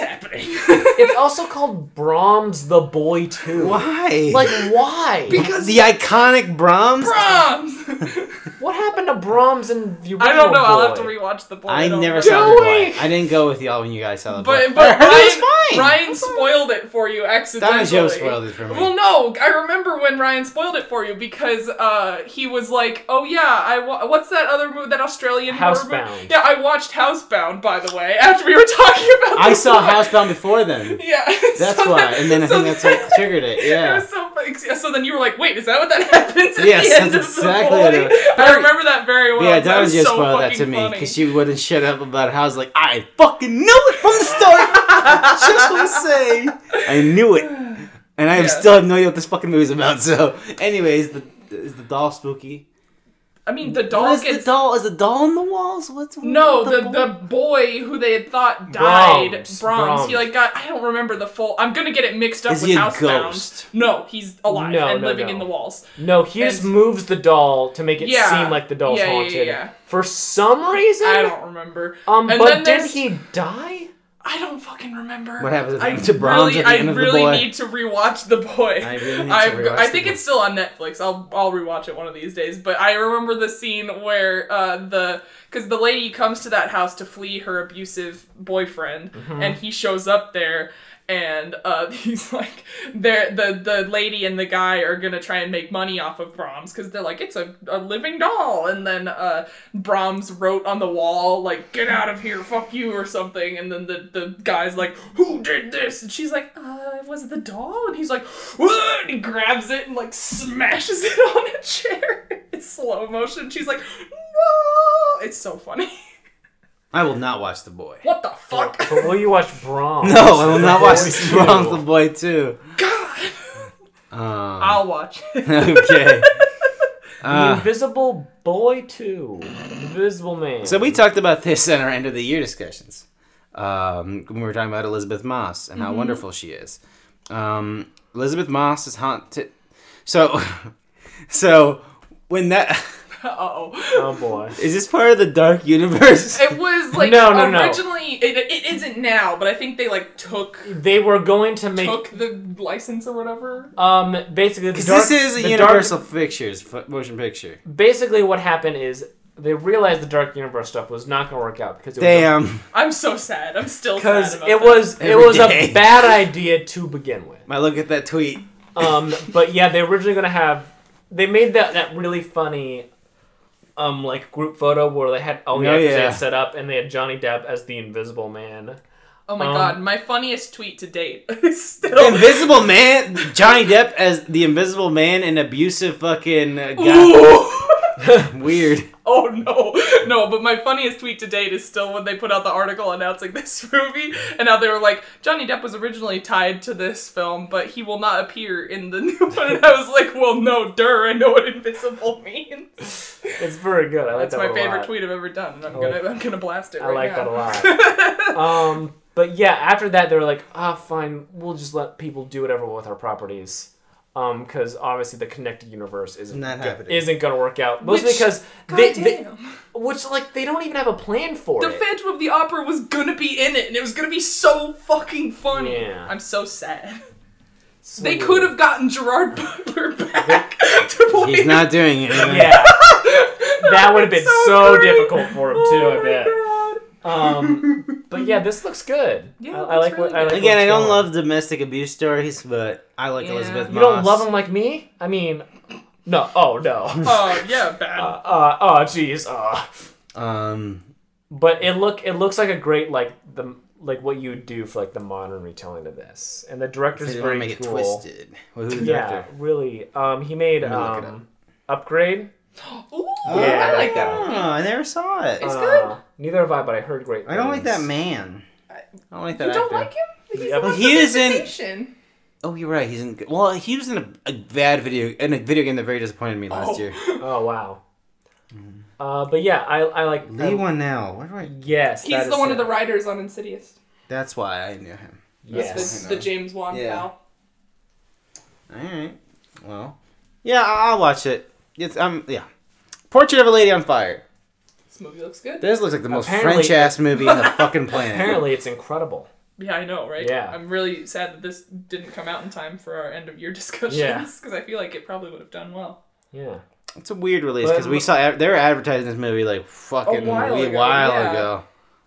Speaker 3: happening."
Speaker 2: It's also called Brahms the Boy Two.
Speaker 1: Why?
Speaker 2: Like why?
Speaker 3: because
Speaker 1: the iconic Brahms.
Speaker 3: Brahms.
Speaker 2: what happened to Brahms and the original
Speaker 3: I don't know. I'll have
Speaker 2: Boy?
Speaker 3: to rewatch the boy.
Speaker 1: I
Speaker 3: don't
Speaker 1: never
Speaker 3: know.
Speaker 1: saw the boy.
Speaker 2: Joey!
Speaker 1: I didn't go with y'all when you guys saw the boy.
Speaker 3: But but
Speaker 1: It
Speaker 3: Ryan,
Speaker 1: was fine.
Speaker 3: Ryan spoiled it for you accidentally.
Speaker 1: Donna Jo spoiled it for me.
Speaker 3: Well, no, I remember when Ryan spoiled it for you because uh, he was like, "Oh yeah, I wa- what's that other movie? That Australian horror movie?"
Speaker 2: Housebound.
Speaker 3: Yeah, I watched Housebound by the way. After we were talking about,
Speaker 1: I
Speaker 3: the
Speaker 1: saw
Speaker 3: boy.
Speaker 1: Housebound before then.
Speaker 3: Yeah,
Speaker 1: That's
Speaker 3: so
Speaker 1: why.
Speaker 3: that-
Speaker 1: And then I
Speaker 3: so
Speaker 1: think that's what
Speaker 3: that-
Speaker 1: triggered it.
Speaker 3: It
Speaker 1: Yeah.
Speaker 3: was so funny. Yeah, So then you were like, "Wait, is that what that happens at
Speaker 1: Yes,
Speaker 3: the end
Speaker 1: that's
Speaker 3: of
Speaker 1: exactly what
Speaker 3: the
Speaker 1: it
Speaker 3: movie?"
Speaker 1: was.
Speaker 3: I remember that very well.
Speaker 1: Yeah,
Speaker 3: that
Speaker 1: Donna
Speaker 3: was
Speaker 1: just
Speaker 3: so
Speaker 1: spoiled that
Speaker 3: fucking
Speaker 1: to me
Speaker 3: funny.
Speaker 1: because she wouldn't shut up about how I was like, I fucking knew it from the start. I just want to say, I knew it. and I have
Speaker 3: Yeah.
Speaker 1: still have no idea what this fucking movie's about. So, anyways, the is the doll spooky?
Speaker 3: I mean, the
Speaker 1: What
Speaker 3: doll
Speaker 1: is
Speaker 3: gets
Speaker 1: the doll is the doll in the walls? What's
Speaker 3: No,
Speaker 1: what
Speaker 3: the, the boy who they had thought died,
Speaker 2: Brahms,
Speaker 3: Brahms,
Speaker 2: Brahms.
Speaker 3: he like got I don't remember the full. I'm gonna get it mixed up
Speaker 1: Is
Speaker 3: with
Speaker 1: he a
Speaker 3: Housebound.
Speaker 1: ghost?
Speaker 3: No, he's alive
Speaker 2: No,
Speaker 3: and
Speaker 2: no,
Speaker 3: living
Speaker 2: no.
Speaker 3: in the walls.
Speaker 2: No, he just
Speaker 3: And-
Speaker 2: moves the doll to make it
Speaker 3: Yeah.
Speaker 2: seem like the doll's
Speaker 3: Yeah, yeah, yeah,
Speaker 2: haunted.
Speaker 3: yeah.
Speaker 2: For some reason,
Speaker 3: I don't remember.
Speaker 2: um,
Speaker 3: and
Speaker 2: but didn't
Speaker 3: then there's-
Speaker 2: he die?
Speaker 3: I don't fucking remember.
Speaker 1: What happens
Speaker 3: I
Speaker 1: to Brahms
Speaker 3: really,
Speaker 1: at the end
Speaker 3: I
Speaker 1: of The
Speaker 3: really
Speaker 1: Boy?
Speaker 3: need to rewatch the boy.
Speaker 1: I really need to
Speaker 3: I've-
Speaker 1: rewatch
Speaker 3: I
Speaker 1: The
Speaker 3: think
Speaker 1: Boy.
Speaker 3: it's still on Netflix. I'll I'll rewatch it one of these days. But I remember the scene where uh, the because the lady comes to that house to flee her abusive boyfriend,
Speaker 1: Mm-hmm.
Speaker 3: and he shows up there. And uh, he's like, they're, the the lady and the guy are gonna try and make money off of Brahms because they're like, it's a, a living doll. And then uh, Brahms wrote on the wall like, get out of here, fuck you, or something. And then the, the guy's like, who did this? And she's like, uh, it was the doll. And he's like, "What?" and he grabs it and like smashes it on a chair. It's slow motion. She's like, no. It's so funny.
Speaker 1: I will not watch the boy.
Speaker 3: What the fuck?
Speaker 2: But will you watch Brahms?
Speaker 1: No, I will not
Speaker 2: The
Speaker 1: watch
Speaker 2: Boy
Speaker 1: the
Speaker 2: too.
Speaker 1: Brahms the boy too.
Speaker 3: God.
Speaker 1: Um,
Speaker 3: I'll watch. it.
Speaker 1: okay.
Speaker 2: The
Speaker 1: Uh,
Speaker 2: Invisible Boy 2. Invisible Man.
Speaker 1: So we talked about this in our end of the year discussions. Um, when we were talking about Elizabeth Moss and how
Speaker 2: Mm-hmm.
Speaker 1: wonderful she is. Um, Elizabeth Moss is haunted. So, so when that
Speaker 3: Uh-oh.
Speaker 2: Oh boy.
Speaker 1: is this part of the dark universe?
Speaker 3: It was like
Speaker 2: No, no, no.
Speaker 3: originally It, it isn't now, but I think they like took
Speaker 2: They were going to make
Speaker 3: took the license or whatever.
Speaker 2: um basically the
Speaker 1: Because
Speaker 2: dark,
Speaker 1: this is a
Speaker 2: the
Speaker 1: Universal Pictures fu- motion picture.
Speaker 2: Dark, basically, what happened is they realized the Dark Universe stuff was not going to work out because it was a
Speaker 1: Damn,
Speaker 3: I'm so sad. I'm still
Speaker 2: because
Speaker 3: sad about
Speaker 2: it
Speaker 3: that.
Speaker 2: was it
Speaker 1: Every
Speaker 2: was
Speaker 1: day.
Speaker 2: a bad idea to begin with.
Speaker 1: I look at that tweet.
Speaker 2: Um, but yeah, they were originally gonna have they made that that really funny, um, like group photo where they had all the
Speaker 1: Oh,
Speaker 2: actors they
Speaker 1: yeah.
Speaker 2: had set up and they had Johnny Depp as the Invisible Man.
Speaker 3: Oh my
Speaker 2: Um,
Speaker 3: god, my funniest tweet to date is still
Speaker 1: Invisible Man, Johnny Depp as the Invisible Man, and abusive fucking uh, guy.
Speaker 3: Ooh.
Speaker 1: Weird.
Speaker 3: oh no, no! But my funniest tweet to date is still when they put out the article announcing this movie, and now they were like, Johnny Depp was originally tied to this film, but he will not appear in the new one. And I was like, well, no, dur, I know what invisible means.
Speaker 2: It's very good. I like
Speaker 3: That's
Speaker 2: that
Speaker 3: my
Speaker 2: a
Speaker 3: favorite
Speaker 2: lot.
Speaker 3: tweet I've ever done, and I'm
Speaker 2: I
Speaker 3: gonna I'm gonna blast it.
Speaker 2: I
Speaker 3: right
Speaker 2: like that a
Speaker 3: that a lot.
Speaker 2: Um, but yeah, after that they were like, ah, fine, we'll just let people do whatever with our properties. Um, because obviously the connected universe isn't
Speaker 1: Not
Speaker 2: go-
Speaker 1: happening.
Speaker 2: isn't gonna work out. Mostly
Speaker 3: Which-
Speaker 2: because
Speaker 3: God
Speaker 2: they, they-
Speaker 3: damn.
Speaker 2: which like they don't even have a plan for
Speaker 3: The
Speaker 2: it.
Speaker 3: Phantom of the Opera was gonna be in it, and it was gonna be so fucking funny.
Speaker 2: Yeah.
Speaker 3: I'm so sad.
Speaker 2: So
Speaker 3: They
Speaker 2: weird.
Speaker 3: could have gotten Gerard Butler back to play.
Speaker 1: He's not doing it.
Speaker 2: Yeah, that would have been so,
Speaker 3: so great.
Speaker 2: difficult for him too.
Speaker 3: Oh
Speaker 2: I
Speaker 3: my
Speaker 2: bet.
Speaker 3: god.
Speaker 2: Um, but yeah, this looks good.
Speaker 3: Yeah,
Speaker 2: I, I
Speaker 3: it looks
Speaker 2: like what
Speaker 3: really
Speaker 2: I like.
Speaker 3: good.
Speaker 1: Again,
Speaker 2: what's
Speaker 1: I don't
Speaker 2: going.
Speaker 1: love domestic abuse stories, but I like
Speaker 3: Yeah.
Speaker 1: Elizabeth.
Speaker 3: You
Speaker 2: You don't
Speaker 1: Moss.
Speaker 2: love him like me. I mean, no. Oh no.
Speaker 3: Oh yeah, bad.
Speaker 2: uh, uh, oh jeez. Uh.
Speaker 1: Um,
Speaker 2: But it look it looks like a great like the like what you would do for like the modern retelling of this, and the
Speaker 1: they
Speaker 2: director's
Speaker 1: didn't
Speaker 2: very
Speaker 1: wanna make
Speaker 2: cool.
Speaker 1: it twisted. Well, who's the
Speaker 2: Yeah,
Speaker 1: director?
Speaker 2: really. Um, he made
Speaker 1: me look it
Speaker 2: um, upgrade.
Speaker 3: Ooh,
Speaker 2: Yeah.
Speaker 3: I like that.
Speaker 1: Oh,
Speaker 3: movie.
Speaker 1: I never saw it.
Speaker 3: It's
Speaker 2: Uh,
Speaker 3: good.
Speaker 2: Neither have I, but I heard great.
Speaker 1: I don't like that
Speaker 2: things.
Speaker 1: man. I don't like that
Speaker 3: You don't
Speaker 1: actor.
Speaker 3: like him? He's
Speaker 2: Yeah,
Speaker 3: the
Speaker 2: but
Speaker 3: one
Speaker 1: he
Speaker 3: from
Speaker 1: is in-
Speaker 3: Visitation.
Speaker 1: Oh, you're right. He's in. Well, he was in a, a bad video in a video game that very disappointed me last
Speaker 3: Oh.
Speaker 1: year.
Speaker 2: Oh wow. Uh, but yeah, I I like.
Speaker 1: Mm. Lee one now. Where do I?
Speaker 2: yes, that
Speaker 3: He's
Speaker 2: is
Speaker 3: the one
Speaker 2: it.
Speaker 3: of the writers on Insidious.
Speaker 1: That's why I knew him.
Speaker 2: Yes.
Speaker 3: The, the James Wan
Speaker 1: Yeah.
Speaker 3: pal.
Speaker 1: All right. Well, yeah, I- I'll watch it. It's um, yeah. Portrait of a Lady on Fire.
Speaker 3: This movie looks good.
Speaker 1: This looks like the most
Speaker 2: Apparently-
Speaker 1: French ass movie on the fucking planet.
Speaker 2: Apparently, it's incredible.
Speaker 3: Yeah, I know, right?
Speaker 2: Yeah.
Speaker 3: I'm really sad that this didn't come out in time for our end of year discussions
Speaker 2: Yeah.
Speaker 3: because I feel like it probably would have done well.
Speaker 2: Yeah.
Speaker 1: It's a weird release
Speaker 2: But-
Speaker 1: because we saw ad- they were advertising this movie like fucking a
Speaker 3: while
Speaker 1: while ago.
Speaker 3: ago, yeah.
Speaker 1: ago.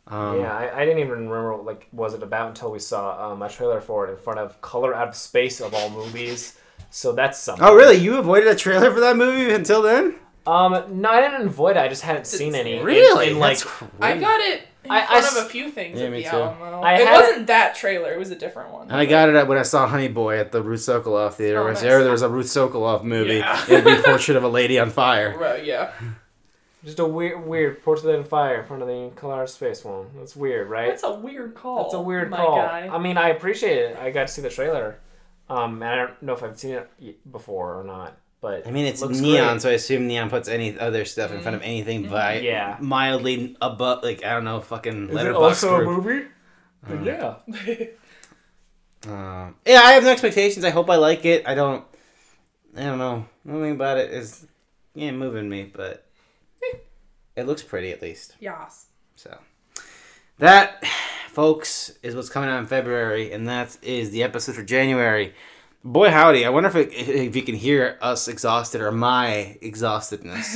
Speaker 1: Um,
Speaker 2: yeah, I, I didn't even remember what, like was it about until we saw um, a trailer for it in front of Color Out of Space of all movies. So that's something.
Speaker 1: Oh really? You avoided a trailer for that movie until then?
Speaker 2: Um, no, I didn't avoid it. I just hadn't seen
Speaker 3: see
Speaker 2: any.
Speaker 3: it.
Speaker 2: And,
Speaker 1: like,
Speaker 2: like,
Speaker 3: I got it in
Speaker 2: I- I
Speaker 3: front
Speaker 2: s-
Speaker 3: of a few things
Speaker 1: Yeah,
Speaker 3: at
Speaker 1: me
Speaker 3: the
Speaker 1: too.
Speaker 3: Alamo.
Speaker 2: I
Speaker 3: it
Speaker 2: had-
Speaker 3: wasn't that trailer; it was a different one.
Speaker 1: I got it when I saw Honey Boy at the Ruth Sokolov Theater.
Speaker 3: Oh,
Speaker 1: Whenever
Speaker 3: nice.
Speaker 1: there was a Ruth Sokolov movie,
Speaker 3: Yeah.
Speaker 1: it'd be Portrait of a Lady on Fire.
Speaker 3: Right, yeah.
Speaker 2: just a weird, weird Portrait and Fire in front of the Color Out of Space one. That's weird, right?
Speaker 3: That's a weird call.
Speaker 2: That's a weird
Speaker 3: my
Speaker 2: call.
Speaker 3: Guy.
Speaker 2: I mean, I appreciate it. I got to see the trailer. Um, and I don't know if I've seen it y- before or not, but
Speaker 1: I mean, it's
Speaker 2: looks
Speaker 1: neon,
Speaker 2: great.
Speaker 1: so I assume neon puts any other stuff in front of anything by
Speaker 2: Yeah.
Speaker 1: mildly above, like I don't know, fucking
Speaker 2: Is it
Speaker 1: letterbox
Speaker 2: also a
Speaker 1: group. Uh-huh.
Speaker 2: movie? yeah.
Speaker 1: Um, yeah, I have no expectations. I hope I like it. I don't. I don't know. Nothing about it is, yeah, moving me, but eh, it looks pretty at least.
Speaker 3: Yas.
Speaker 1: So that, folks, is what's coming out in February, and that is the episode for January. Boy, howdy! I wonder if it, if you can hear us exhausted or my exhaustedness.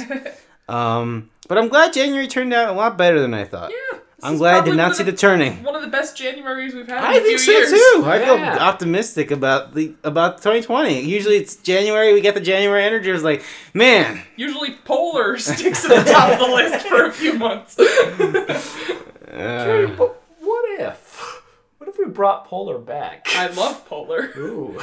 Speaker 1: um, but I'm glad January turned out a lot better than I thought.
Speaker 3: Yeah. this
Speaker 1: I'm
Speaker 3: is
Speaker 1: glad I did
Speaker 3: probably
Speaker 1: not
Speaker 3: one
Speaker 1: see
Speaker 3: of
Speaker 1: the turning.
Speaker 3: One of the best Januaries we've had in
Speaker 1: I
Speaker 3: a few
Speaker 1: think so
Speaker 3: years.
Speaker 1: too. I feel
Speaker 2: Yeah.
Speaker 1: optimistic about the about 2020. Usually it's January. We get the January energy. It's like, man,
Speaker 3: Usually Polar sticks to the top of the list for a few months.
Speaker 1: uh,
Speaker 2: But what if? What if we brought Polar back?
Speaker 3: I love Polar.
Speaker 2: Ooh.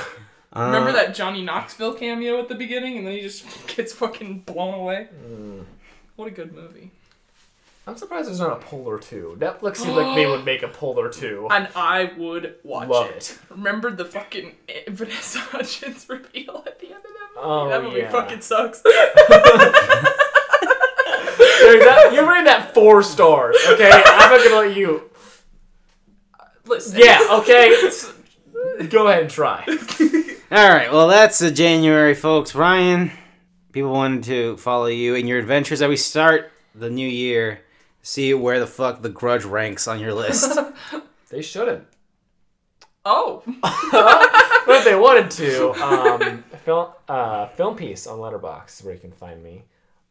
Speaker 1: uh,
Speaker 3: Remember that Johnny Knoxville cameo at the beginning and then he just gets fucking blown away?
Speaker 1: Mm.
Speaker 3: What a good movie.
Speaker 2: I'm surprised there's not a Polar 2. Netflix seems like they would make a Polar 2.
Speaker 3: And I would watch
Speaker 2: Love
Speaker 3: it. Remember the fucking eh, Vanessa Hudgens reveal at the end of that movie?
Speaker 2: Oh,
Speaker 3: that movie
Speaker 2: yeah.
Speaker 3: fucking sucks.
Speaker 2: Dude, that- you're rating that four stars, okay? I'm not gonna let you.
Speaker 3: Listen.
Speaker 2: Yeah, okay? It's- Go ahead and try.
Speaker 1: All right. Well, that's the January, folks. Ryan, people wanted to follow you in your adventures as we start the new year. See where the fuck the grudge ranks on your list.
Speaker 2: They shouldn't.
Speaker 3: Oh.
Speaker 2: But if they wanted to, um, film, uh, film piece on Letterbox where you can find me.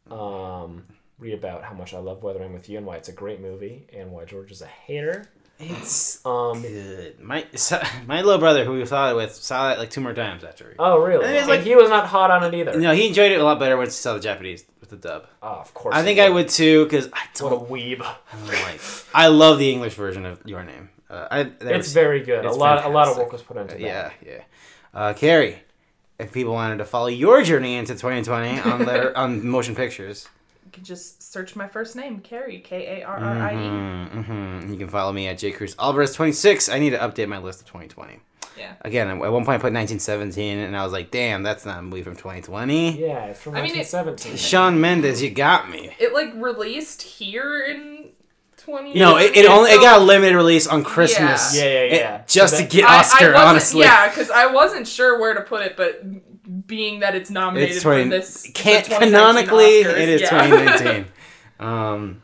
Speaker 2: Um, read about how much I love Weathering with You and why it's a great movie and why George is a hater.
Speaker 1: it's
Speaker 2: Um,
Speaker 1: good. My so, my little brother, who we saw it with, saw it like two more times after.
Speaker 2: oh, really?
Speaker 1: And it's
Speaker 2: And
Speaker 1: like-
Speaker 2: he was not hot on it either.
Speaker 1: No, he enjoyed it a lot better once he saw the Japanese with the dub.
Speaker 2: Oh, of course.
Speaker 1: I
Speaker 2: he
Speaker 1: think I
Speaker 2: did.
Speaker 1: would too, because I
Speaker 2: What a
Speaker 1: don't
Speaker 2: weeb.
Speaker 1: like. I love the English version of Your Name. Uh, I that
Speaker 2: It's
Speaker 1: was-
Speaker 2: very good.
Speaker 1: it's
Speaker 2: a lot, a lot of
Speaker 1: fantastic.
Speaker 2: work was put into that.
Speaker 1: Yeah, yeah. Uh, Carrie, if people wanted to follow your journey into 2020 on letter, on motion pictures,
Speaker 3: You can just search my first name, Carrie, K A R R I E.
Speaker 1: mm-hmm, you can follow me at J Cruz Alvarez 26. I need to update my list of 2020.
Speaker 3: Yeah.
Speaker 1: Again, at one point I put 1917, and I was like, damn, that's not a movie from 2020.
Speaker 2: Yeah, it's from
Speaker 3: I mean, it-
Speaker 2: 1917.
Speaker 1: Sean Mendes, you got me.
Speaker 3: It like released here in 20.
Speaker 1: No, it, it only it got a limited release on Christmas.
Speaker 2: Yeah. Yeah, yeah,
Speaker 1: It-
Speaker 2: yeah.
Speaker 1: just
Speaker 2: So
Speaker 1: to
Speaker 2: that-
Speaker 1: get Oscar,
Speaker 3: wasn't-
Speaker 1: honestly.
Speaker 3: Yeah, because I wasn't sure where to put it, but being that it's nominated
Speaker 1: It's 20,
Speaker 3: for this,
Speaker 1: can't
Speaker 3: the 2019
Speaker 1: canonically
Speaker 3: Oscars,
Speaker 1: it is
Speaker 3: yeah.
Speaker 1: 2019 um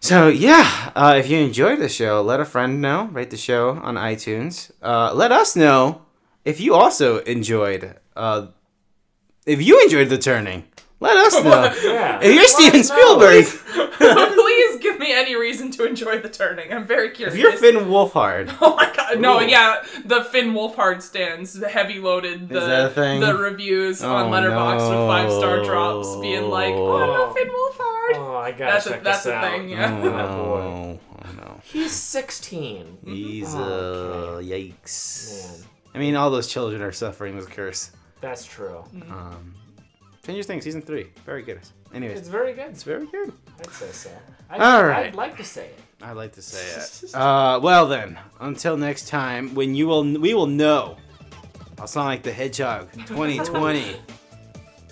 Speaker 1: so yeah uh, if you enjoyed the show let a friend know rate the show on itunes uh, let us know if you also enjoyed uh, if you enjoyed the turning let us know
Speaker 2: Yeah.
Speaker 1: if you're steven
Speaker 2: us know.
Speaker 1: spielberg
Speaker 3: Please give me any reason to enjoy the turning. I'm very curious.
Speaker 1: if you're finn wolfhard
Speaker 3: Oh my god! No,
Speaker 2: Ooh.
Speaker 3: yeah, the Finn Wolfhard stands, the heavy loaded, the
Speaker 1: that a thing?
Speaker 3: the reviews
Speaker 1: Oh,
Speaker 3: on Letterboxd
Speaker 1: no.
Speaker 3: with five star drops, being like,
Speaker 2: Oh.
Speaker 3: "Oh, no, Finn Wolfhard."
Speaker 2: Oh, I gotta
Speaker 3: that's a
Speaker 2: check
Speaker 3: that's
Speaker 2: this
Speaker 3: a
Speaker 2: out.
Speaker 3: thing.
Speaker 1: oh,
Speaker 3: Yeah.
Speaker 1: no. oh no
Speaker 2: He's 16.
Speaker 3: Mm-hmm.
Speaker 1: he's uh
Speaker 2: Okay.
Speaker 1: yikes
Speaker 2: Man,
Speaker 1: i mean all those children are suffering this curse
Speaker 2: that's true.
Speaker 1: Um, Stranger Things season three, very good. Anyways,
Speaker 2: It's
Speaker 1: it's,
Speaker 2: very good.
Speaker 1: very good.
Speaker 2: I'd say so. I'd,
Speaker 1: All right.
Speaker 2: I'd like to say it.
Speaker 1: I like to say it. Uh, well then, until next time, when you will, we will know. I'll sound like the Hedgehog, 2020.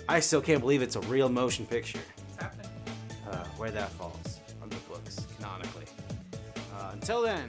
Speaker 1: I still can't believe it's a real motion picture.
Speaker 3: It's happening.
Speaker 1: Uh, where that falls on the books canonically. Uh, until then,